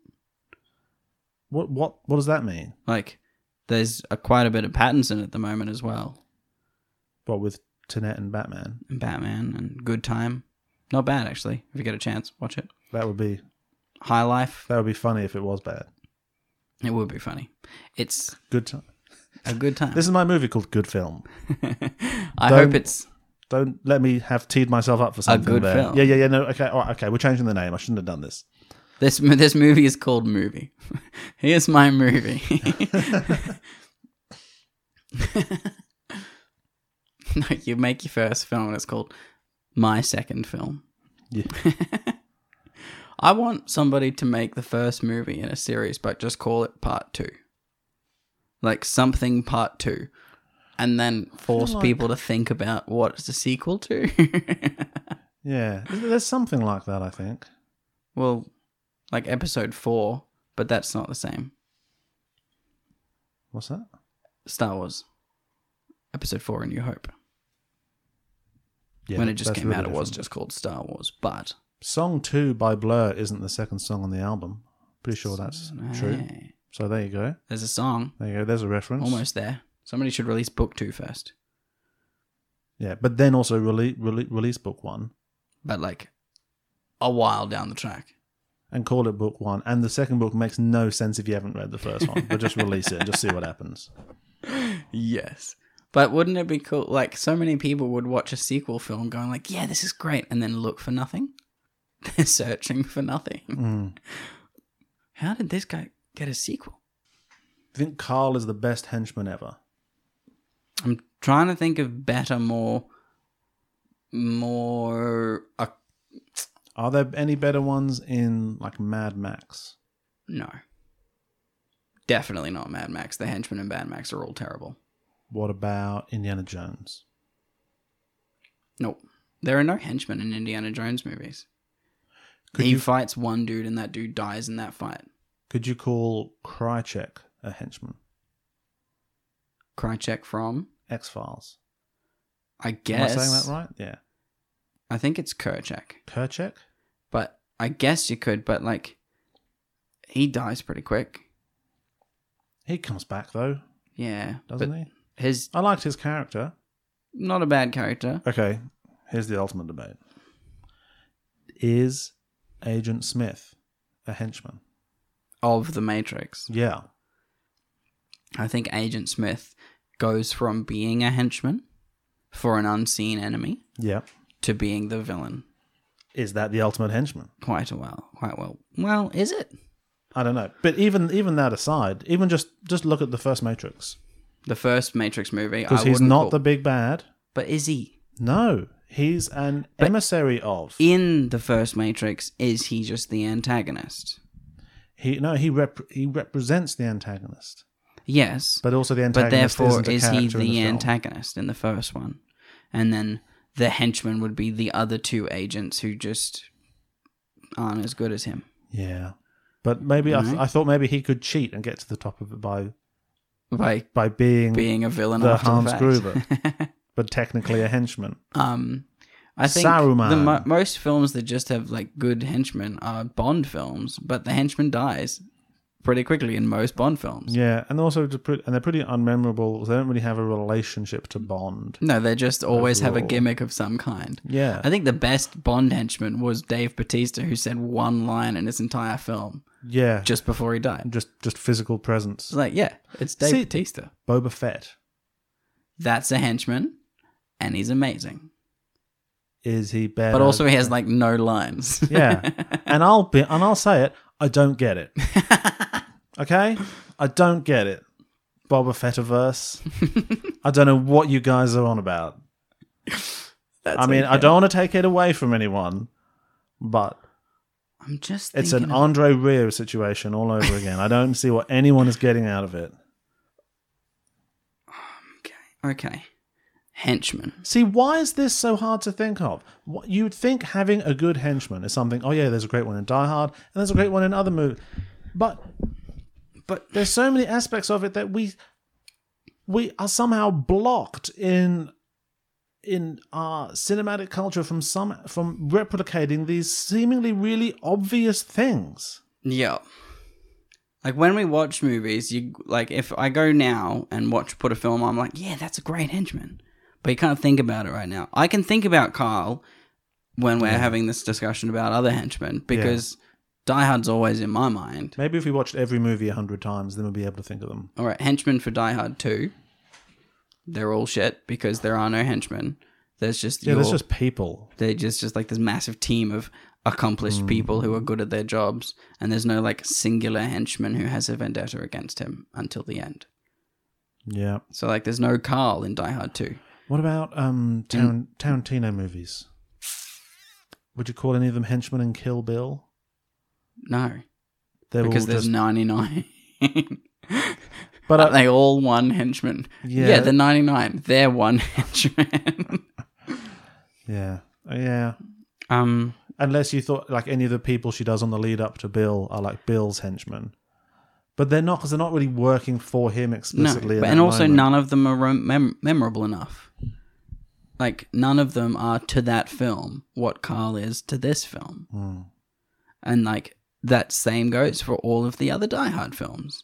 C: What, what, what does that mean?
D: Like, there's a, quite a bit of Pattinson at the moment as well.
C: What with Tenet and Batman?
D: And Batman and Good Time. Not bad, actually. If you get a chance, watch it.
C: That would be,
D: High Life.
C: that would be funny if it was bad.
D: It would be funny. It's
C: Good time.
D: a good time.
C: This is my movie called Good Film.
D: I
C: don't-
D: hope it's.
C: Don't let me have teed myself up for something
D: good
C: there.
D: film.
C: Yeah, yeah, yeah. No, okay, all right, okay. We're changing the name. I shouldn't have done this.
D: This, mo- this movie is called Movie. Here's my movie. no, you make your first film and it's called My Second Film.
C: Yeah.
D: I want somebody to make the first movie in a series, but just call it part two. Like something part two. And then force
C: like-
D: people to think about what it's a sequel to.
C: Yeah, there's- there's something like that. I think.
D: well, like episode four, but that's not the same.
C: What's that?
D: Star Wars. Episode four A New Hope.
C: Yeah,
D: when it just
C: that's
D: came
C: really
D: out, it was
C: different.
D: just called Star Wars. But
C: song two by Blur isn't the second song on the album. Pretty sure that's true.
D: Hey,
C: So there you go.
D: there's a song
C: There you go. There's a reference.
D: almost there. Somebody should release book two first.
C: Yeah, but then also release rele- release book one
D: But like a while down the track.
C: and call it book one. And the second book makes no sense if you haven't read the first one. But just release it and just see what happens.
D: Yes. But wouldn't it be cool? Like, so many people would watch a sequel film going, like, yeah, this is great, and then look for nothing. They're searching for nothing.
C: Mm.
D: How did this guy get a sequel?
C: I think Carl is the best henchman ever.
D: I'm trying to think of better, more, more. Uh,
C: Are there any better ones in like Mad Max?
D: no. Definitely not Mad Max. The Henchman and Mad Max are all terrible.
C: What about Indiana Jones?
D: Nope. There are no henchmen in Indiana Jones movies.
C: Could
D: he
C: you
D: fights one dude, and that dude dies in that fight.
C: could you call Krychek a henchman?
D: Krychek from,
C: X Files.
D: I guess.
C: Am I saying that right? Yeah.
D: I think it's Kerchak.
C: Kerchek?
D: But I guess you could, but like he dies pretty quick.
C: He comes back though,
D: Yeah.
C: doesn't
D: but
C: he?
D: His
C: I liked his character.
D: not a bad character.
C: Okay, here's the ultimate debate. Is Agent Smith a henchman?
D: Of the Matrix.
C: Yeah.
D: I think Agent Smith goes from being a henchman for an unseen enemy
C: Yeah.
D: to being the villain
C: Is that the ultimate henchman?
D: quite a while. Quite well. Well, is it?
C: I don't know. But even even that aside, even just just look at the first Matrix.
D: The first Matrix movie.
C: because
D: I
C: he's
D: wouldn't
C: not
D: call-
C: the big bad.
D: But is he
C: No, he's an emissary of.
D: in the first Matrix? Is he just the antagonist?
C: he no, he rep- he represents the antagonist,
D: Yes.
C: but also the
D: but
C: antagonist.
D: therefore
C: isn't a
D: is he
C: character
D: the,
C: in the film.
D: antagonist in the first one and then the henchman would be the other two agents who just aren't as good as him
C: Yeah, but maybe I, th-
D: Alright.
C: I thought maybe he could cheat and get to the top of it by
D: by
C: by being,
D: being a villain
C: the
D: after
C: Hans
D: the fact.
C: Gruber. but technically a henchman.
D: um i think the
C: Saruman.
D: mo- most films that just have like good henchmen are bond films but the henchman dies pretty quickly in most bond films
C: Yeah, and also to put, and they're pretty unmemorable. They don't really have a relationship to Bond.
D: no they just always have a
C: Overall.
D: gimmick of some kind
C: Yeah,
D: I think the best Bond henchman was Dave Batista, who said one line in his entire film
C: yeah, just
D: just before he died.
C: just just physical presence.
D: It's like, yeah, it's Dave
C: See-
D: Batista.
C: Boba Fett
D: That's a henchman, and he's amazing.
C: is he better?
D: But also, he has like no lines.
C: yeah, and I'll be and I'll say it. I don't get it. okay, I don't get it. Boba Fettiverse. I don't know what you guys are on about.
D: That's
C: I mean, I
D: okay.
C: don't want to take it away from anyone, but
D: I'm just.
C: it's
D: thinking
C: an
D: of-
C: Andre Rio situation all over again. I don't see what anyone is getting out of it.
D: okay. Henchman.
C: See, why is this so hard to think of? What, you'd think having a good henchman is something. Oh yeah, there's a great one in Die Hard, and there's a great one in other movies. But
D: But
C: there's so many aspects of it that we we are somehow blocked in in our cinematic culture from some from replicating these seemingly really obvious things.
D: yeah, like when we watch movies, you like if I go now and watch put a film, on, I'm like, yeah, that's a great henchman. But you can't think about it right now. I can think about Carl when we're having this discussion about other henchmen because Die Hard's always in my mind.
C: Maybe if we watched every movie a hundred times, then we'll be able to think of them.
D: All right, henchmen for Die Hard 2. They're all shit because there are no henchmen. There's just
C: Yeah,
D: your,
C: there's just people.
D: they just just like this massive team of accomplished
C: Mm.
D: people who are good at their jobs, and there's no like singular henchman who has a vendetta against him until the end.
C: Yeah.
D: So like, there's no Carl in Die Hard 2.
C: What about um Taran- Tarantino movies? Would you call any of them henchmen and Kill Bill?
D: No,
C: They're
D: because
C: all
D: there's
C: just,
D: 99.
C: but
D: But
C: uh,
D: they all one henchman. Yeah.
C: Yeah.
D: yeah, the 99. They're one henchman.
C: yeah, Uh, yeah.
D: um,
C: unless you thought like any of the people she does on the lead up to Bill are like Bill's henchmen, but they're not because they're not really working for him
D: No,
C: explicitly. in
D: but,
C: that
D: and also
C: moment.
D: none of them are rem- mem- memorable enough. Like none of them are to that film what Carl is to this film,
C: Hmm.
D: and like that same goes for all of the other Die Hard films.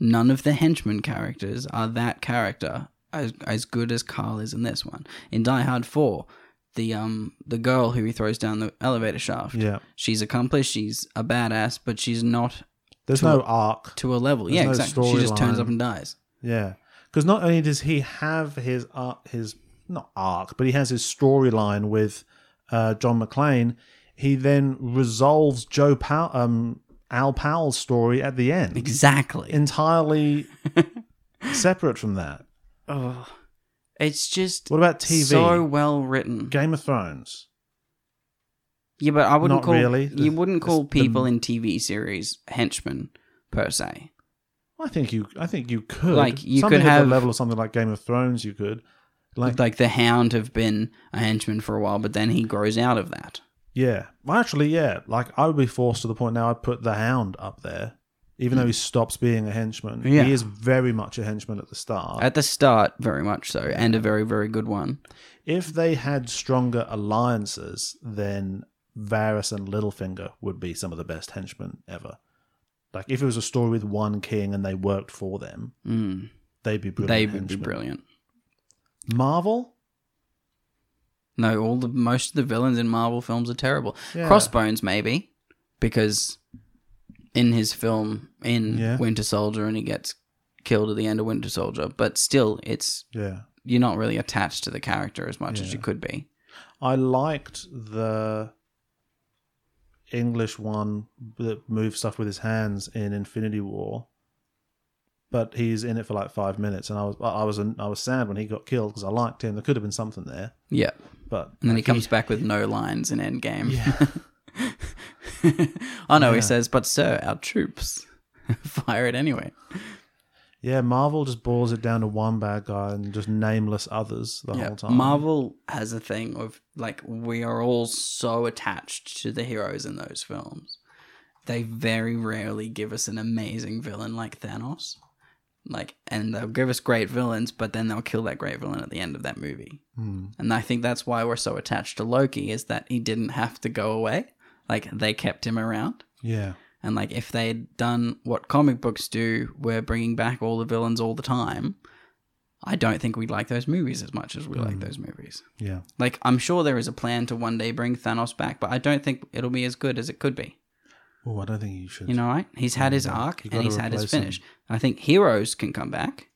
D: None of the henchman characters are that character as as good as Carl is in this one. In Die Hard Four, the um the girl who he throws down the elevator shaft,
C: Yeah,
D: she's accomplished, she's a badass, but she's not
C: there's no arc.
D: to a level.
C: There's
D: yeah,
C: no
D: exactly. She just turns
C: storyline.
D: up and dies.
C: Yeah, because not only does he have his arc, his not arc, but he has his storyline with uh, John McClane. He then resolves Joe Pow- um, Al Powell's story at the end,
D: Exactly.
C: entirely separate from that.
D: Oh, it's just
C: What about TV?
D: so well written.
C: Game of Thrones.
D: Yeah, but I wouldn't
C: Not
D: call
C: really.
D: you wouldn't
C: It's
D: call
C: the-
D: people in TV series henchmen per se.
C: I think you. I think you could.
D: Like, you
C: something
D: could
C: at
D: have-
C: the level of something like Game of Thrones. You could.
D: Like,
C: Like,
D: the Hound have been a henchman for a while, but then he grows out of that.
C: yeah. Well, Actually, yeah. Like I would be forced to the point now. I'd put the Hound up there, even though he stops being a henchman.
D: Hmm. Yeah.
C: He is very much a henchman at the start.
D: At the start, very much so, and a very very good one.
C: if they had stronger alliances, then Varys and Littlefinger would be some of the best henchmen ever. Like if it was a story with one king and they worked for them,
D: Mm,
C: they'd be brilliant.
D: they would be
C: henchmen.
D: brilliant.
C: Marvel.
D: No, all the most of the villains in Marvel films are terrible.
C: Yeah.
D: Crossbones maybe because in his film in
C: Yeah.
D: Winter Soldier and he gets killed at the end of Winter Soldier, but still it's
C: Yeah.
D: you're not really attached to the character as much as you
C: Yeah.
D: could be.
C: I liked the English one that moved stuff with his hands in Infinity War. but he's in it for like five minutes, and I was I I was I was sad when he got killed because I liked him. There could have been something there,
D: Yeah.
C: but
D: And then he comes back with no lines in Endgame. oh no, he says, but sir, our troops fire it anyway.
C: yeah, Marvel just boils it down to one bad guy and just nameless others the
D: Yeah.
C: whole time.
D: Marvel has a thing of like we are all so attached to the heroes in those films. They very rarely give us an amazing villain like Thanos. Like and they'll give us great villains, but then they'll kill that great villain at the end of that movie.
C: Hmm.
D: And I think that's why we're so attached to Loki is that he didn't have to go away. Like they kept him around.
C: Yeah,
D: And like if they'd done what comic books do, where bringing back all the villains all the time, I don't think we'd like those movies as much as we
C: Mm.
D: like those movies.
C: yeah,
D: Like I'm sure there is a plan to one day bring Thanos back, but I don't think it'll be as good as it could be.
C: Oh, I don't think you should.
D: You know, right? He's had his arc
C: You
D: and he's
C: gotta
D: had his
C: replace him.
D: finish. I think heroes can come back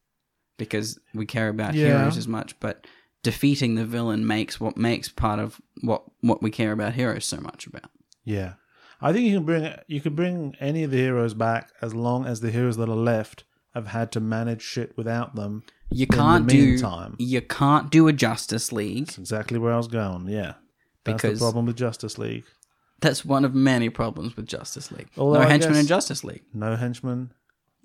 D: because we care about
C: Yeah.
D: heroes as much, but defeating the villain makes what makes part of what what we care about heroes so much about.
C: yeah, I think you can bring you can bring any of the heroes back as long as the heroes that are left have had to manage shit without them.
D: You
C: the
D: can't do
C: meantime-
D: you can't do a Justice League
C: That's exactly where I was going. Yeah, that's
D: Because-
C: the problem with Justice League.
D: That's one of many problems with Justice League.
C: Although
D: no
C: I
D: henchmen
C: guess-
D: in Justice League.
C: no henchmen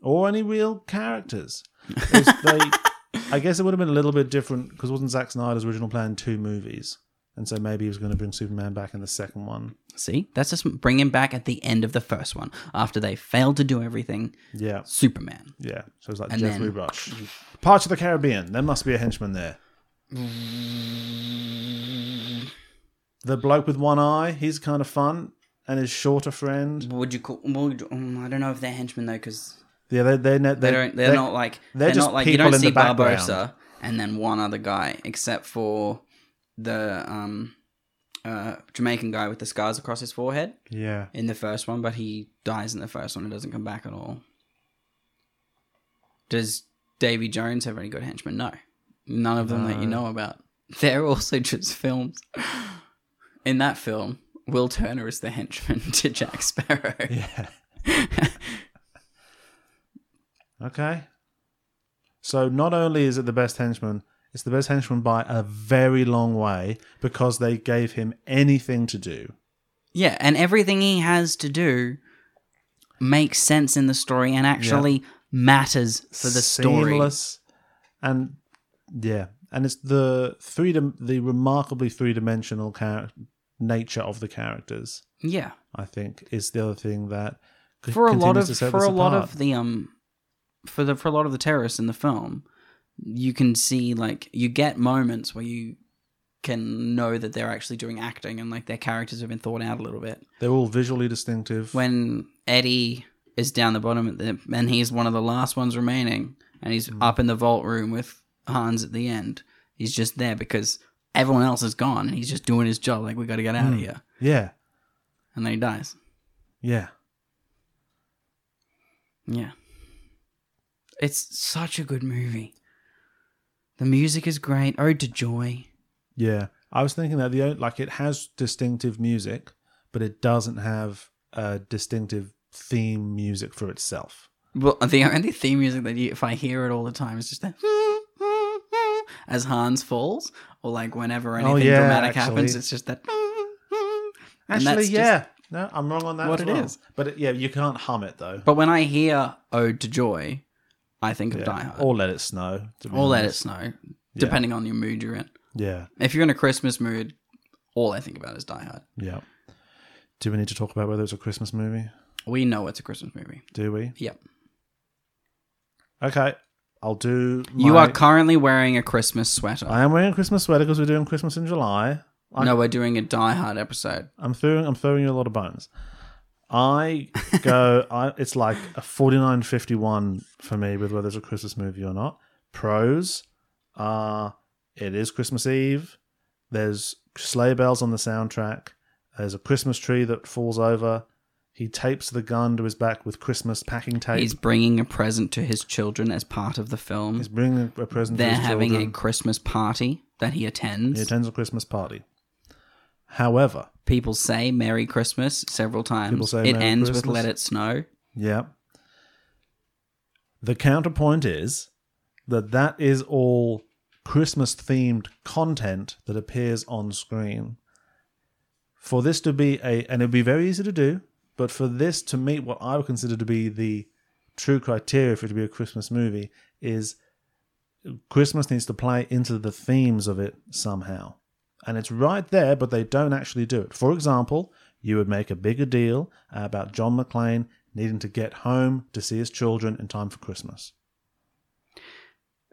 C: or any real characters. It's- they- I guess it would have been a little bit different because wasn't Zack Snyder's original plan two movies, and so maybe he was going to bring Superman back in the second one.
D: See, that's just bring him back at the end of the first one after they failed to do everything.
C: Yeah,
D: Superman,
C: yeah. So it's like
D: And
C: Jeffrey
D: then-
C: Rush, Parts of the Caribbean. There must be a henchman there. The bloke with one eye, he's kind of fun, and his shorter friend.
D: would you call? Would, um, I don't know if they're henchmen though, because
C: Yeah, they they they,
D: they don't. They're, not like
C: they're
D: they're,
C: just
D: not like you
C: people
D: don't
C: in
D: see
C: the background.
D: Barbosa and then one other guy, except for the um, uh, Jamaican guy with the scars across his forehead
C: Yeah,
D: in the first one, but he dies in the first one and doesn't come back at all. Does Davy Jones have any good henchmen? No. None of them that you know about. They're also just films. In that film, Will Turner is the henchman to Jack Sparrow.
C: yeah. Okay. So not only is it the best henchman, it's the best henchman by a very long way because they gave him anything to do.
D: Yeah, and everything he has to do makes sense in the story and actually matters for the story.
C: Seamless and yeah, and it's the three dim- the remarkably three dimensional char- nature of the characters.
D: Yeah.
C: I think is the other thing that c-
D: for a lot
C: continues
D: of
C: to set
D: for
C: this
D: a lot
C: apart.
D: of the um for the for a lot of the terrorists in the film you can see like you get moments where you can know that they're actually doing acting and like their characters have been thought out a little bit
C: they're all visually distinctive.
D: when eddie is down the bottom at the, and he's one of the last ones remaining and he's
C: Mm-hmm.
D: up in the vault room with hans at the end he's just there because everyone else is gone and he's just doing his job like we got to get
C: Mm.
D: out of here
C: yeah,
D: and then he dies
C: yeah.
D: Yeah. It's such a good movie. The music is great. Ode to Joy.
C: Yeah, I was thinking that the o- like it has distinctive music, but it doesn't have a distinctive theme music for itself.
D: Well, the only theme music that you, if I hear it all the time is just that as Hans falls, or like whenever anything
C: Oh, yeah,
D: dramatic happens,
C: actually.
D: it's just that. And
C: Actually,
D: that's just-
C: yeah, no, I'm wrong on that.
D: what
C: as
D: it
C: well.
D: is.
C: but it, yeah, you can't hum it though.
D: But when I hear Ode to Joy, I think of
C: Yeah.
D: Die Hard or,
C: Or let it snow. to be
D: Let It
C: honest.
D: Snow, depending on your mood you're in.
C: Yeah,
D: If you're in a Christmas mood, all I think about is Die Hard.
C: yeah. Do we need to talk about whether it's a Christmas movie?
D: We know it's a Christmas movie.
C: Do we?
D: Yep.
C: Okay, I'll do.
D: You
C: my-
D: are currently wearing a Christmas sweater.
C: I am wearing a Christmas sweater because we're doing Christmas in July. I
D: no, we're doing a Die Hard episode.
C: I'm throwing I'm throwing you a lot of bones. I go I it's like a 49.51 for me with whether it's a Christmas movie or not. Pros are it is Christmas Eve. There's sleigh bells on the soundtrack. There's a Christmas tree that falls over. He tapes the gun to his back with Christmas packing tape.
D: He's
C: He's,
D: bringing a present to his children as part of the film.
C: bringing a present.
D: They're
C: to his
D: having
C: children.
D: a Christmas party that he attends.
C: He attends a Christmas party. However,
D: People say Merry Christmas several times.
C: People say
D: it
C: Merry
D: ends with
C: Christmas.
D: Let It Snow.
C: Yeah. The counterpoint is that that is all Christmas themed content that appears on screen. For this to be a, and it'd be very easy to do, but for this to meet what I would consider to be the true criteria for it to be a Christmas movie, is Christmas needs to play into the themes of it somehow. And it's right there, but they don't actually do it. For example, you would make a bigger deal about John McClane needing to get home to see his children in time for Christmas.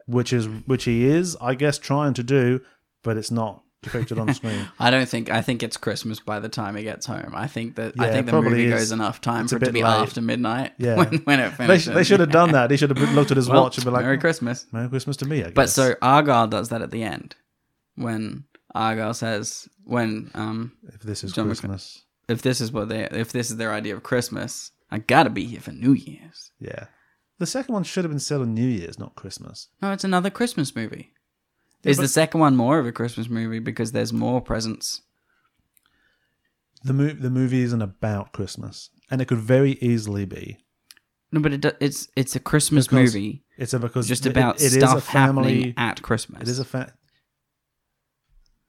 C: Which is which he is, I guess, trying to do, but it's not depicted on screen.
D: I don't think. I think it's Christmas by the time he gets home. I think that. I
C: Yeah,
D: think the
C: probably
D: movie
C: is.
D: goes enough time
C: It's
D: for
C: a
D: it to
C: bit
D: be
C: late.
D: after midnight.
C: Yeah.
D: When, when it
C: They,
D: finishes.
C: sh- they should have done that. He should have looked at his
D: Well,
C: watch and be like,
D: Merry Christmas.
C: Merry Christmas to me, I guess.
D: But so Argyle does that at the end when Argyle says when um
C: if this is
D: John McClane-
C: Christmas,
D: if this is what they if this is their idea of Christmas, I gotta be here for New Year's.
C: yeah. The second one should have been set on New Year's, not Christmas.
D: No, it's another Christmas movie. is the
C: but-
D: second one more of a Christmas movie because there's more presents?
C: The mo- the movie isn't about Christmas, and it could very easily be.
D: No, but it, do- it's it's a Christmas
C: Because-
D: movie
C: It's a, because
D: just
C: it-
D: about
C: it is a
D: stuff
C: family-
D: happening at Christmas.
C: It is a fact.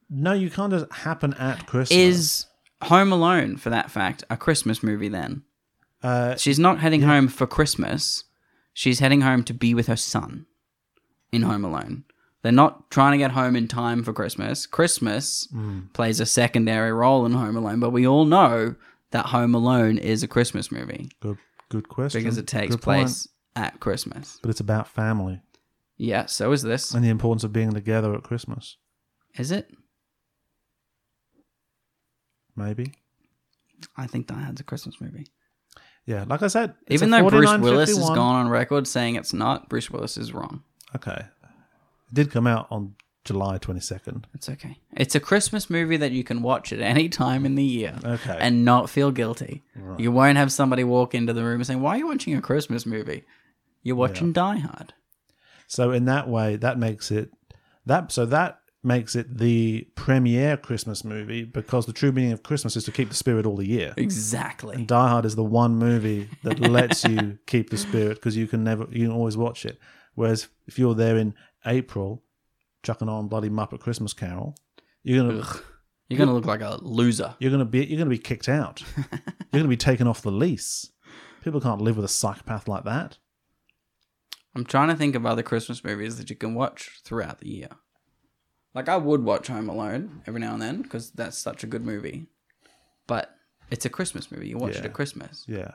C: No, you can't just happen at Christmas.
D: Is Home Alone for that fact a Christmas movie? Then
C: uh,
D: she's not heading home for Christmas. She's heading home to be with her son in Home Alone. They're not trying to get home in time for Christmas. Christmas
C: Hmm.
D: plays a secondary role in Home Alone, but we all know that Home Alone is a Christmas movie
C: good, good question
D: because it takes
C: Good point.
D: place at Christmas.
C: but it's about family
D: Yeah, so is this.
C: and the importance of being together at Christmas.
D: Is it?
C: Maybe,
D: I think Die Hard's a Christmas movie.
C: yeah. Like I said, it's
D: Even
C: a
D: though Bruce Willis has
C: 49.51.
D: gone on record saying it's not, Bruce Willis is wrong.
C: Okay, it did come out on July twenty second.
D: It's okay. It's a Christmas movie that you can watch at any time in the year
C: Okay.
D: and not feel guilty. You won't have somebody walk into the room and saying, Why are you watching a Christmas movie? You're watching Die Hard.
C: So in that way, that makes it that so that makes it the premiere Christmas movie because the true meaning of Christmas is to keep the spirit all the year.
D: Exactly.
C: Die Hard is the one movie that lets you keep the spirit because you can never, you can always watch it. Whereas if you're there in April, chucking on bloody Muppet Christmas Carol, you're gonna
D: You're going to look like a loser.
C: you're gonna be you're gonna be kicked out. you're gonna be taken off the lease. People can't live with a psychopath like that.
D: I'm trying to think of other Christmas movies that you can watch throughout the year. Like, I would watch Home Alone every now and then because that's such a good movie. But it's a Christmas movie. You watch it
C: Yeah.
D: at Christmas.
C: Yeah,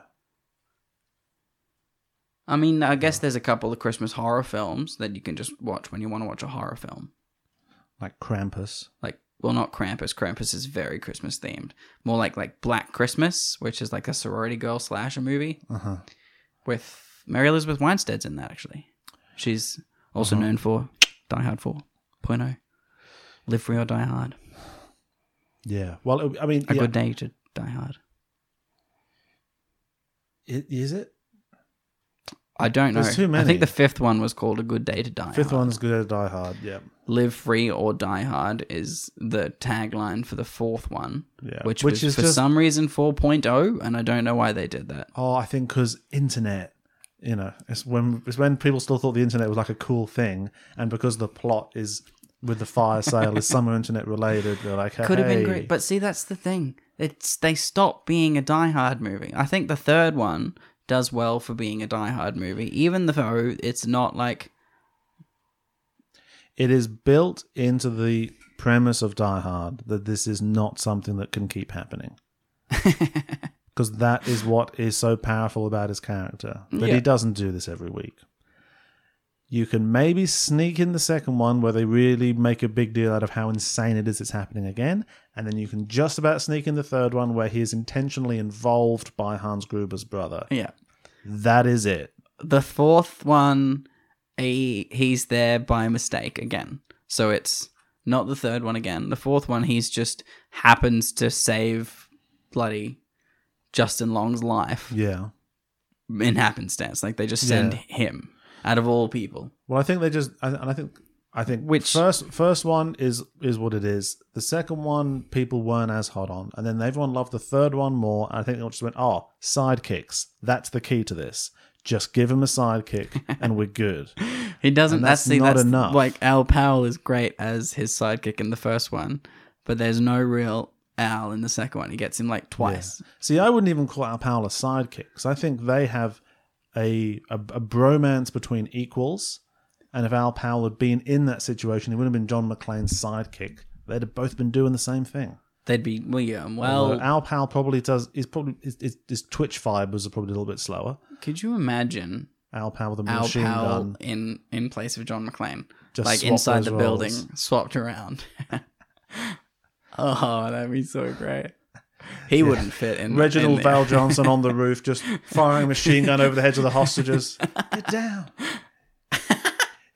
D: I mean, I guess there's a couple of Christmas horror films that you can just watch when you want to watch a horror film.
C: like Krampus.
D: Like, well, not Krampus. Krampus is very Christmas themed. More like like Black Christmas, which is like a sorority girl slasher movie
C: Uh huh.
D: with Mary Elizabeth Winstead's in that. Actually, she's also
C: Uh-huh.
D: known for Die Hard 4.0, Live Free or Die Hard,
C: Yeah. Well, I mean,
D: A
C: yeah.
D: Good Day to Die Hard.
C: I- is it
D: I don't know.
C: There's too
D: I
C: many.
D: think the fifth one was called A Good Day to Die
C: fifth
D: Hard.
C: one's good at Die Hard? Yeah.
D: Live Free or Die Hard is the tagline for the fourth one,
C: Yeah,
D: which,
C: which
D: was
C: is
D: for
C: just-
D: some reason 4.0, and I don't know why they did that.
C: Oh, I think because internet. You know, it's when it's when people still thought the internet was like a cool thing, and because the plot is with the fire sale is somewhere internet related, they're like,
D: Could have
C: "Hey."
D: been great, but see, that's the thing. It's they stop being a Die Hard movie. I think the third one does well for being a Die Hard movie, even though it's not like
C: it is built into the premise of Die Hard that this is not something that can keep happening, because that is what is so powerful about his character that
D: Yeah.
C: he doesn't do this every week. You can maybe sneak in the second one where they really make a big deal out of how insane it is it's happening again. And then you can just about sneak in the third one where he is intentionally involved by Hans Gruber's brother.
D: yeah.
C: That is it.
D: The fourth one, he he's there by mistake again. So it's not the third one again. The fourth one, he's just happens to save bloody Justin Long's life
C: Yeah.
D: in happenstance. Like they just send him out of all people.
C: Well, I think they just, I- and I think, I think
D: Which-
C: first first one is is what it is. The second one people weren't as hot on, and then everyone loved the third one more. And I think they all just went, "Oh, sidekicks. That's the key to this. Just give him a sidekick and we're good.
D: He doesn't.
C: And
D: That's,
C: that's
D: the,
C: not
D: that's
C: enough.
D: Like Al Powell is great as his sidekick in the first one, but there's no real Al in the second one. He gets him like twice.
C: See, I wouldn't even call Al Powell a sidekick 'cause I think they have a, a a bromance between equals. And if Al Powell had been in that situation, he wouldn't have been John McClane's sidekick. They'd have both been doing the same thing.
D: They'd be well, yeah.
C: Although
D: Well,
C: Al Powell probably does. Is probably his, his, his Twitch vibe was probably a little bit slower.
D: could you imagine
C: Al Powell with a
D: Al
C: machine
D: Powell
C: gun.
D: in in place of John McClane,
C: Just
D: like
C: swap
D: inside
C: those
D: the
C: roles.
D: building, swapped around? oh, that'd be so great. He wouldn't fit in.
C: Reginald
D: in there.
C: Val Johnson on the roof, just firing a machine gun over the heads of the hostages. Get down.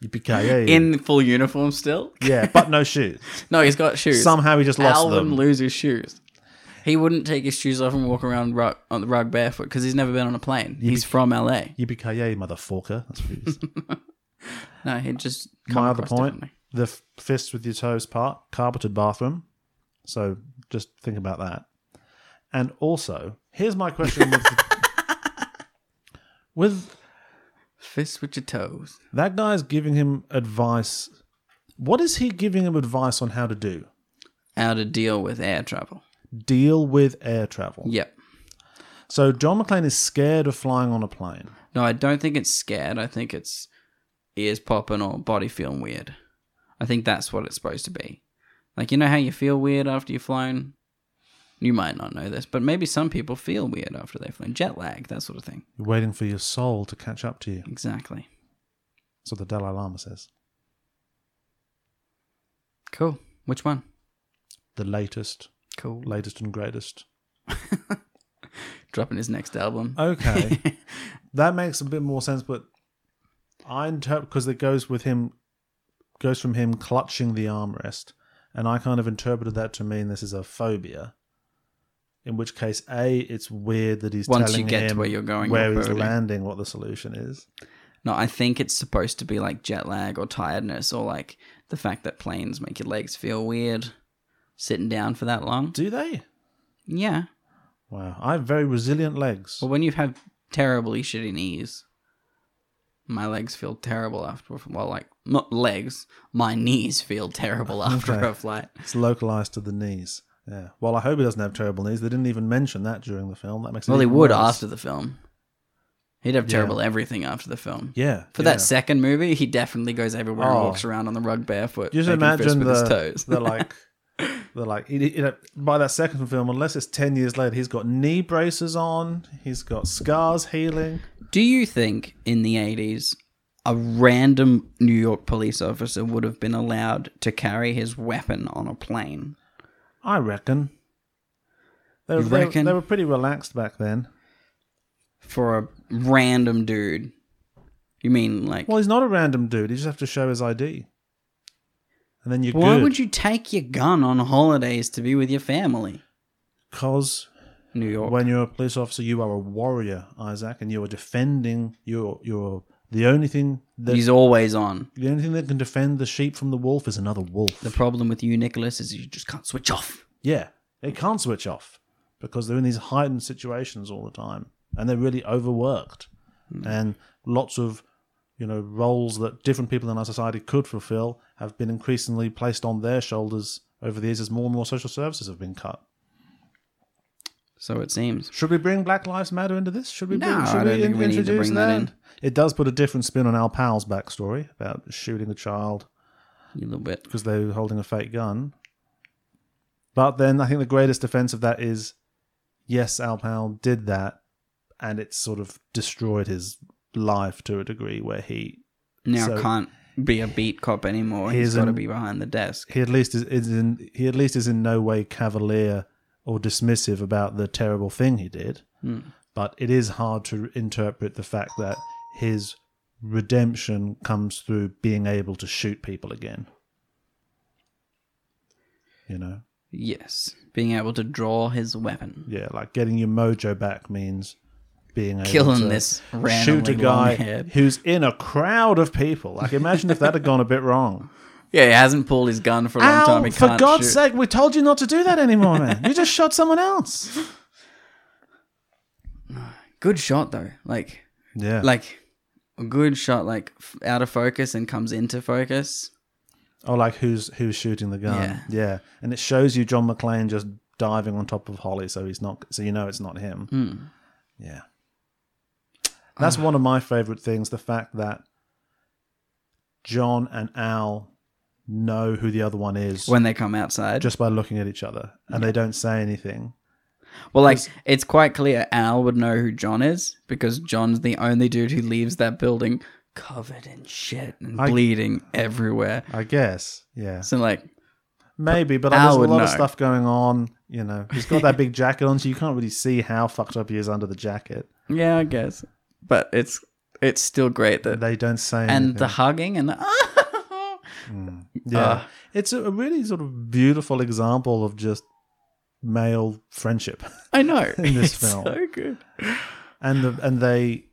C: Yippee
D: in full uniform still.
C: yeah, but no shoes.
D: No, he's got shoes.
C: Somehow he just lost
D: Al
C: them.
D: wouldn't lose his shoes. He wouldn't take his shoes off and walk around rug, on the rug barefoot because he's never been on a plane. he's from LA.
C: Yippee motherfucker. That's what it is.
D: No, he'd just come
C: My other
D: across
C: point:
D: differently.
C: the f- fists with your toes part, carpeted bathroom. So just think about that. And also, here's my question with, with
D: Fist with your toes.
C: that guy's giving him advice. What is he giving him advice on how to do?
D: How to deal with air travel.
C: Deal with air travel.
D: Yep.
C: So John McClane is scared of flying on a plane.
D: No, I don't think it's scared. I think it's ears popping or body feeling weird. I think that's what it's supposed to be. Like you know how you feel weird after you've flown. You might not know this, but maybe some people feel weird after they've flown. Jet lag, that sort of thing.
C: You're waiting for your soul to catch up to you.
D: Exactly.
C: That's what the Dalai Lama says.
D: Cool. Which one?
C: The latest,
D: Cool.
C: latest and greatest.
D: dropping his next album.
C: Okay. that makes a bit more sense, but I interpret because it goes with him, goes from him clutching the armrest, and I kind of interpreted that to mean this is a phobia. In which case, a it's weird that he's
D: Once
C: telling
D: you get to
C: him
D: where you're going,
C: where
D: you're
C: he's
D: phobia.
C: landing, what the solution is.
D: No, I think it's supposed to be like jet lag or tiredness or like the fact that planes make your legs feel weird sitting down for that long.
C: Do they?
D: Yeah.
C: Wow, I have very resilient legs.
D: Well, when you have terribly shitty knees, my legs feel terrible after. Well, like not legs, my knees feel terrible after
C: Okay.
D: a flight.
C: It's localized to the knees. Yeah. Well, I hope he doesn't have terrible knees. They didn't even mention that during the film. That makes it
D: Well, he
C: even
D: would
C: worse.
D: after the film. He'd have terrible everything after the film.
C: Yeah.
D: For
C: yeah.
D: that second movie, he definitely goes everywhere and
C: Oh.
D: walks around on the rug barefoot.
C: Just
D: making fists
C: imagine
D: with his
C: the,
D: toes.
C: the like the like you know, by that second film, unless it's ten years later, he's got knee braces on, he's got scars healing.
D: Do you think in the 80s a random New York police officer would have been allowed to carry his weapon on a plane?
C: I reckon. They were,
D: You
C: they were-
D: reckon?
C: They, were pretty relaxed back then.
D: For a random dude? You mean like.
C: Well, he's not a random dude. He just have to show his ID, and then you're
D: why
C: good.
D: would you take your gun on holidays to be with your family?
C: Because
D: New York.
C: when you're a police officer, you are a warrior, Isaac, and you are defending. You're you're the only thing that
D: He's always on.
C: the only thing that can defend the sheep from the wolf is another wolf.
D: The problem with you, Nicholas, is you just can't switch off.
C: Yeah, they can't switch off because they're in these heightened situations all the time, and they're really overworked,
D: Hmm.
C: and lots of you know roles that different people in our society could fulfill have been increasingly placed on their shoulders over the years as more and more social services have been cut.
D: So it seems.
C: Should we bring Black Lives Matter into this? Should we?
D: No,
C: bring, should
D: I don't think we need to
C: introduce
D: bring that in.
C: It does put a different spin on Al Powell's backstory about shooting a child
D: A little bit.
C: because they were holding a fake gun. But then I think the greatest defense of that is yes, Al Powell did that, and it sort of destroyed his life to a degree where he
D: Now
C: So-
D: can't be a beat cop anymore.
C: Here's
D: He's got to
C: an-
D: be behind the desk.
C: he at least is, is in he at least is in no way cavalier or dismissive about the terrible thing he did. But it is hard to interpret the fact that his redemption comes through being able to shoot people again. You know.
D: Yes, being able to draw his weapon,
C: Yeah, like getting your mojo back means being able
D: killing
C: to
D: this
C: shoot
D: randomly
C: a guy
D: long-haired-
C: who's in a crowd of people. Like, imagine if that had gone a bit wrong.
D: Yeah, he hasn't pulled his gun for a long
C: Ow!
D: time. He
C: For
D: can't
C: God's
D: shoot.
C: sake, we told you not to do that anymore, man. You just shot someone else.
D: good shot though. Like
C: Yeah.
D: Like a good shot, like f- out of focus and comes into focus.
C: oh, like who's who's shooting the gun?
D: Yeah.
C: Yeah. And it shows you John McClane just diving on top of Holly, so he's not. So you know it's not him.
D: Mm.
C: Yeah. That's one of my favorite things the fact that John and Al know who the other one is
D: When they come outside,
C: just by looking at each other and they don't say anything.
D: well, like it's quite clear Al would know who John is because John's the only dude who leaves that building covered in shit and
C: I-
D: bleeding everywhere.
C: I guess. Yeah.
D: So like,
C: Maybe, but
D: Al
C: there's a
D: would
C: lot of
D: know.
C: stuff going on. You know, he's got that big jacket on, so you can't really see how fucked up he is under the jacket.
D: yeah, I guess, but it's it's still great that
C: They don't say
D: and
C: anything.
D: the hugging and the
C: yeah,
D: uh,
C: it's a a really sort of beautiful example of just male friendship.
D: I know
C: In this
D: It's
C: film.
D: so good.
C: and the, and they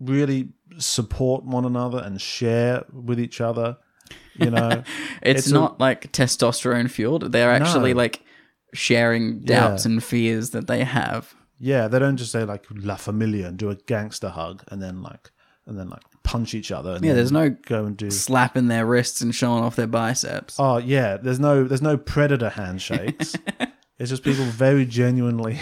C: really support one another and share with each other. You know,
D: It's,
C: It's a-
D: not like testosterone fueled. They're actually
C: No.
D: like sharing doubts and fears that they have.
C: yeah, they don't just say like "La Familia" and do a gangster hug and then like and then like punch each other. And
D: Yeah, there's
C: then
D: no
C: go and do.
D: Slapping their wrists and showing off their biceps.
C: Oh yeah, there's no there's no predator handshakes. it's just people very genuinely,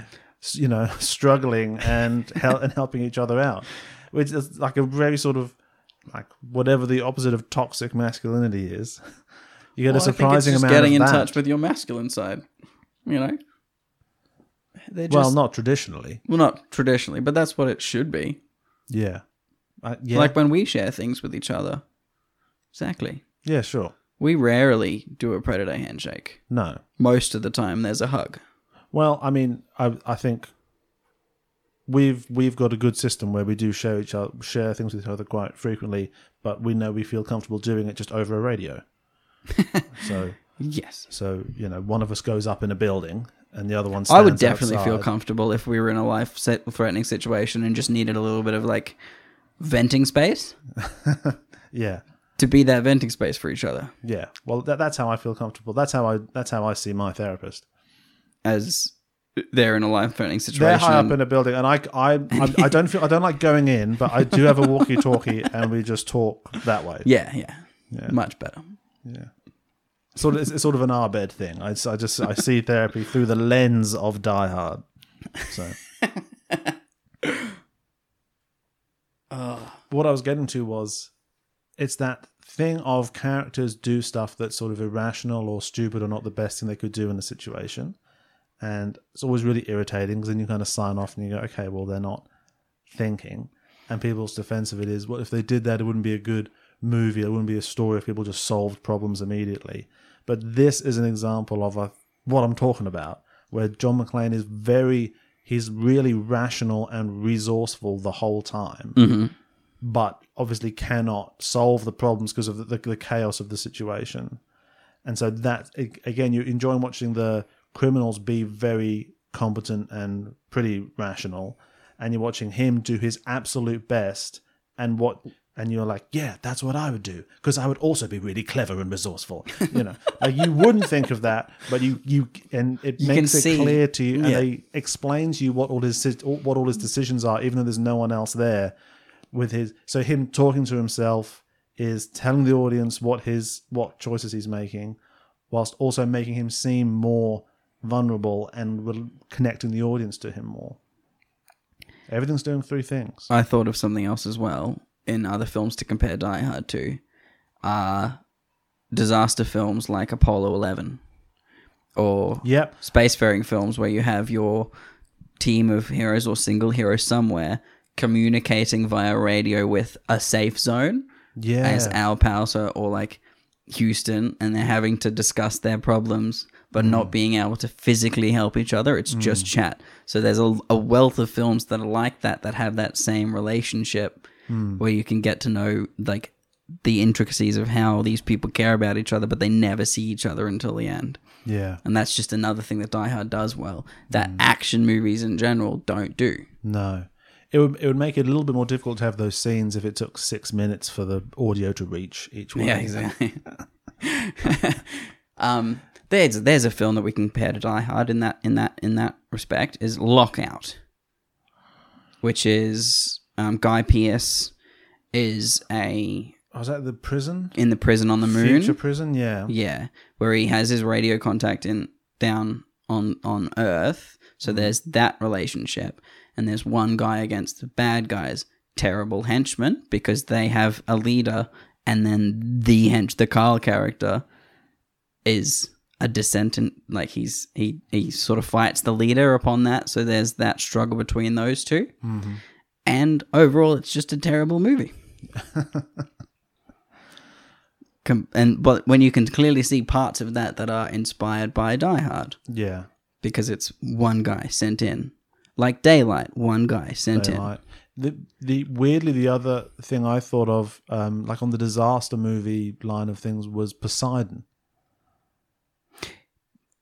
C: you know, struggling and hel- and helping each other out, which is like a very sort of like whatever the opposite of toxic masculinity is. You get a
D: Well, I think it's
C: surprising
D: just
C: amount
D: getting
C: of
D: in
C: that.
D: touch with your masculine side. You know, they're just
C: well,
D: well not,
C: not traditionally.
D: traditionally, but that's what it should be.
C: Yeah, uh, yeah,
D: Like when we share things with each other. Exactly.
C: yeah, sure.
D: We rarely do a predator handshake.
C: No,
D: Most of the time, there's a hug.
C: Well, I mean, I I think we've we've got a good system where we do share each other, share things with each other quite frequently, but we know we feel comfortable doing it just over a radio. so
D: Yes.
C: so you know, one of us goes up in a building and the other one.
D: I would
C: stands
D: definitely feel
C: outside.
D: comfortable if we were in a life set threatening situation and just needed a little bit of like venting space
C: Yeah,
D: to be that venting space for each other
C: yeah. Well, that, that's how I feel comfortable. That's how I that's how I see my therapist.
D: as they're in a life threatening situation.
C: They're high up in a building, and I, I, I, I don't feel I don't like going in, but I do have a walkie-talkie, and we just talk that way.
D: yeah, yeah, Much better.
C: sort of, it's sort of an R bed thing. I, just- I just I see therapy through the lens of Die Hard. So
D: Oh,
C: what I was getting to was, it's that thing of characters do stuff that's sort of irrational or stupid or not the best thing they could do in a situation, and it's always really irritating because then you kind of sign off and you go, okay, well they're not thinking, and people's defense of it is, well if they did that, it wouldn't be a good movie, it wouldn't be a story if people just solved problems immediately. But this is an example of a, what I'm talking about, where John McClane is very, he's really rational and resourceful the whole time, but obviously cannot solve the problems because of the, the, the chaos of the situation. And so that a- again, you enjoy watching the criminals be very competent and pretty rational, and you're watching him do his absolute best. And what and you're like, yeah, that's what I would do because I would also be really clever and resourceful. You know, like you wouldn't think of that, but you you and it
D: can
C: makes it
D: see.
C: clear to you, and
D: Yeah.
C: they explains you what all his si- what all his decisions are, even though there's no one else there with his so him talking to himself is telling the audience what his what choices he's making whilst also making him seem more vulnerable and rel- connecting the audience to him more everything's doing three things
D: I thought of something else as well in other films to compare Die Hard to. Uh, disaster films like Apollo 11 or
C: yep
D: spacefaring films where you have your team of heroes or single heroes somewhere communicating via radio with a safe zone
C: yeah
D: as Al Pauser or like Houston and they're having to discuss their problems but not being able to physically help each other it's just chat so there's a, a wealth of films that are like that that have that same relationship where you can get to know like the intricacies of how these people care about each other but they never see each other until the end
C: yeah
D: and that's just another thing that Die Hard does well that action movies in general don't do.
C: no it would, it would make it a little bit more difficult to have those scenes if it took six minutes for the audio to reach each one
D: exactly. um, there's there's a film that we can compare to Die Hard in that in that in that respect is Lockout. which is um, Guy Pearce is a
C: Oh, is that the prison?
D: in the prison on the moon.
C: Future prison? Yeah.
D: Yeah, where he has his radio contact in down on on Earth. So there's that relationship, and there's one guy against the bad guys, terrible henchmen, because they have a leader, and then the hench, the Carl character, is a dissentant. Like he's he he sort of fights the leader upon that. So there's that struggle between those 2 and overall, it's just a terrible movie. Com- and but when you can clearly see parts of that that are inspired by Die Hard
C: Yeah.
D: because it's one guy sent in, like Daylight, one guy sent
C: Daylight. The the weirdly the other thing I thought of, um, like on the disaster movie line of things, was Poseidon.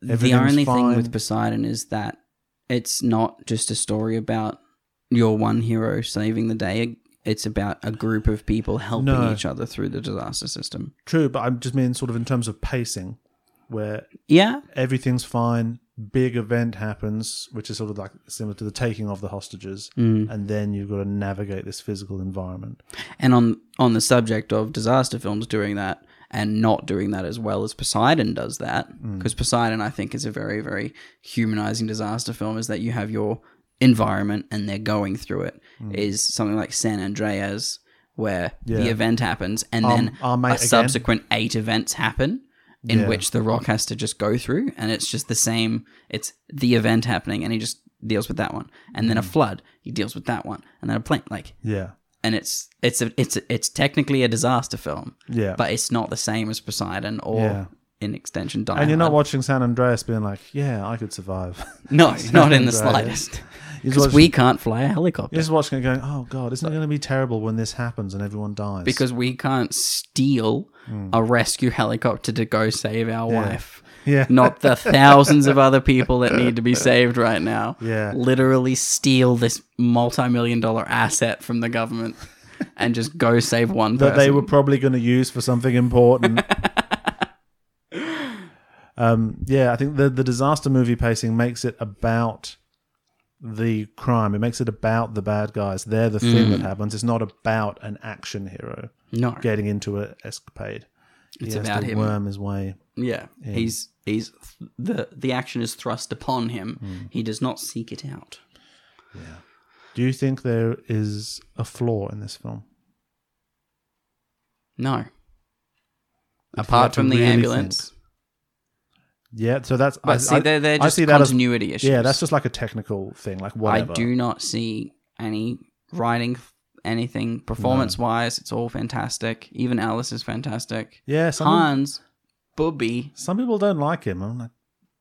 D: in. The
C: Everything's
D: only thing
C: fine.
D: with Poseidon is that it's not just a story about your one hero saving the day. It's about a group of people helping
C: No.
D: each other through the disaster system.
C: True, but I'm just mean sort of in terms of pacing, where
D: Yeah,
C: everything's fine, big event happens, which is sort of like similar to the taking of the hostages,
D: Mm.
C: and then you've got to navigate this physical environment.
D: and on on the subject of disaster films doing that and not doing that as well as Poseidon does that
C: Mm.
D: because Poseidon I think is a very very humanizing disaster film is that you have your environment and they're going through it. Is something like San Andreas where
C: Mm. Yeah.
D: the event happens and
C: Our-
D: then
C: our mate
D: a
C: again.
D: subsequent eight events happen in
C: Yeah.
D: which the rock has to just go through and it's just the same it's the event happening and he just deals with that one and
C: Mm.
D: then a flood he deals with that one and then a plane like
C: Yeah,
D: and it's it's a, it's a, it's technically a disaster film,
C: yeah.
D: but it's not the same as Poseidon or
C: Yeah.
D: in extension Die
C: and you're not
D: Hard.
C: watching San Andreas being like, "Yeah, I could survive."
D: no, not in the
C: Andreas.
D: slightest
C: You're just
D: because
C: watching-
D: we can't fly a helicopter
C: you're just watching it, going, "Oh God, isn't it going to be terrible when this happens and everyone dies?"
D: because we can't steal a rescue helicopter to go save our wife.
C: Hmm. yeah,
D: Not the thousands of other people that need to be saved right now.
C: Yeah.
D: Literally steal this multi million dollar asset from the government and just go save one person.
C: that they were probably going to use for something important. um, yeah, I think the the disaster movie pacing makes it about the crime. It makes it about the bad guys. They're the thing
D: Mm.
C: that happens. It's not about an action hero
D: no.
C: getting into an escapade. He
D: It's
C: has
D: about
C: to
D: him.
C: worm his way.
D: Yeah, he's he's the the action is thrust upon him.
C: Mm.
D: He does not seek it out.
C: Do you think there is a flaw in this film?
D: No. Apart
C: to
D: from the
C: really
D: ambulance,
C: Yeah, so that's
D: but see, they're, they're just
C: as
D: continuity issues.
C: yeah, that's just like a technical thing, like
D: I
C: whatever.
D: do not see any writing, anything performance wise. It's all fantastic. Even Alice is fantastic.
C: Yeah, some,
D: Hans, Booby,
C: some people don't like him. I'm like,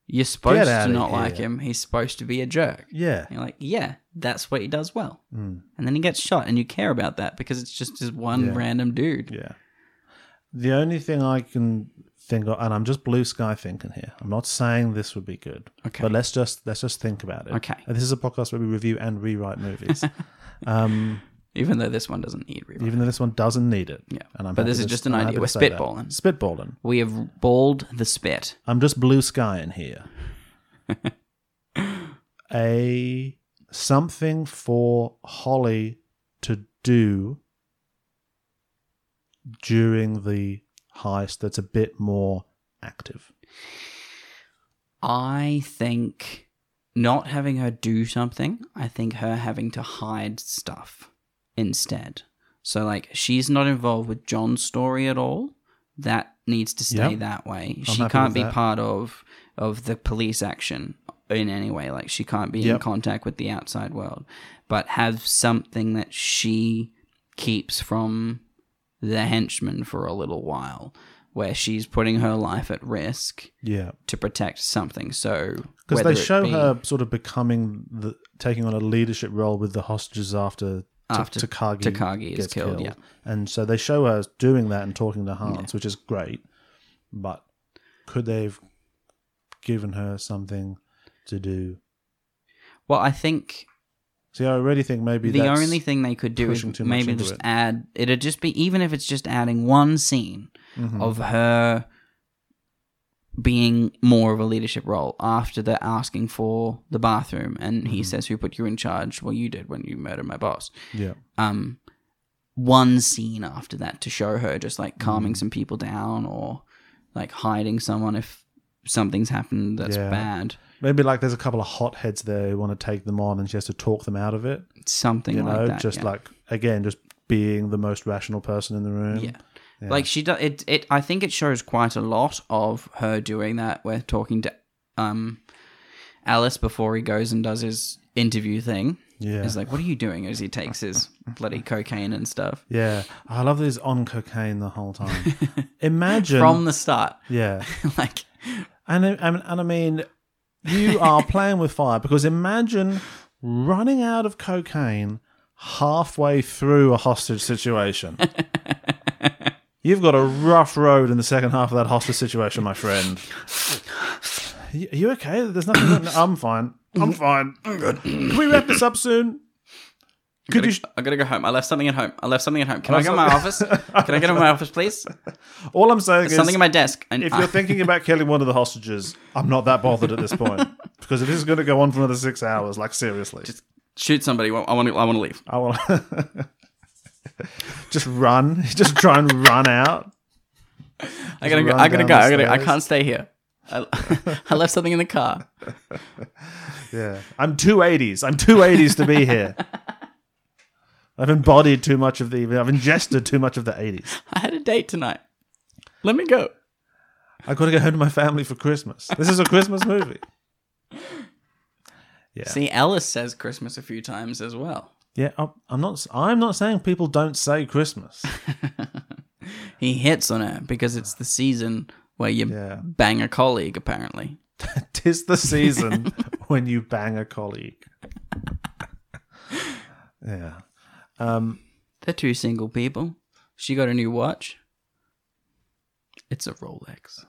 D: you're supposed to
C: outta
D: not like
C: here.
D: him. He's supposed to be a jerk.
C: yeah,
D: And you're like, yeah, that's what he does well. And then he gets shot, and you care about that because it's just this one
C: Hmm. Yeah.
D: random dude.
C: Yeah. The only thing I can think of, and I'm just blue sky thinking here. I'm not saying this would be good.
D: Okay.
C: But let's just let's just think about it.
D: Okay.
C: And this is a podcast where we review and rewrite movies, Um,
D: Even though this one doesn't need rewrite.
C: even though this one doesn't need it.
D: Yeah.
C: And I'm
D: But
C: happy
D: this
C: to-
D: is just an
C: I'm
D: idea.
C: happy to
D: We're
C: say that.
D: spitballing.
C: Spitballing.
D: We have balled the spit.
C: I'm just blue skying here. a something for Holly to do during the heist that's a bit more active.
D: I think not having her do something, I think her having to hide stuff instead. So, like, she's not involved with John's story at all. That needs to stay
C: Yep.
D: that way.
C: happy
D: she
C: with
D: can't be
C: that.
D: part of of the police action in any way. Like, she can't be in
C: Yep.
D: contact with the outside world. But have something that she keeps from the henchman for a little while, where she's putting her life at risk
C: Yeah.
D: to protect something. So
C: because
D: whether
C: they
D: it
C: show
D: be
C: her sort of becoming the taking on a leadership role with the hostages after Ta-
D: After
C: Takagi,
D: Takagi is
C: gets
D: killed, yeah.
C: and so they show her doing that and talking to Hans, which is great. But could they've given her something to do?
D: Well, I think
C: See, I already think maybe
D: the
C: that's,
D: only thing they could do is
C: pushing too much
D: maybe
C: into
D: just
C: it.
D: add. It'd
C: Mm-hmm.
D: just be even if it's just adding one scene of her being more of a leadership role after they're asking for the bathroom and
C: Mm-hmm.
D: he says who put you in charge well you did when you murdered my boss
C: Yeah.
D: um one scene after that to show her just like calming
C: Mm.
D: some people down or like hiding someone if something's happened that's
C: Yeah.
D: bad
C: Maybe like there's a couple of hotheads there who want to take them on, and she has to talk them out of it.
D: something
C: You
D: like
C: know,
D: that
C: just
D: yeah.
C: like again, just being the most rational person in the room.
D: yeah. Like she does it it I think it shows quite a lot of her doing that We're talking to um Alice before he goes and does his interview thing.
C: Yeah.
D: It's like, what are you doing? As he takes his bloody cocaine and stuff.
C: Yeah, I love that he's on cocaine the whole time. Imagine
D: From the start.
C: yeah,
D: like
C: and I- and, and I mean, you are playing with fire because imagine running out of cocaine halfway through a hostage situation. You've got a rough road in the second half of that hostage situation, my friend. Y- Are you okay? There's nothing. no, I'm fine. I'm fine. I'm good. Can we wrap this up soon? Could you? sh-
D: I Mm. gotta go home. I left something at home. I left something at home. Can I go to
C: so-
D: my office? Can I go to my office, please?
C: All I'm saying is
D: Something at my desk. And
C: if
D: I-
C: you're thinking about killing one of the hostages, I'm not that bothered at this point because if this is going to go on for another six hours, like seriously,
D: shoot somebody, well, I want to. I want to leave.
C: I want just run, just try and run out.
D: I gotta go.
C: run
D: I gotta
C: down
D: go.
C: the
D: I gotta. I
C: stairs.
D: can't stay here. I, I left something in the car.
C: Yeah, I'm two eighties. I'm two eighties to be here. I've embodied too much of the. I've ingested too much of the eighties.
D: I had a date tonight. Let me go.
C: I've got to go home to my family for Christmas. This is a Christmas movie. Yeah.
D: See, Alice says Christmas a few times as well.
C: Yeah, I'm- I'm not. I'm not saying people don't say Christmas.
D: He hits on her because it's the season where you
C: Yeah.
D: bang a colleague, apparently.
C: Tis the season when you bang a colleague. Yeah.
D: They're two single people. She got a new watch. It's a Rolex.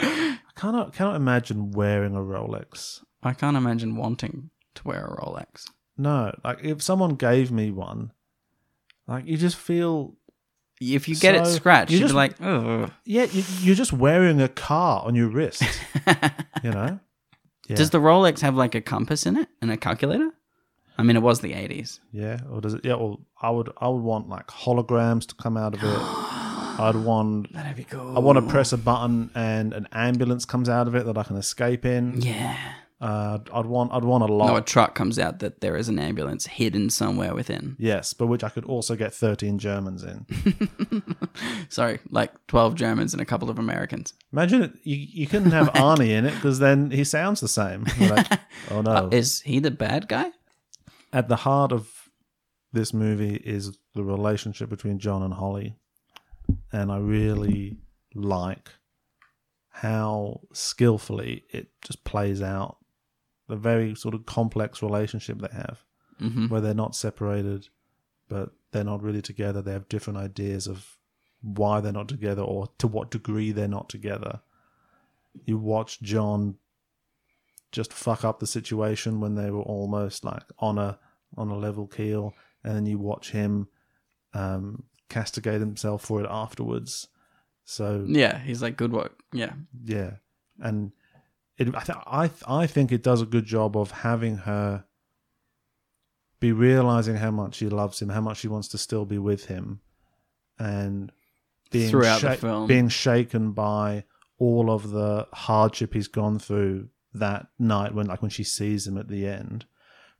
C: I cannot cannot imagine wearing a Rolex.
D: I can't imagine wanting to wear a Rolex.
C: No. Like if someone gave me one, like you just feel
D: If you get it
C: So,
D: scratched,
C: you
D: you'd
C: just-
D: be like, Ugh.
C: yeah, you, you're just wearing a car on your wrist. you know? Yeah.
D: does the Rolex have like a compass in it and a calculator? I mean, it was the 80s.
C: Yeah, or does it yeah, well I would I would want like holograms to come out of it. I'd want
D: That'd be cool.
C: I want to press a button and an ambulance comes out of it that I can escape in.
D: Yeah.
C: Uh, I'd want I'd want a lot.
D: No, a truck comes out that there is an ambulance hidden somewhere within.
C: Yes, but which I could also get 13 Germans in.
D: Sorry, like 12 Germans and a couple of Americans.
C: Imagine it, you, you couldn't have Arnie in it because then he sounds the same. You're like, oh no.
D: Uh, Is he the bad guy?
C: At the heart of this movie is the relationship between John and Holly. And I really like how skillfully it just plays out the very sort of complex relationship they have,
D: Mhm.
C: where they're not separated, but they're not really together. They have different ideas of why they're not together or to what degree they're not together. You watch John just fuck up the situation when they were almost like on a on a level keel, and then you watch him um, castigate himself for it afterwards. So
D: Yeah, he's like, good work. Yeah.
C: yeah, and it, I, th- I th- I think it does a good job of having her be realizing how much she loves him, how much she wants to still be with him, and being
D: Throughout the film.
C: being shaken by all of the hardship he's gone through that night when like when she sees him at the end,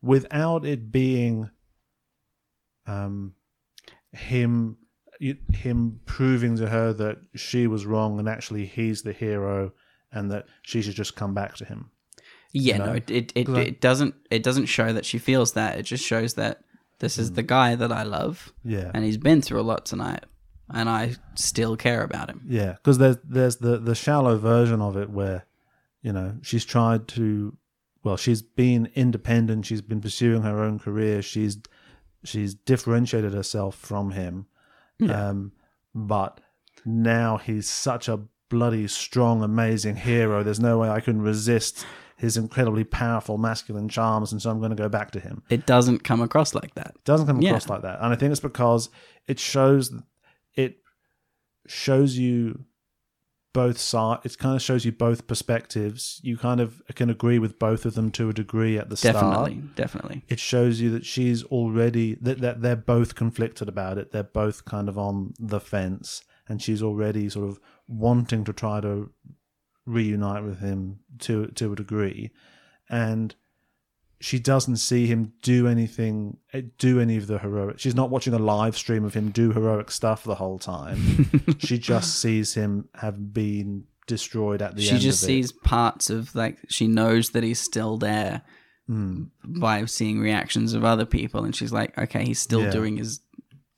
C: without it being um him him proving to her that she was wrong and actually he's the hero and that she should just come back to him.
D: Yeah,
C: know?
D: no, it it, it,
C: 'Cause I-
D: it doesn't it doesn't show that she feels that. It just shows that this is the guy that I love,
C: Yeah.
D: and he's been through a lot tonight, and I still care about him.
C: Yeah, because there's there's the the shallow version of it where, you know, she's tried to, well, she's been independent. She's been pursuing her own career. She's she's differentiated herself from him, um, but now he's such a bloody strong, amazing hero. There's no way I can resist his incredibly powerful masculine charms, and so I'm going to go back to him
D: It doesn't come across like that.
C: doesn't come
D: Yeah.
C: across like that and i think it's because it shows it shows you both sides. It kind of shows you both perspectives. You kind of can agree with both of them to a degree at the start.
D: Definitely, definitely.
C: It shows you that she's already that, that they're both conflicted about it. They're both kind of on the fence, and she's already sort of wanting to try to reunite with him to to a degree, and she doesn't see him do anything, eh, do any of the heroic. She's not watching a live stream of him do heroic stuff the whole time. she just sees him have been destroyed at the
D: She
C: end.
D: just
C: of it.
D: sees parts of like she knows that he's still there
C: Mm.
D: by seeing reactions of other people, and she's like, okay, he's still
C: Yeah.
D: doing his,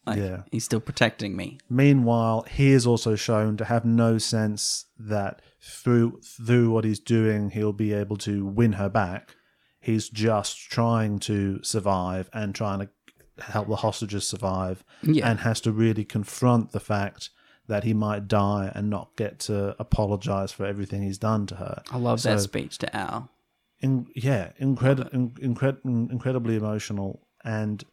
D: like,
C: Yeah.
D: he's still protecting me.
C: Meanwhile, he is also shown to have no sense that through through what he's doing, he'll be able to win her back. He's just trying to survive and trying to help the hostages survive,
D: Yeah.
C: and has to really confront the fact that he might die and not get to apologize for everything he's done to her.
D: I love that
C: So-
D: speech to Al.
C: in, yeah, incredi- in, incred- mm, incredibly emotional and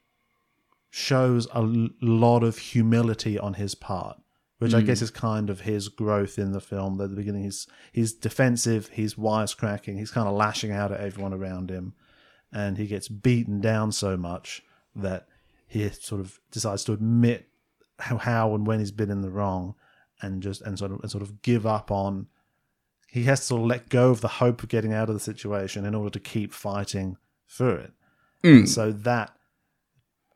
C: shows a l- lot of humility on his part, which I guess is kind of his growth in the film. At the beginning, he's he's defensive, he's wisecracking, he's kind of lashing out at everyone around him, and he gets beaten down so much that he sort of decides to admit how, how and when he's been in the wrong, and just and sort of and sort of give up on he has to sort of let go of the hope of getting out of the situation in order to keep fighting through it. So that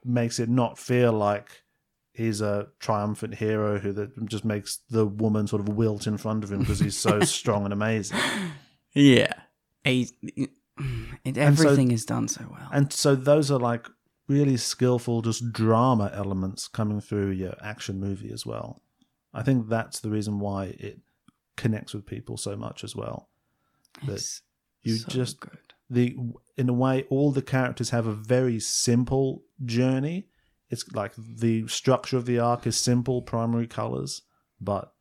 C: makes it not feel like he's a triumphant hero who that just makes the woman sort of wilt in front of him because he's so strong and amazing.
D: Yeah. He's, and
C: so-
D: everything is done so well.
C: And so those are like really skillful, just drama elements coming through your action movie as well. I think that's the reason why it connects with people so much as well.
D: It's
C: You
D: so
C: just
D: good.
C: the in a way all the characters have a very simple journey it's like the structure of the arc is simple primary colors but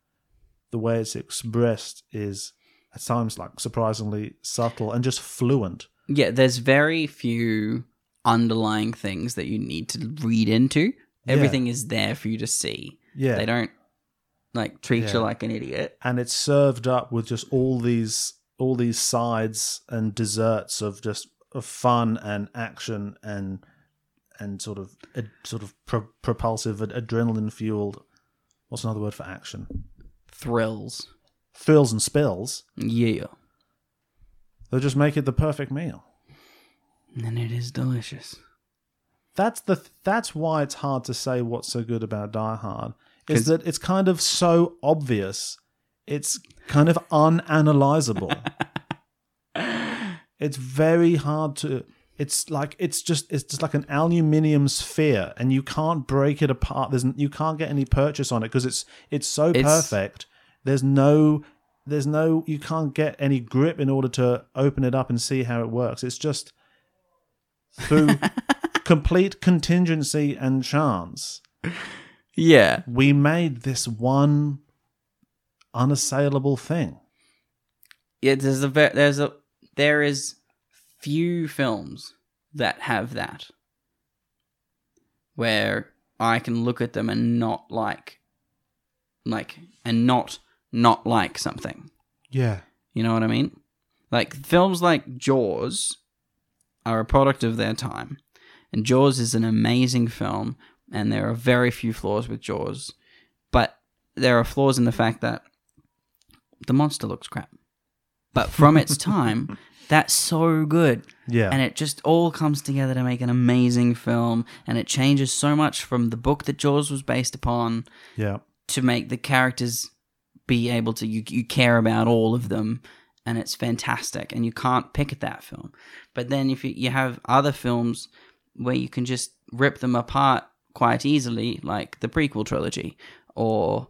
C: the way it's expressed is at times like surprisingly subtle and just fluent
D: Yeah, there's very few underlying things that you need to read into.
C: Yeah.
D: Everything is there for you to see.
C: yeah
D: They don't like treat
C: Yeah.
D: you like an idiot.
C: and it's served up with just all these all these sides and desserts of just of fun and action and and sort of ad, sort of pro- propulsive ad- adrenaline fueled what's another word for action
D: Thrills.
C: frills and spills,
D: Yeah.
C: they'll just make it the perfect meal.
D: And it is delicious.
C: That's the that's why it's hard to say what's so good about Die Hard is
D: 'Cause-
C: that it's kind of so obvious. It's kind of unanalyzable. it's very hard to it's like it's just it's just like an aluminium sphere and you can't break it apart there's n- you can't get any purchase on it because it's it's so
D: It's-
C: perfect there's no there's no you can't get any grip in order to open it up and see how it works it's just through complete contingency and chance
D: Yeah.
C: we made this one unassailable thing
D: Yeah, there's a ve- there's a there is few films that have that where I can look at them and not like like and not not like something.
C: yeah
D: You know what I mean? Like films like Jaws are a product of their time. And Jaws is an amazing film and there are very few flaws with Jaws, but there are flaws in the fact that the monster looks crap. But from its time, that's so good.
C: yeah
D: And it just all comes together to make an amazing film and it changes so much from the book that Jaws was based upon
C: yeah
D: to make the characters be able to you, you care about all of them and it's fantastic and you can't pick at that film but then if you, you have other films where you can just rip them apart quite easily like the prequel trilogy or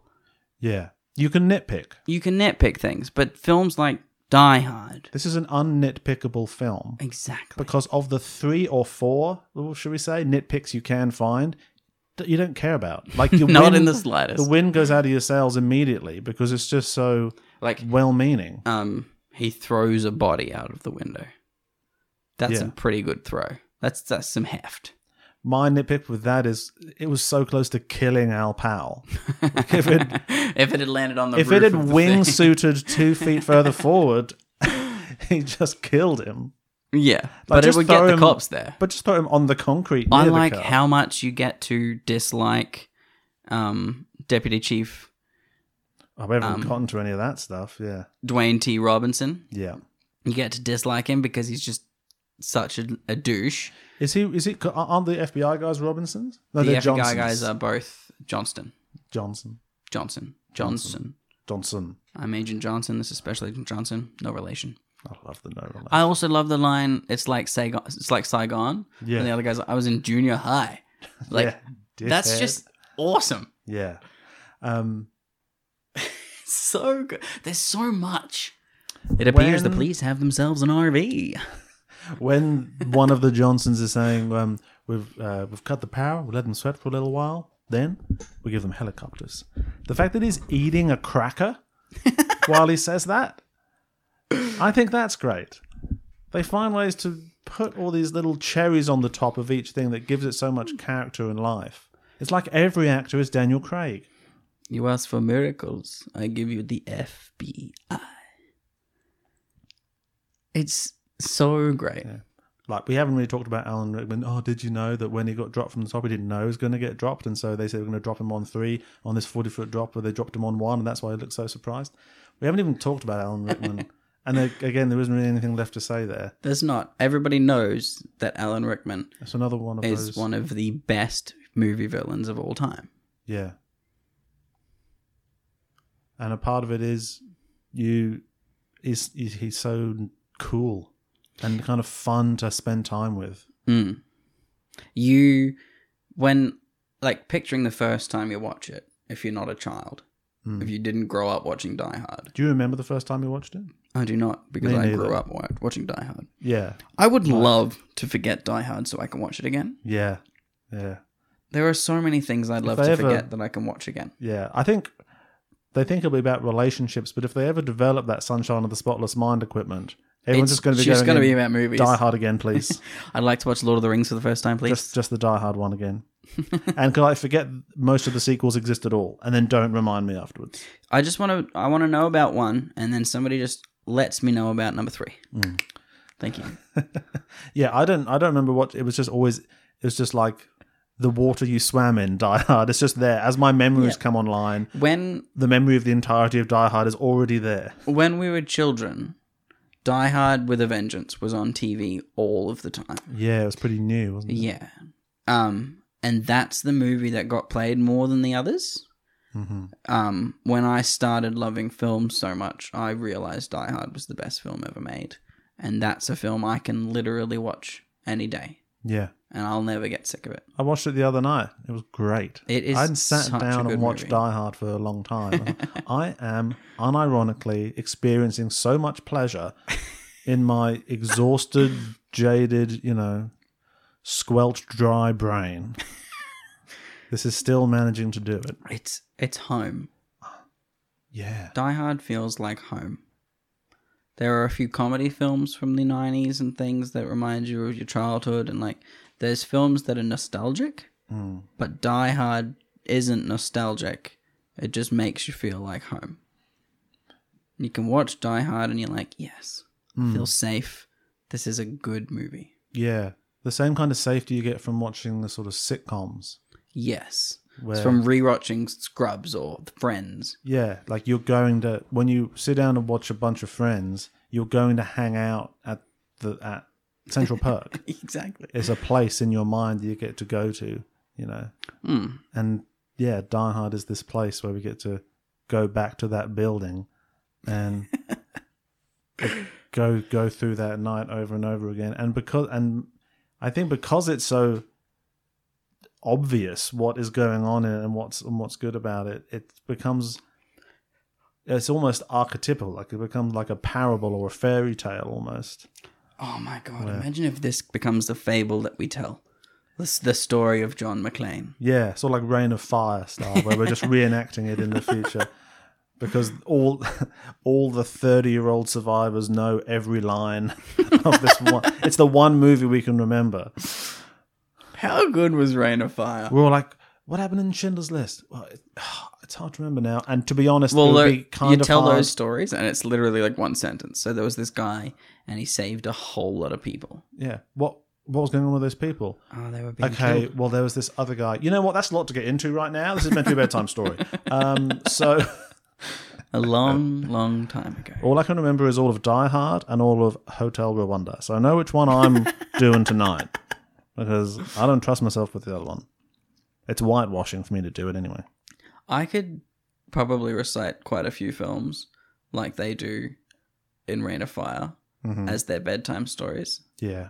C: yeah you can nitpick
D: you can nitpick things but films like die hard
C: This is an unnitpickable film
D: exactly
C: because of the three or four, well, should we say, nitpicks you can find that you don't care about. Like the
D: not
C: wind-
D: in the slightest
C: the wind goes out of your sails immediately because it's just so
D: like
C: well-meaning.
D: um he throws a body out of the window that's a
C: Yeah.
D: pretty good throw that's that's some heft
C: My nitpick with that is it was so close to killing Al Powell. if it
D: if it had landed on the
C: if
D: roof
C: it had
D: of the thing.
C: wingsuited two feet further forward, he just killed him.
D: yeah,
C: Like,
D: but it
C: just
D: would get
C: throw
D: the
C: him-
D: cops there.
C: But just throw him on the concrete. Near
D: I
C: the
D: like
C: car.
D: how much you get to dislike um, Deputy Chief
C: Oh, we haven't
D: um,
C: gotten to any of that stuff. Yeah,
D: Dwayne T. Robinson.
C: yeah.
D: You get to dislike him because he's just such a, a douche.
C: Is he? Is it? Aren't the FBI guys Robinsons? No,
D: the
C: they're
D: FBI
C: Johnsons.
D: guys um, are both Johnston,
C: Johnson,
D: Johnson,
C: Johnson.
D: Johnson.
C: Johnson.
D: I'm Agent Johnson. This is Special Agent Johnson. No relation.
C: I love the no relation.
D: I also love the line. It's like Saigon. It's like Saigon.
C: Yeah.
D: And the other guys. I was in junior high. Like
C: Yeah,
D: that's
C: dickhead.
D: just awesome.
C: yeah. Um,
D: So good. There's so much. It appears the
C: When-
D: police have themselves an RV.
C: when one of the Johnsons is saying, um, "We've uh, we've cut the power, we let them sweat for a little while, then we give them helicopters." The fact that he's eating a cracker while he says that, I think that's great. They find ways to put all these little cherries on the top of each thing that gives it so much character and life. It's like every actor is Daniel Craig.
D: You ask for miracles, I give you the FBI. It's so great.
C: Like we haven't really talked about Alan Rickman. Oh, did you know that when he got dropped from the top, he didn't know he was going to get dropped, and so they said we're going to drop him on three on this forty-foot drop, where they dropped him on one, and that's why he looked so surprised. We haven't even talked about Alan Rickman, and there, again, there isn't really anything left to say there.
D: There's not. Everybody knows that Alan Rickman
C: It's another one of
D: is
C: those.
D: one of the best movie villains of all time.
C: Yeah, and a part of it is you is is- he's so cool and kind of fun to spend time with.
D: Mm. You, when like picturing the first time you watch it, if you're not a child,
C: Mm.
D: if you didn't grow up watching Die Hard,
C: Do you remember the first time you watched it?
D: I do not because
C: Me
D: I grew
C: neither.
D: up wa- watching Die Hard.
C: Yeah,
D: I would love to forget Die Hard so I can watch it again.
C: yeah, yeah.
D: There are so many things I'd love
C: I
D: to
C: ever-
D: forget that I can watch again.
C: Yeah, I think they think it'll be about relationships, but if they ever develop that Sunshine of the Spotless Mind equipment, everyone's
D: It's
C: just going to be
D: just
C: going
D: gonna
C: in,
D: be about movies.
C: Die Hard again, please.
D: I'd like to watch Lord of the Rings for the first time, please.
C: just just the Die Hard one again. and could I forget most of the sequels exist at all, and then don't remind me afterwards?
D: I just want to. I want to know about one, and then somebody just lets me know about number three.
C: Mm.
D: Thank you.
C: Yeah, I don't I don't remember what it was. Just always it was just like the water you swam in Die Hard. It's just there as my memories
D: Yeah.
C: come online.
D: When
C: The memory of the entirety of Die Hard is already there.
D: when we were children, Die Hard with a Vengeance was on TV all of the time.
C: Yeah, it was pretty new, wasn't it?
D: Yeah. Um, and that's the movie that got played more than the others.
C: hmm
D: Um, when I started loving films so much, I realized Die Hard was the best film ever made, and that's a film I can literally watch any day,
C: Yeah.
D: and I'll never get sick of it.
C: I watched it the other night. It was great.
D: It is
C: I hadn't sat
D: such a
C: down
D: good
C: and watched
D: movie.
C: Die Hard for a long time. I am unironically experiencing so much pleasure in my exhausted, jaded, you know, squelched dry brain. This is still managing to do it.
D: It's it's home.
C: Yeah.
D: Die Hard feels like home. There are a few comedy films from the 90s and things that remind you of your childhood, and like there's films that are nostalgic,
C: Mm.
D: but Die Hard isn't nostalgic. It just makes you feel like home. You can watch Die Hard and you're like, yes,
C: Hmm.
D: I feel safe. This is a good movie.
C: Mm. Yeah. The same kind of safety you get from watching the sort of sitcoms.
D: Yes. It's
C: Where-
D: from rewatching Scrubs or Friends.
C: Yeah, like you're going to when you sit down and watch a bunch of friends, you're going to hang out at the at Central Perk.
D: Exactly.
C: it's a place in your mind that you get to go to, you know.
D: Mm.
C: And yeah, Die Hard is this place where we get to go back to that building and go go through that night over and over again. And because and I think because it's so obvious what is going on in it and what's and what's good about it, it becomes it's almost archetypal, like it becomes like a parable or a fairy tale almost.
D: Oh my god! Imagine if this becomes the fable that we tell. This the story of John McClane.
C: Yeah, sort of like Rain of Fire style, where we're just reenacting it in the future. Because all all the thirty year old survivors know every line of this one. It's the one movie we can remember.
D: How good was Rain of Fire?
C: We were like, what happened in Schindler's List? Well, it, it's hard to remember now. And to be honest, it
D: Well,
C: would
D: look,
C: be kind
D: you
C: of
D: tell
C: hard.
D: those stories, and it's literally like one sentence. So there was this guy, and he saved a whole lot of people.
C: Yeah. What what was going on with those people?
D: Oh, they were being
C: Okay.
D: killed.
C: Well, there was this other guy. You know what? That's a lot to get into right now. This is meant to be a bedtime story. Um, so
D: a long, long time ago.
C: all I can remember is all of Die Hard and all of Hotel Rwanda. So I know which one I'm doing tonight because I don't trust myself with the other one. It's whitewashing for me to do it anyway.
D: I could probably recite quite a few films, like they do in Rain of Fire,
C: Mhm.
D: as their bedtime stories.
C: Yeah.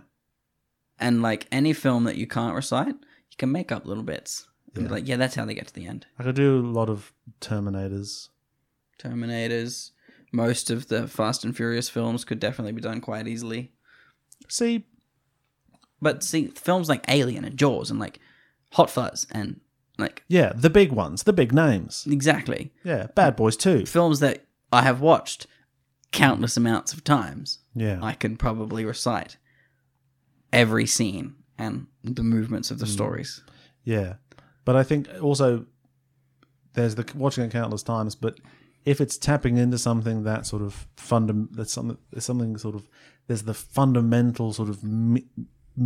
D: And like any film that you can't recite, you can make up little bits. And be
C: Yeah.
D: like, yeah, that's how they get to the end.
C: I could do a lot of Terminators.
D: Terminators. Most of the Fast and Furious films could definitely be done quite easily.
C: See,
D: But see, films like Alien and Jaws and like Hot Fuzz and like
C: yeah, the big ones, the big names.
D: exactly
C: Yeah, Bad Boys too.
D: films that I have watched countless amounts of times.
C: Yeah.
D: I can probably recite every scene and the movements of
C: Mm.
D: the stories.
C: Yeah, but I think also there's the watching it countless times, but if it's tapping into something that sort of fundam that's something there's something sort of there's the fundamental sort of me-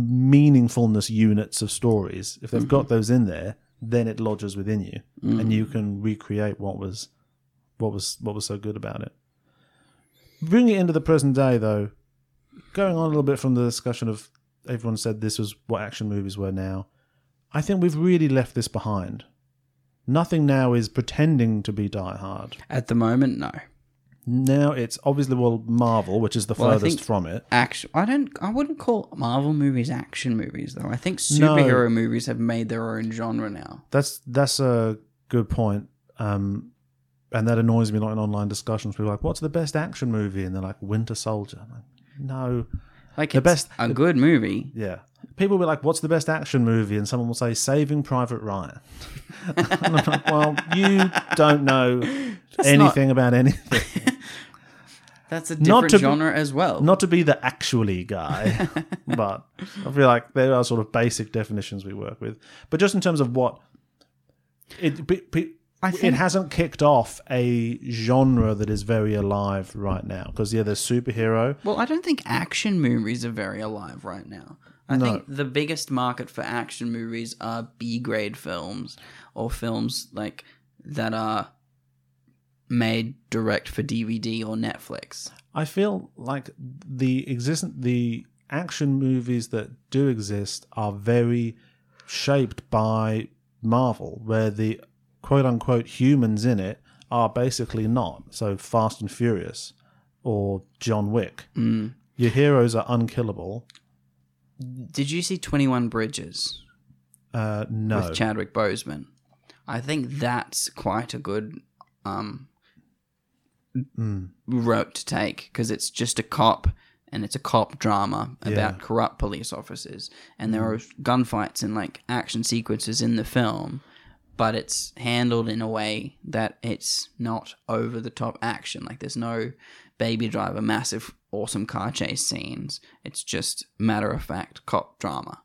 C: meaningfulness units of stories. If they've got those in there, then it lodges within you, and you can recreate what was what was what was so good about it. Bring it into the present day, though. Going on a little bit from the discussion of everyone said this was what action movies were now. I think we've really left this behind. Nothing now is pretending to be Die Hard.
D: At the moment, no.
C: Now it's obviously well Marvel, which is the
D: Well, I
C: furthest
D: think-
C: from it.
D: Action. I don't. I wouldn't call Marvel movies action movies though. I think
C: No.
D: superhero movies have made their own genre now.
C: That's that's a good point, um, and that annoys me. Like in online discussions, people are like, "What's the best action movie?" and they're like, "Winter Soldier." I'm like, no,
D: Like
C: The
D: it's
C: best-
D: a good movie.
C: yeah. People will be like, "What's the best action movie?" and someone will say, "Saving Private Ryan." and I'm like, well, you don't know anything about anything.
D: That's a
C: Not
D: different
C: to be-
D: genre as well.
C: not to be the actually guy, but I feel like there are sort of basic definitions we work with. But just in terms of what it, be- be-
D: I
C: it
D: think-
C: hasn't kicked off a genre that is very alive right now. Because yeah, there's superhero.
D: Well, I don't think action movies are very alive right now. I think the biggest market for action movies are B grade films or films like that are made direct for DVD or Netflix.
C: I feel like the existent the action movies that do exist are very shaped by Marvel, where the quote unquote humans in it are basically not. So Fast and Furious or John Wick.
D: Mm.
C: Your heroes are unkillable.
D: Did you see 21 Bridges
C: Uh, no.
D: with Chadwick Boseman? I think that's quite a good um,
C: Hmm.
D: route to take because it's just a cop and it's a cop drama about
C: Yeah. Hmm.
D: corrupt police officers and there are gunfights and like action sequences in the film but it's handled in a way that it's not over the top action like there's no baby driver massive awesome car chase scenes it's just matter of fact cop drama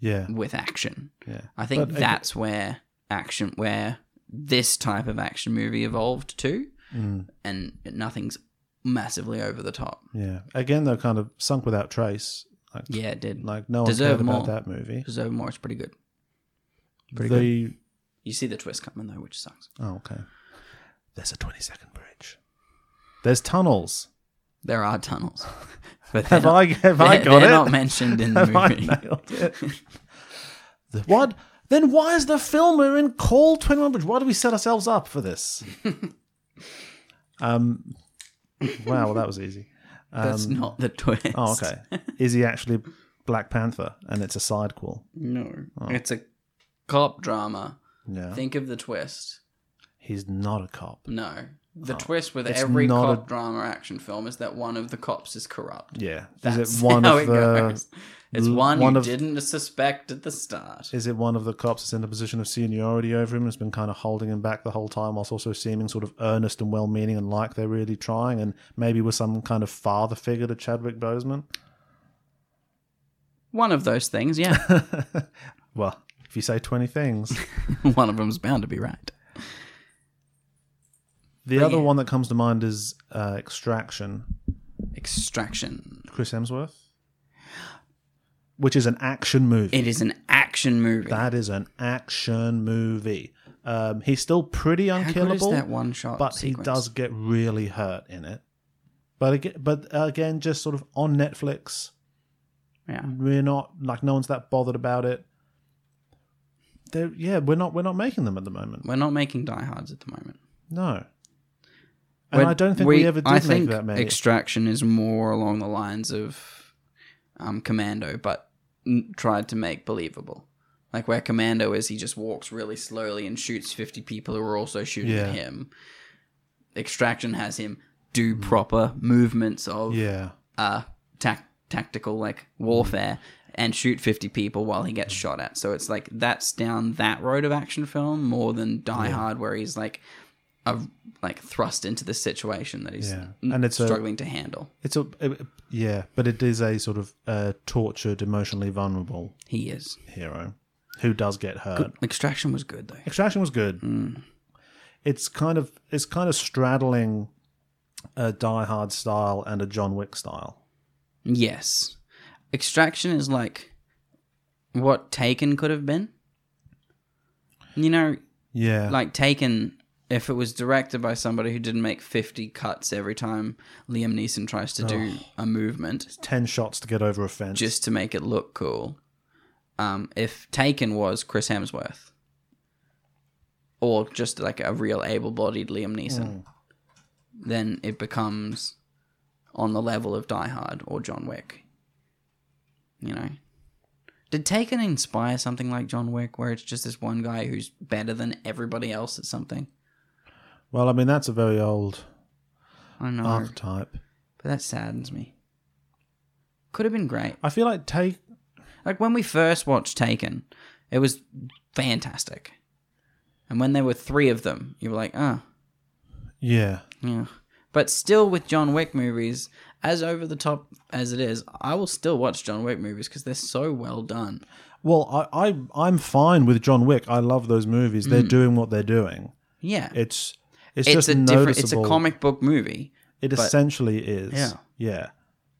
C: yeah.
D: with action
C: Yeah.
D: I think
C: But ag-
D: that's where action, where this type of action movie evolved to,
C: Hmm.
D: and nothing's massively over the top.
C: Yeah. Again, though, kind of sunk without trace. Like,
D: Yeah, it did.
C: like no one
D: Deserve
C: cared about
D: more.
C: that movie.
D: Deserve more. It's pretty good.
C: The
D: Pretty You see the twist coming though, which sucks.
C: oh okay. There's a twenty second bridge. There's tunnels.
D: There are tunnels, but they're
C: Have
D: not,
C: I have I
D: they're-
C: got
D: they're
C: it?
D: not mentioned in the
C: have I
D: movie.
C: nailed it? The- what? Then why is the filmer in Call Twenty One Bridge? Why do we set ourselves up for this? um, wow, well, that was easy.
D: That's not the twist.
C: Um, Oh, okay. Is he actually Black Panther? And it's a sidequel.
D: No,
C: Oh.
D: it's a cop drama.
C: Yeah,
D: Think of the twist.
C: he's not a cop.
D: No, the twist with
C: Oh. it's
D: every
C: not
D: cop
C: a-
D: drama action film is that one of the cops is corrupt.
C: Yeah,
D: That's
C: is it one
D: how
C: of
D: it
C: the?
D: goes. It's
C: l-
D: one,
C: one
D: you
C: of-
D: didn't suspect at the start.
C: Is it one of the cops that's in a position of seniority over him and has been kind of holding him back the whole time whilst also seeming sort of earnest and well meaning and like they're really trying and maybe was some kind of father figure to Chadwick Boseman?
D: One of those things, yeah.
C: Well, if you say 20 things.
D: One of them's bound to be right.
C: The other one that comes to mind is uh, Extraction,
D: Extraction.
C: Chris Hemsworth, which is an action movie.
D: It is an action movie.
C: that is an action movie. Um, he's still pretty
D: How good is
C: unkillable,
D: that one shot?
C: but he
D: sequence?
C: does get really hurt in it. But again, but again, just sort of on Netflix,
D: Yeah.
C: we're not like no one's that bothered about it. They're, yeah, we're not we're not making them at the moment.
D: We're not making diehards at the moment.
C: No, and
D: When
C: I don't think we, ever did
D: I
C: make
D: think
C: that many.
D: Extraction is more along the lines of um, Commando, but n- tried to make believable. Like where Commando is, he just walks really slowly and shoots fifty people who are also shooting
C: Yeah.
D: at him. Extraction has him do
C: Mm.
D: proper movements of
C: yeah,
D: uh, tac- tactical like warfare and shoot 50 people while he gets shot at. So it's like that's down that road of action film more than Die Hard where he's like a, like thrust into the situation that he's
C: Yeah.
D: n-
C: And it's a-
D: struggling to handle.
C: It's a it- it- yeah, but it is a sort of uh, tortured, emotionally vulnerable
D: He is.
C: hero who does get hurt.
D: Extraction was good though.
C: Extraction was good.
D: Hmm.
C: It's kind of it's kind of straddling a Die Hard style and a John Wick style.
D: Yes. Extraction is like what Taken could have been. You know,
C: Yeah,
D: like Taken, if it was directed by somebody who didn't make fifty cuts every time Liam Neeson tries to do a movement
C: ten shots to get over a fence.
D: just to make it look cool. Um, if Taken was Chris Hemsworth, or just like a real able-bodied Liam Neeson, then it becomes on the level of Die Hard or John Wick. You know. Did Taken inspire something like John Wick, where it's just this one guy who's better than everybody else at something?
C: well, I mean that's a very old
D: I know,
C: archetype.
D: but that saddens me. Could have been great.
C: I feel like take
D: Like when we first watched Taken, it was fantastic. And when there were three of them, you were like, ah,
C: yeah
D: yeah. But still, with John Wick movies, as over the top as it is, I will still watch John Wick movies because they're so well done.
C: Well, I, I I'm fine with John Wick. I love those movies. They're doing what they're doing.
D: Yeah, Hmm. it's,
C: It's it's, just
D: a
C: noticeable.
D: different. It's a comic book movie.
C: It
D: but-
C: essentially is.
D: Yeah.
C: Yeah.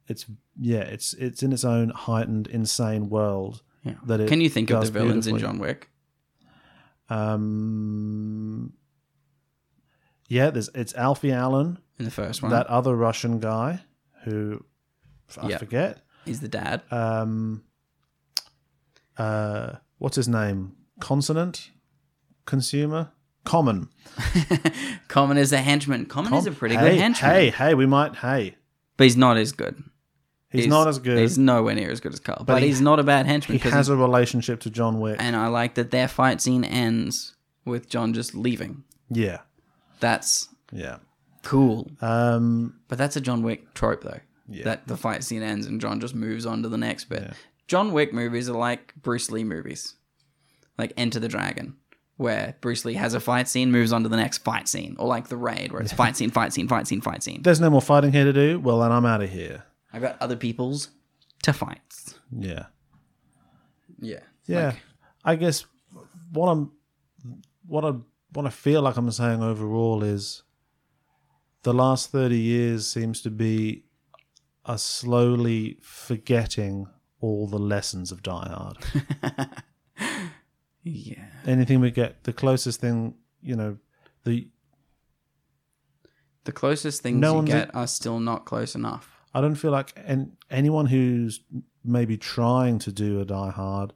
C: It's yeah. It's it's in its own heightened, insane world.
D: Yeah.
C: That it
D: Can you think of
C: does
D: the villains in
C: beautifully.
D: John Wick?
C: Um. Yeah. There's it's Alfie Allen,
D: In the first one,
C: that other Russian guy who I
D: Yeah.
C: forget.
D: he's the dad.
C: Um. Uh, what's his name? Consonant, consumer, common.
D: Common is a henchman. Common is a pretty
C: hey,
D: good henchman,
C: Hey, hey, we might. Hey,
D: but he's not as good.
C: he's, not as good.
D: He's nowhere near as good as Carl, but,
C: he-
D: he's not a bad henchman.
C: He
D: 'cause
C: has
D: he-
C: a relationship to John Wick.
D: and I like that their fight scene ends with John just leaving.
C: yeah,
D: That's
C: yeah.
D: cool,
C: Um,
D: but that's a John Wick trope though.
C: Yeah.
D: That the fight scene ends and John just moves on to the next bit. John Wick movies are like Bruce Lee movies, like Enter the Dragon, where Bruce Lee has a fight scene, moves on to the next fight scene, or like The Raid, where it's fight scene, fight scene, fight scene, fight scene.
C: there's no more fighting here to do. Well, then I'm out of here.
D: I've got other people's to fight.
C: Yeah,
D: Yeah.
C: yeah. I guess what I'm, what I, what I feel like I'm saying overall is, the last thirty years seems to be, us slowly forgetting all the lessons of Die Hard.
D: Yeah.
C: Anything we get, the closest thing, you know, the
D: The closest things
C: No
D: you
C: one's-
D: get are still not close enough.
C: I don't feel like an, anyone who's maybe trying to do a Die Hard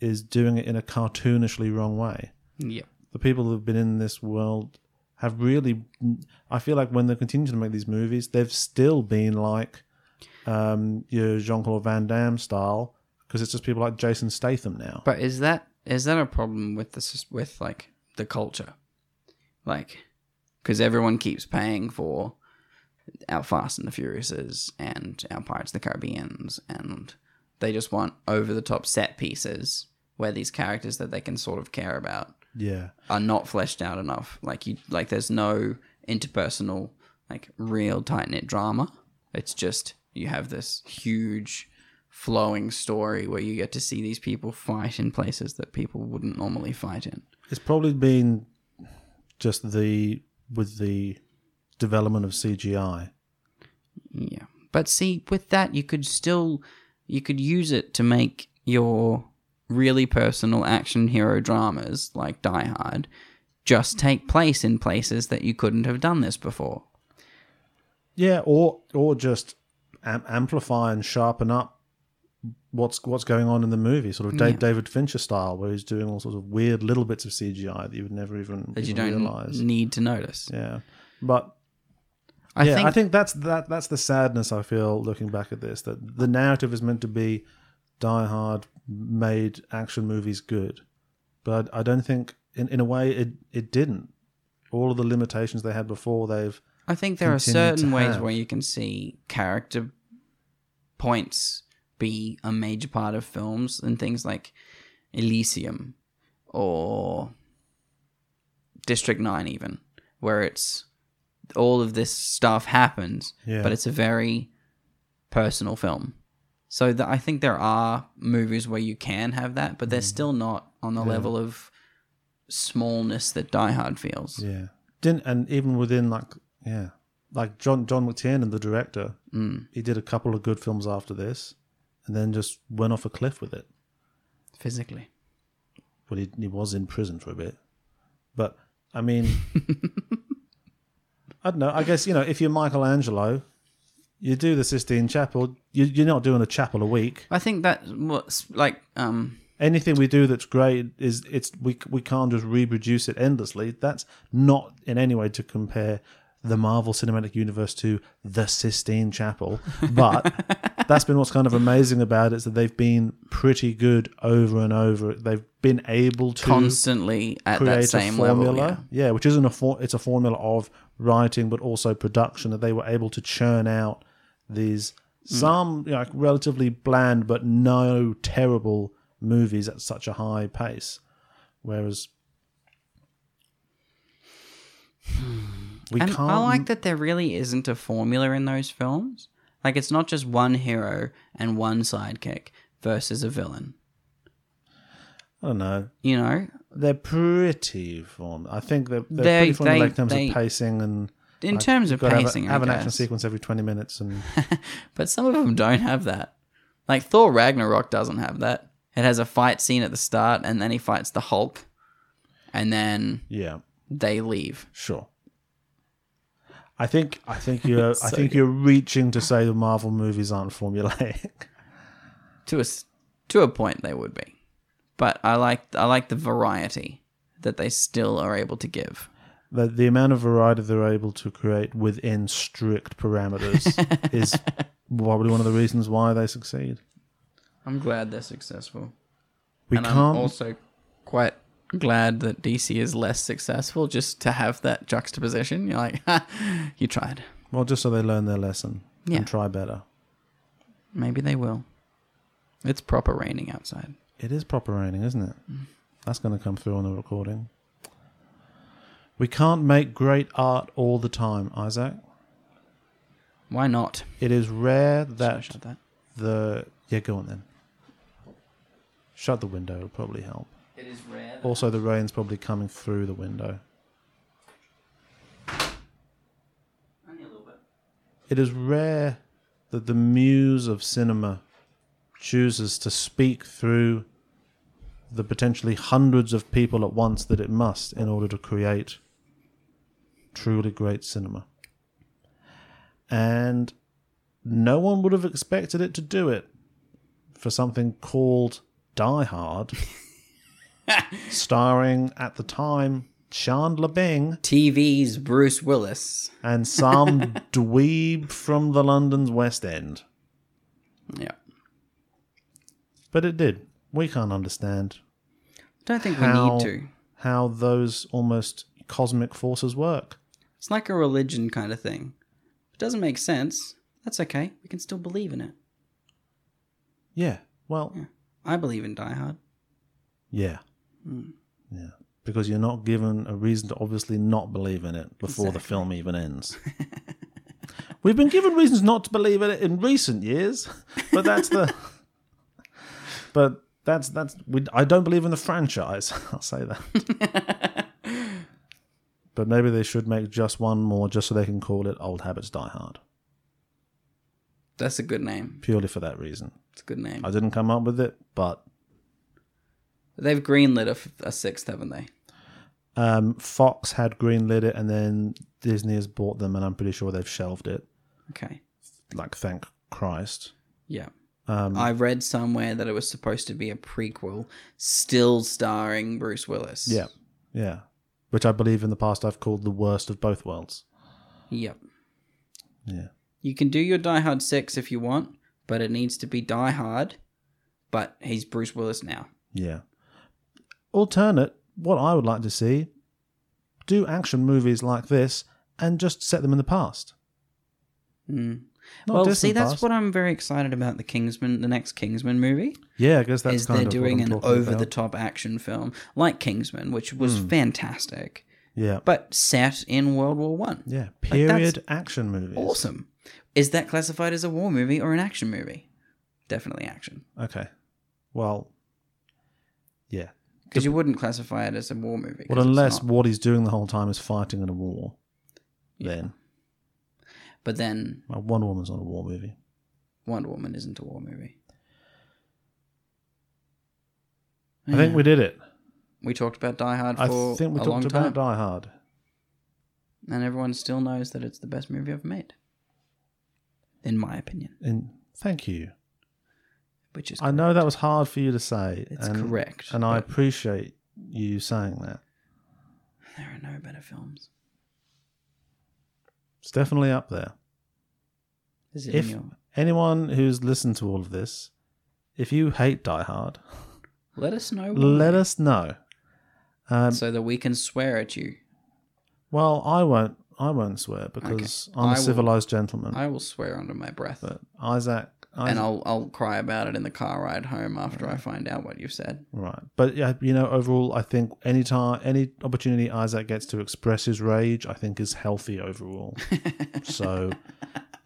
C: is doing it in a cartoonishly wrong way.
D: Yep.
C: The people who've been in this world have really. I feel like when they continue to make these movies, they've still been like um, your Jean Claude Van Damme style because it's just people like Jason Statham now.
D: But is that is that a problem with this with like the culture, like because everyone keeps paying for our Fast and the Furiouses and our Pirates of the Caribbean's, and they just want over the top set pieces where these characters that they can sort of care about
C: yeah,
D: are not fleshed out enough. Like you, like there's no interpersonal, like real tight knit drama. It's just you have this huge flowing story where you get to see these people fight in places that people wouldn't normally fight in.
C: It's probably been just the with the development of CGI.
D: Yeah. But see, with that you could still you could use it to make your really personal action hero dramas like Die Hard just take place in places that you couldn't have done this before.
C: Yeah, or or just am- amplify and sharpen up what's what's going on in the movie, sort of Da-
D: Yeah.
C: David Fincher style, where he's doing all sorts of weird little bits of CGI that you would never even,
D: That you
C: even
D: don't
C: realize.
D: need to notice.
C: yeah, but
D: I
C: yeah,
D: think
C: I think that's that that's the sadness I feel looking back at this. That the narrative is meant to be Die Hard made action movies good, but I don't think in in a way it it didn't. All of the limitations they had before, they've
D: I think there are
C: continue to
D: certain ways
C: have.
D: where you can see character points be a major part of films and things like Elysium or District 9 even where it's all of this stuff happens
C: Yeah.
D: but it's a very personal film. So that I think there are movies where you can have that but they're
C: Mm.
D: still not on the level of smallness that Die Hard feels.
C: Yeah. Didn't and even within like yeah, like John John McTiernan, the director,
D: Mm.
C: he did a couple of good films after this, and then just went off a cliff with it.
D: physically.
C: Well, he he was in prison for a bit, but I mean, I don't know. I guess you know if you're Michelangelo, you do the Sistine Chapel. You, you're not doing a chapel a week.
D: I think that what's like um
C: Anything we do that's great is it's we we can't just reproduce it endlessly. That's not in any way to compare the Marvel Cinematic Universe to the Sistine Chapel, but that's been what's kind of amazing about it is that they've been pretty good over and over. They've been able to
D: constantly at that
C: create
D: same
C: a formula.
D: level. Yeah.
C: yeah. which isn't a for, it's a formula of writing, but also production that they were able to churn out
D: Mm.
C: these some you know, like relatively bland but no terrible movies at such a high pace. Whereas we
D: And
C: can't.
D: I like that there really isn't a formula in those films. Like it's not just one hero and one sidekick versus a villain.
C: I don't know.
D: You know,
C: They're pretty form. I think they're, they're
D: They-
C: pretty formulaic
D: they-
C: in terms
D: they-
C: of pacing and.
D: in
C: like,
D: terms
C: you've
D: of
C: gotta have a-
D: pacing, I
C: have, an action
D: guess.
C: sequence every twenty minutes, and
D: But some of them don't have that. Like Thor Ragnarok doesn't have that. It has a fight scene at the start, and then he fights the Hulk, and then
C: yeah,
D: they leave.
C: Sure. I think I think you're I
D: So
C: think
D: good.
C: you're reaching to say the Marvel movies aren't formulaic.
D: to a s- to a point they would be, but I like I like the variety that they still are able to give.
C: the, the amount of variety they're able to create within strict parameters is probably one of the reasons why they succeed.
D: I'm glad they're successful,
C: We
D: and I'm
C: can't
D: also quite glad that DC is less successful. Just to have that juxtaposition, you're like, ha, you tried.
C: well just so they learn their lesson
D: Yeah.
C: and try better.
D: Maybe they will. It's proper raining outside.
C: It is proper raining, isn't it?
D: Mm.
C: That's going to come through on the recording. We can't make great art all the time, Isaac.
D: Why not?
C: It is rare
D: Should I
C: that
D: shut that.
C: the yeah go on then shut the window will probably help
D: It is rare.
C: also the rain's probably coming through the window it is rare that the muse of cinema chooses to speak through the potentially hundreds of people at once that it must in order to create truly great cinema and no one would have expected it to do it for something called Die Hard, starring at the time Chandler Bing
D: TV's Bruce Willis.
C: and some dweeb from the London's West End.
D: Yeah.
C: But it did. We can't understand
D: Don't think
C: how,
D: we need to.
C: how those almost cosmic forces work.
D: It's like a religion kind of thing. If it doesn't make sense, that's okay. We can still believe in it.
C: Yeah. Well,
D: Yeah. I believe in Die Hard.
C: yeah. Yeah. Because you're not given a reason to obviously not believe in it before the film even ends. We've been given reasons not to believe in it in recent years, but that's the But that's that's we, I don't believe in the franchise. I'll say that. but maybe they should make just one more, just so they can call it "Old Habits Die Hard,"
D: That's a good name.
C: purely for that reason.
D: It's a good name.
C: I didn't come up with it, but
D: They've greenlit a, f- a sixth, haven't they?
C: um, Fox had greenlit it, and then Disney has bought them, and I'm pretty sure they've shelved it.
D: Okay.
C: Like, thank Christ.
D: Yeah.
C: Um,
D: I read somewhere that it was supposed to be a prequel, still starring Bruce Willis.
C: Yeah, yeah. Which I believe in the past I've called the worst of both worlds.
D: Yep.
C: Yeah.
D: You can do your Die Hard 6 if you want, but it needs to be Die Hard, but he's Bruce Willis now.
C: Yeah. Alternate, what I would like to see, do action movies like this and just set them in the past.
D: Mm.
C: Not
D: well,
C: distant
D: see, that's
C: past.
D: what I'm very excited about the Kingsman, the next Kingsman movie.
C: Yeah, I guess that's
D: is
C: kind
D: they're
C: of
D: doing
C: what I'm
D: an
C: talking
D: over
C: about. Hmm.
D: the top action film like Kingsman, which was fantastic,
C: Yeah,
D: but set in World War One.
C: yeah.
D: Like, that's
C: Period action movies.
D: Awesome. Is that classified as a war movie or an action movie? Definitely action,
C: Okay. Well. Yeah.
D: because you wouldn't classify it as a war movie. 'cause
C: Well,
D: it's
C: unless
D: not.
C: what he's doing the whole time is fighting in a war, then
D: but then
C: well, Wonder Woman's not a war movie.
D: Wonder Woman isn't a war movie.
C: I think we did it.
D: We talked about Die Hard
C: I
D: for
C: think we
D: a long
C: talked about
D: time,
C: Die Hard.
D: and everyone still knows that it's the best movie ever made, in my opinion.
C: And thank you.
D: Which is
C: I know that was hard for you to say.
D: It's
C: and,
D: correct,
C: and I
D: but-
C: appreciate you saying that.
D: there are no better films.
C: It's definitely up there.
D: Is it in
C: If
D: your-
C: anyone who's listened to all of this, if you hate Die Hard,
D: Let us know.
C: let us know. Um,
D: so that we can swear at you.
C: well, I won't. I won't swear because I'm
D: I
C: a
D: will-
C: civilized gentleman.
D: I will swear under my breath,
C: but Isaac, Isaac
D: and I'll I'll cry about it in the car ride home after I find out what you've said.
C: Right, but yeah, you know, overall, I think any time, any opportunity Isaac gets to express his rage, I think is healthy overall. so,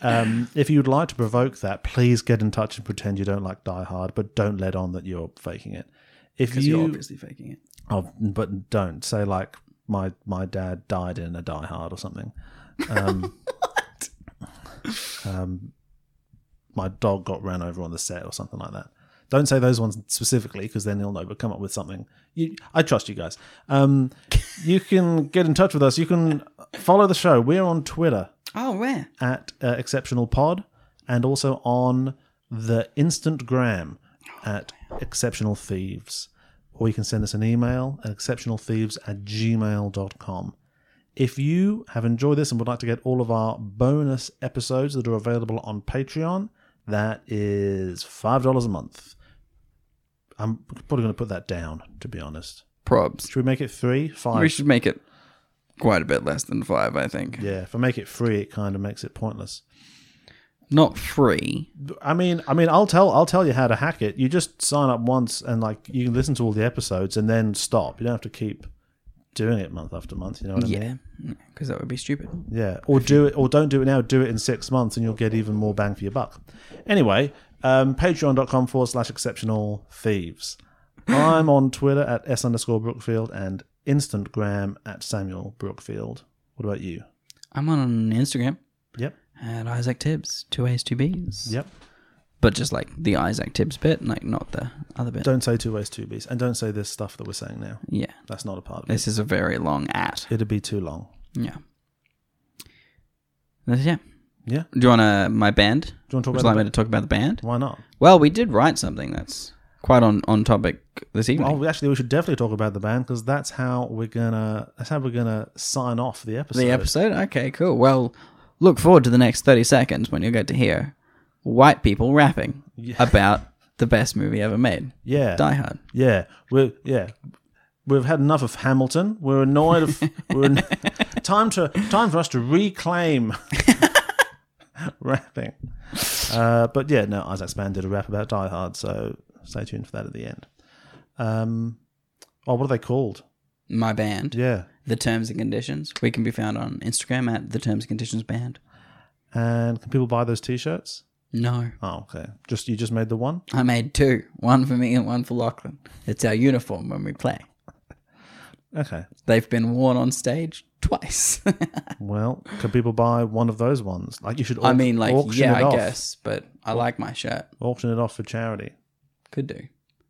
C: um, if you'd like to provoke that, please get in touch and pretend you don't like Die Hard, but don't let on that you're faking it. If
D: Because you... are
C: you,
D: obviously faking it.
C: oh, but don't say like my my dad died in a Die Hard or something. Um, um, my dog got ran over on the set or something like that. Don't say those ones specifically because then he'll know. But come up with something. You, I trust you guys. Um, you can get in touch with us. You can follow the show. We're on Twitter
D: Oh, where?
C: at uh, Exceptional Pod and also on the Instantgram
D: Oh,
C: at Exceptional Thieves. Or you can send us an email at exceptionalthieves at gmail.com. If you have enjoyed this and would like to get all of our bonus episodes that are available on Patreon, that is $5 a month. I'm probably going to put that down, to be honest.
D: Probs.
C: Should we make it three? Five?
D: We should make it quite a bit less than five, I think.
C: yeah, if I make it free, it kind of makes it pointless.
D: Not free.
C: I mean, I mean, I'll tell, I'll tell you how to hack it. You just sign up once, and like you can listen to all the episodes, and then stop. You don't have to keep doing it month after month. You know what I mean?
D: Yeah, because that would be stupid.
C: Yeah. Or do it, or don't do it now. Do it in six months, and you'll get even more bang for your buck. Anyway, um, Patreon.com forward slash Exceptional Thieves. I'm on Twitter at s underscore Brookfield and Instantgram at Samuel Brookfield. What about you?
D: I'm on Instagram
C: Yep.
D: at Isaac Tibbs, two A's, two B's.
C: Yep.
D: But just like the Isaac Tibbs bit, like not the other bit.
C: Don't say two ways, two beats, and don't say this stuff that we're saying now.
D: Yeah.
C: That's not a part of it.
D: This is a very long at.
C: It'd be too long.
D: Yeah. That's yeah.
C: Yeah.
D: Do you want to my band?
C: Do you want to talk
D: Would you
C: about
D: like
C: the
D: me to talk about the band?
C: Why not?
D: Well, we did write something that's quite on on topic this evening.
C: Oh, actually, we should definitely talk about the band because that's how we're gonna that's how we're gonna sign off the episode.
D: the episode. Okay, cool. Well, look forward to the next thirty seconds when you'll get to hear white people rapping about the best movie ever made,
C: Yeah,
D: Die Hard.
C: yeah, we yeah. We've had enough of Hamilton. We're annoyed of. we're an- time to time for us to reclaim rapping. Uh, but yeah, no, Isaac's band did a rap about Die Hard, so stay tuned for that at the end. Um, oh, what are they called?
D: My band,
C: Yeah,
D: The Terms and Conditions. We can be found on Instagram at The Terms and Conditions Band.
C: and can people buy those T-shirts?
D: No.
C: Oh, okay. Just you just made the one.
D: I made two one for me and one for Lachlan. It's our uniform when we play.
C: Okay.
D: They've been worn on stage twice.
C: Well, can people buy one of those ones? Like you should.
D: I
C: au-
D: mean, like,
C: auction
D: yeah,
C: it
D: I
C: off.
D: guess, but I like my shirt.
C: auction it off for charity.
D: Could do.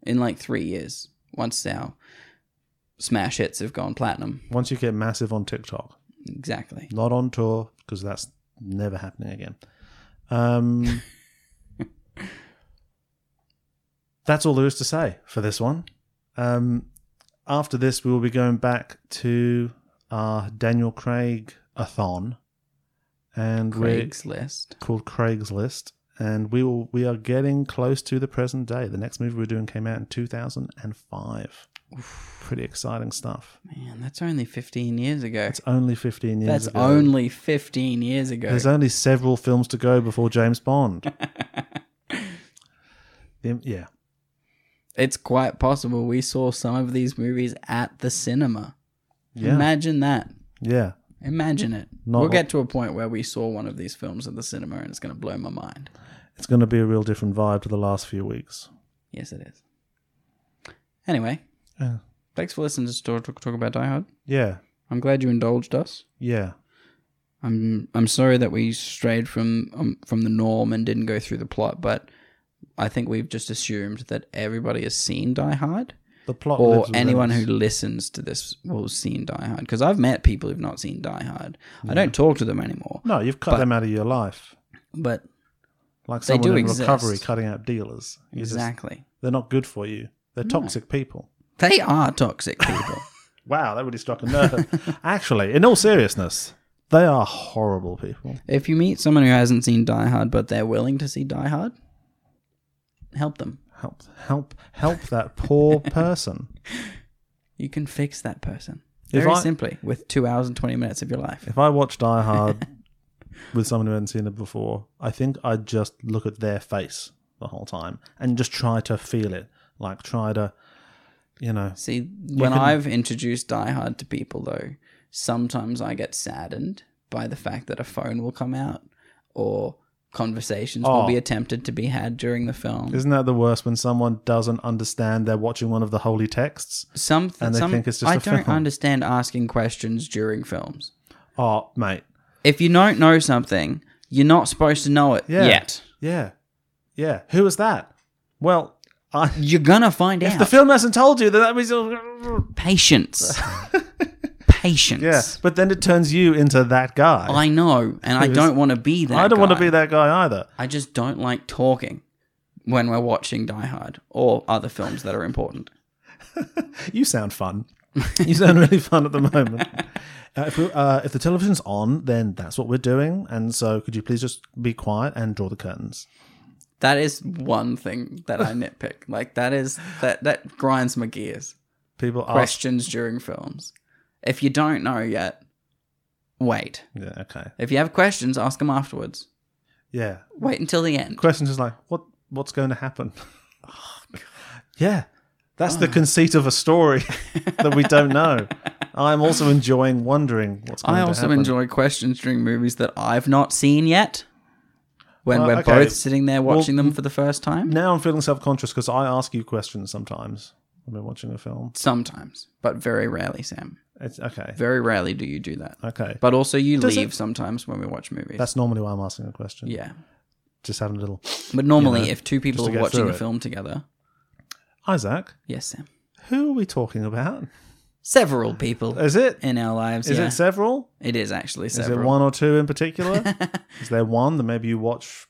D: In like three years, once our smash hits have gone platinum.
C: Once you get massive on TikTok,
D: Exactly.
C: not on tour because that's never happening again. Um, that's all there is to say for this one. Um, after this, we will be going back to our Daniel Craig athon, and we're
D: Craigslist.
C: called Craigslist, and we will we are getting close to the present day. The next movie we're doing came out in two thousand and five. Pretty exciting stuff.
D: Man, that's only 15 years ago.
C: It's only fifteen years.
D: That's
C: ago.
D: only 15 years ago.
C: There's only several films to go before James Bond. The- yeah,
D: it's quite possible we saw some of these movies at the cinema.
C: Yeah.
D: Imagine that.
C: yeah.
D: Imagine it.
C: Not-
D: we'll get to a point where we saw one of these films at the cinema and it's going to blow my mind.
C: It's going to be a real different vibe to the last few weeks.
D: Yes, it is. Anyway,
C: Yeah.
D: thanks for listening to Talk, Talk, Talk About Die Hard.
C: Yeah,
D: I'm glad you indulged us.
C: yeah.
D: I'm I'm sorry that we strayed from um, from the norm and didn't go through the plot, but I think we've just assumed that everybody has seen Die Hard,
C: The plot
D: or
C: lives within
D: anyone
C: us.
D: who listens to this will have seen Die Hard. Because I've met people who've not seen Die Hard. I don't talk to them anymore,
C: no, you've cut
D: But-
C: them out of your life,
D: but
C: like
D: They
C: someone
D: do
C: in
D: exist.
C: recovery cutting out dealers. You just-
D: exactly,
C: they're not good for you. They're toxic people.
D: they are toxic people.
C: Wow, that really struck a nerve. Actually, in all seriousness, they are horrible people.
D: if you meet someone who hasn't seen Die Hard but they're willing to see Die Hard, help them.
C: Help, help, help that poor person.
D: You can fix that person
C: If
D: very
C: I-
D: simply with two hours and twenty minutes of your life.
C: If I watched Die Hard with someone who hadn't seen it before, I think I'd just look at their face the whole time and just try to feel it, like try to, you know,
D: See, when
C: can-
D: I've introduced Die Hard to people, though, sometimes I get saddened by the fact that a phone will come out or conversations will
C: Oh.
D: be attempted to be had during the film.
C: isn't that the worst when someone doesn't understand they're watching one of the holy texts?
D: some,
C: and they
D: some,
C: think it's just
D: I
C: a
D: don't
C: film.
D: understand asking questions during films.
C: Oh, mate,
D: If you don't know something, you're not supposed to know it
C: Yeah.
D: yet.
C: yeah, yeah. Who is that? Well, I,
D: You're gonna find
C: if
D: out.
C: the film hasn't told you, then that means.
D: Patience. Patience.
C: Yeah, but then it turns you into that guy.
D: I know, and I
C: Who's-
D: don't want to be that.
C: I don't want to
D: guy.
C: be that guy either.
D: I just don't like talking when we're watching Die Hard or other films that are important.
C: You sound fun. You sound really fun at the moment. Uh, if, we, uh, if the television's on, then that's what we're doing. And so, could you please just be quiet and draw the curtains?
D: That is one thing that I nitpick. Like that is that that grinds my gears.
C: People ask.
D: Questions during films. If you don't know yet, wait.
C: Yeah, okay.
D: If you have questions, ask them afterwards.
C: Yeah.
D: Wait until the end.
C: Questions is like, what? What's going to happen?
D: Oh,
C: yeah, that's the conceit of a story that we don't know. I'm also enjoying wondering what's going
D: I
C: to
D: also
C: happen.
D: enjoy questions during movies that I've not seen yet. When
C: Well,
D: we're
C: okay.
D: both sitting there
C: Well,
D: watching them for the first time.
C: Now I'm feeling self conscious because I ask you questions sometimes when we're watching a film.
D: Sometimes, but very rarely, Sam.
C: It's okay.
D: Very rarely do you do that.
C: Okay.
D: But also, you
C: Does
D: leave
C: it-
D: sometimes when we watch movies.
C: That's normally why I'm asking a question.
D: yeah,
C: Just having a little.
D: but normally,
C: know,
D: if two people
C: just
D: are
C: to get
D: watching
C: through
D: a
C: it.
D: film together,
C: Isaac,
D: yes, Sam,
C: who are we talking about?
D: several people
C: Is it?
D: in our lives.
C: Is
D: yeah,
C: it several?
D: it is actually
C: Is
D: several.
C: it one or two in particular? Is there one that maybe you watch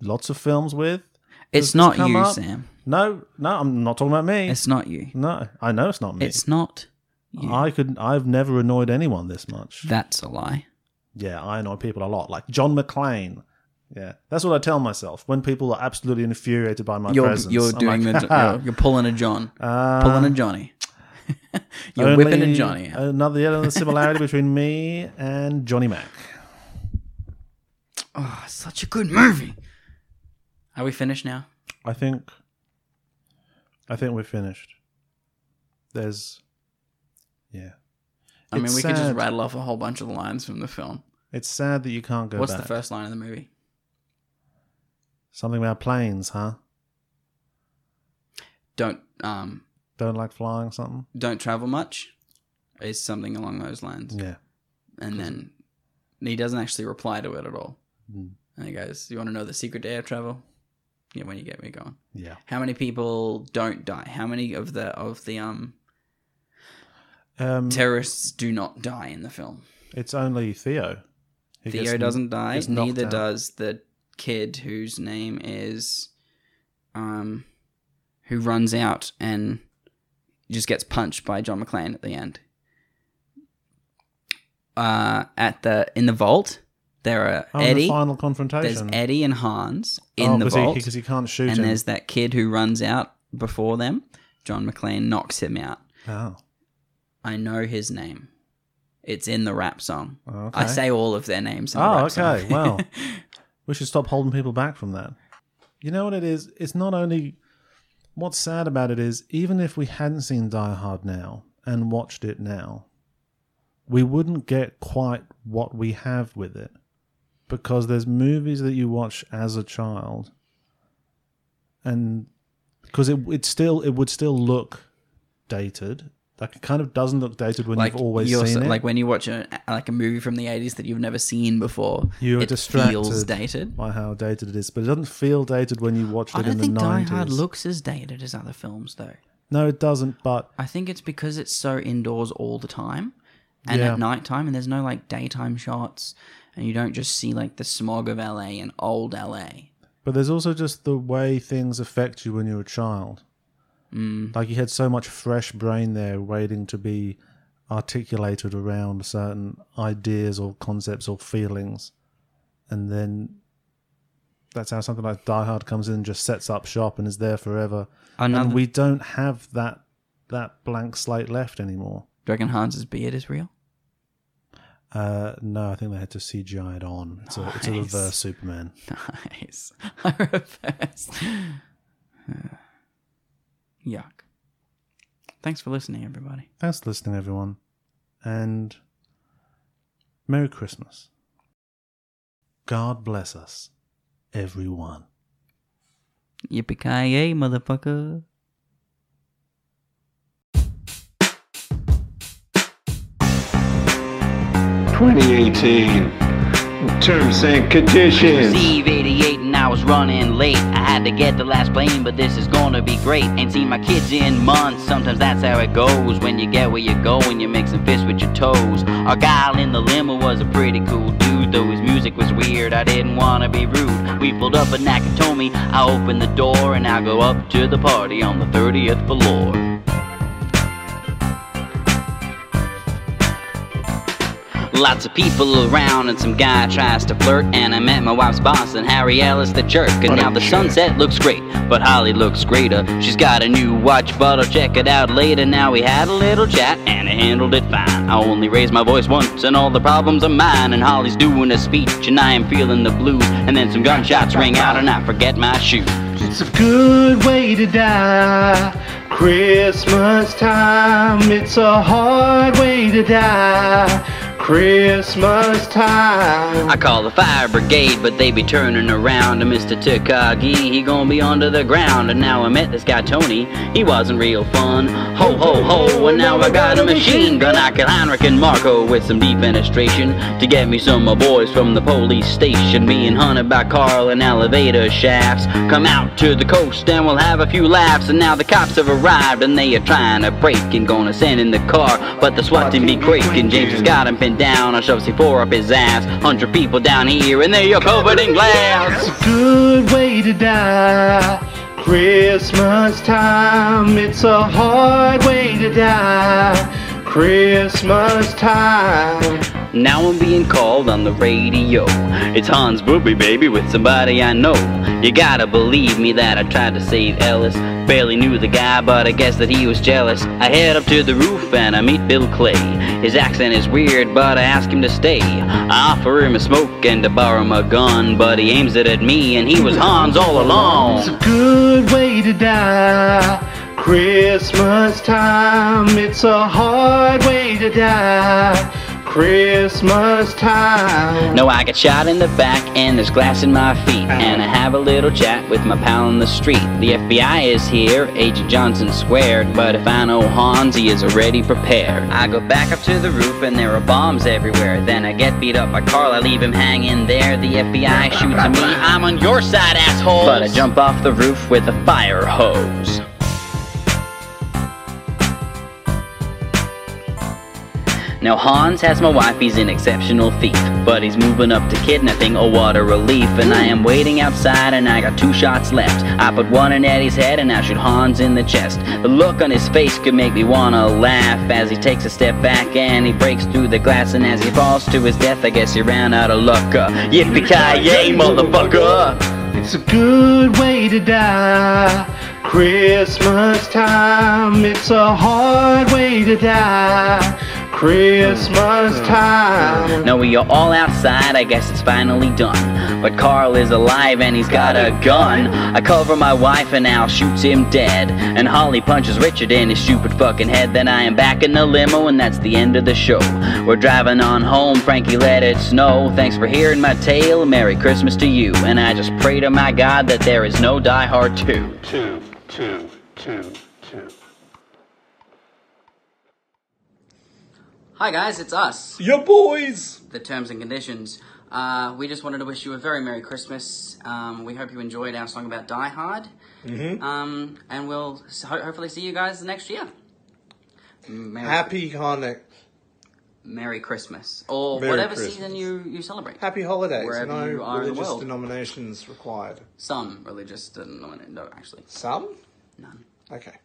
C: lots of films with?
D: it's
C: Does this
D: not
C: come
D: you,
C: up?
D: Sam.
C: No, no, I'm not talking about me.
D: It's not you.
C: no, I know it's not me.
D: It's not you.
C: I could. I've never annoyed anyone this much.
D: That's a lie.
C: yeah, I annoy people a lot. Like John McClane. Yeah, that's what I tell myself when people are absolutely infuriated by my
D: You're
C: presence.
D: you're
C: I'm
D: doing
C: like,
D: the you're, you're pulling a John,
C: "Ah,
D: pulling a Johnny. you're
C: only uh,
D: whipping a Johnny. out.
C: Another yet another similarity between me and Johnny Mac.
D: oh, such a good movie. Are we finished now?
C: I think I think we're finished. There's yeah.
D: I mean,
C: It's
D: we could just
C: sad.
D: rattle off a whole bunch of lines from the film.
C: It's sad that you can't go
D: What's
C: back.
D: the first line of the movie?
C: Something about planes, huh?
D: Don't um
C: Don't like flying or something?
D: don't travel much is something along those lines.
C: Yeah.
D: And then he doesn't actually reply to it at all.
C: Mm.
D: And he goes, You want to know the secret to air travel? Yeah, when you get me going.
C: Yeah.
D: How many people don't die? How many of the of the um
C: Um,
D: terrorists do not die in the film?
C: it's only Theo. who
D: Theo
C: gets-
D: doesn't die.
C: gets knocked
D: Neither
C: out.
D: does the kid whose name is, um, who runs out and just gets punched by John McClane at the end. Uh, at the in the vault, there are
C: Oh, in the
D: Eddie.
C: final
D: There's
C: confrontation.
D: Eddie and Hans in
C: oh,
D: the
C: because
D: vault,
C: because he, can't shoot
D: and
C: him.
D: there's that kid who runs out before them. John McClane knocks him out.
C: Oh,
D: I know his name. It's in the rap song.
C: Oh, okay.
D: I say all of their names. In the
C: Oh,
D: rap song.
C: okay. Wow. we should stop holding people back from that. You know what it is? It's not only what's sad about it is even if we hadn't seen Die Hard now and watched it now, we wouldn't get quite what we have with it because there's movies that you watch as a child and because it it still it would still look dated. Like it kind of doesn't look dated when
D: like
C: you've always
D: you're
C: seen
D: so-
C: it.
D: Like when you watch a like a movie from the '80s that you've never seen before,
C: You're
D: it
C: distracted.
D: feels dated.
C: by how dated it is, but it doesn't feel dated when you watched
D: I
C: it
D: don't
C: in the
D: think Die
C: nineties.
D: Hard looks as dated as other films, though.
C: No, it doesn't. But
D: I think it's because it's so indoors all the time, and
C: Yeah.
D: at nighttime, and there's no like daytime shots, and you don't just see like the smog of LA and old LA.
C: but there's also just the way things affect you when you're a child. Mm. Like you had so much fresh brain there waiting to be articulated around certain ideas or concepts or feelings, and then that's how something like Die Hard comes in and just sets up shop and is there forever.
D: Another,
C: And we don't have that that blank slate left anymore.
D: do you reckon Hans's beard is real?
C: Uh, no, I think they had to CGI it on. It's a, it's a
D: Nice.
C: reverse Superman.
D: Nice. I reverse. Yuck. Thanks for listening, everybody.
C: Thanks for listening, everyone, and Merry Christmas. God bless us, everyone.
D: Yippee ki yay, motherfucker.
E: Terms and conditions.
F: Eve 88 and I was running late. I had to get the last plane, but this is gonna be great. Ain't seen my kids in months. Sometimes that's how it goes. When you get where you go and you're mixing fists with your toes. Our guy in the limo was a pretty cool dude, though his music was weird. I didn't wanna be rude. We pulled up at Nakatomi. I opened the door and I go up to the party on the 30th floor. Lots of people around and some guy tries to flirt And I met my wife's boss and Harry Ellis the jerk And now the sunset looks great, but Holly looks greater She's got a new watch, but I'll check it out later Now we had a little chat and I handled it fine I only raised my voice once and all the problems are mine And Holly's doing a speech and I am feeling the blues And then some gunshots ring out and I forget my shoes
E: It's a good way to die. Christmas time. It's a hard way to die. Christmas time.
F: I call the fire brigade, but they be turning around to Mr. Takagi. He gon' be under the ground. And now I met this guy Tony. He wasn't real fun. Ho ho ho! And now I got a machine gun. I kill Heinrich and Marco with some defenestration to get me some of my boys from the police station. Being hunted by Carl and elevator shafts. Come out to the coast and we'll have a few laughs. And now the cops have arrived and they are trying to break and gonna send in the car, but the SWAT team be quaking. James has got him pinned down. I shove C4 up his ass. Hundred people down here, and they are covered in glass.
E: It's a good way to die. Christmas time. It's a hard way to die. Christmas time.
F: Now I'm being called on the radio. It's Hans Booby Baby with somebody I know. You gotta believe me that I tried to save Ellis. Barely knew the guy, but I guess that he was jealous. I head up to the roof and I meet Bill Clay. His accent is weird, but I ask him to stay. I offer him a smoke and to borrow my gun, but he aims it at me and he was Hans all along.
E: It's a good way to die. Christmas time, it's a hard way to die. Christmas time.
F: No, I got shot in the back and there's glass in my feet. And I have a little chat with my pal on the street. The FBI is here, Agent Johnson squared. But if I know Hans, he is already prepared. I go back up to the roof and there are bombs everywhere. Then I get beat up by Carl, I leave him hanging there. The FBI shoots at me, I'm on your side, asshole. But I jump off the roof with a fire hose. Now Hans has my wife, he's an exceptional thief. But he's moving up to kidnapping or what a relief. And I am waiting outside and I got two shots left. I put one in Eddie's head and I shoot Hans in the chest. The look on his face could make me wanna laugh as he takes a step back and he breaks through the glass. And as he falls to his death, I guess he ran out of luck. Uh, Yippee-ki-yay, motherfucker!
E: It's a good way to die. Christmas time. It's a hard way to die. Christmas time.
F: No, we are all outside, I guess it's finally done. But Carl is alive and he's got a gun. I cover my wife and Al shoots him dead. And Holly punches Richard in his stupid fucking head. Then I am back in the limo and that's the end of the show. We're driving on home, Frankie let it snow. Thanks for hearing my tale, Merry Christmas to you. And I just pray to my God that there is no Die Hard 2.
B: Two, two, two, two.
F: Hi guys, it's us.
C: Your boys.
F: the terms and conditions. Uh, we just wanted to wish you a very Merry Christmas. Um, we hope you enjoyed our song about Die Hard. Mm-hmm. Um, and we'll s- ho- hopefully see you guys next year. Merry,
G: Happy Hanukkah.
F: Merry Christmas. Or
G: Merry
F: whatever
G: Christmas.
F: season you, you celebrate.
G: Happy holidays.
F: Wherever
G: no
F: you are in the
G: religious
F: world.
G: denominations required.
F: Some religious, denom- no, actually,
G: Some?
F: none.
G: Okay.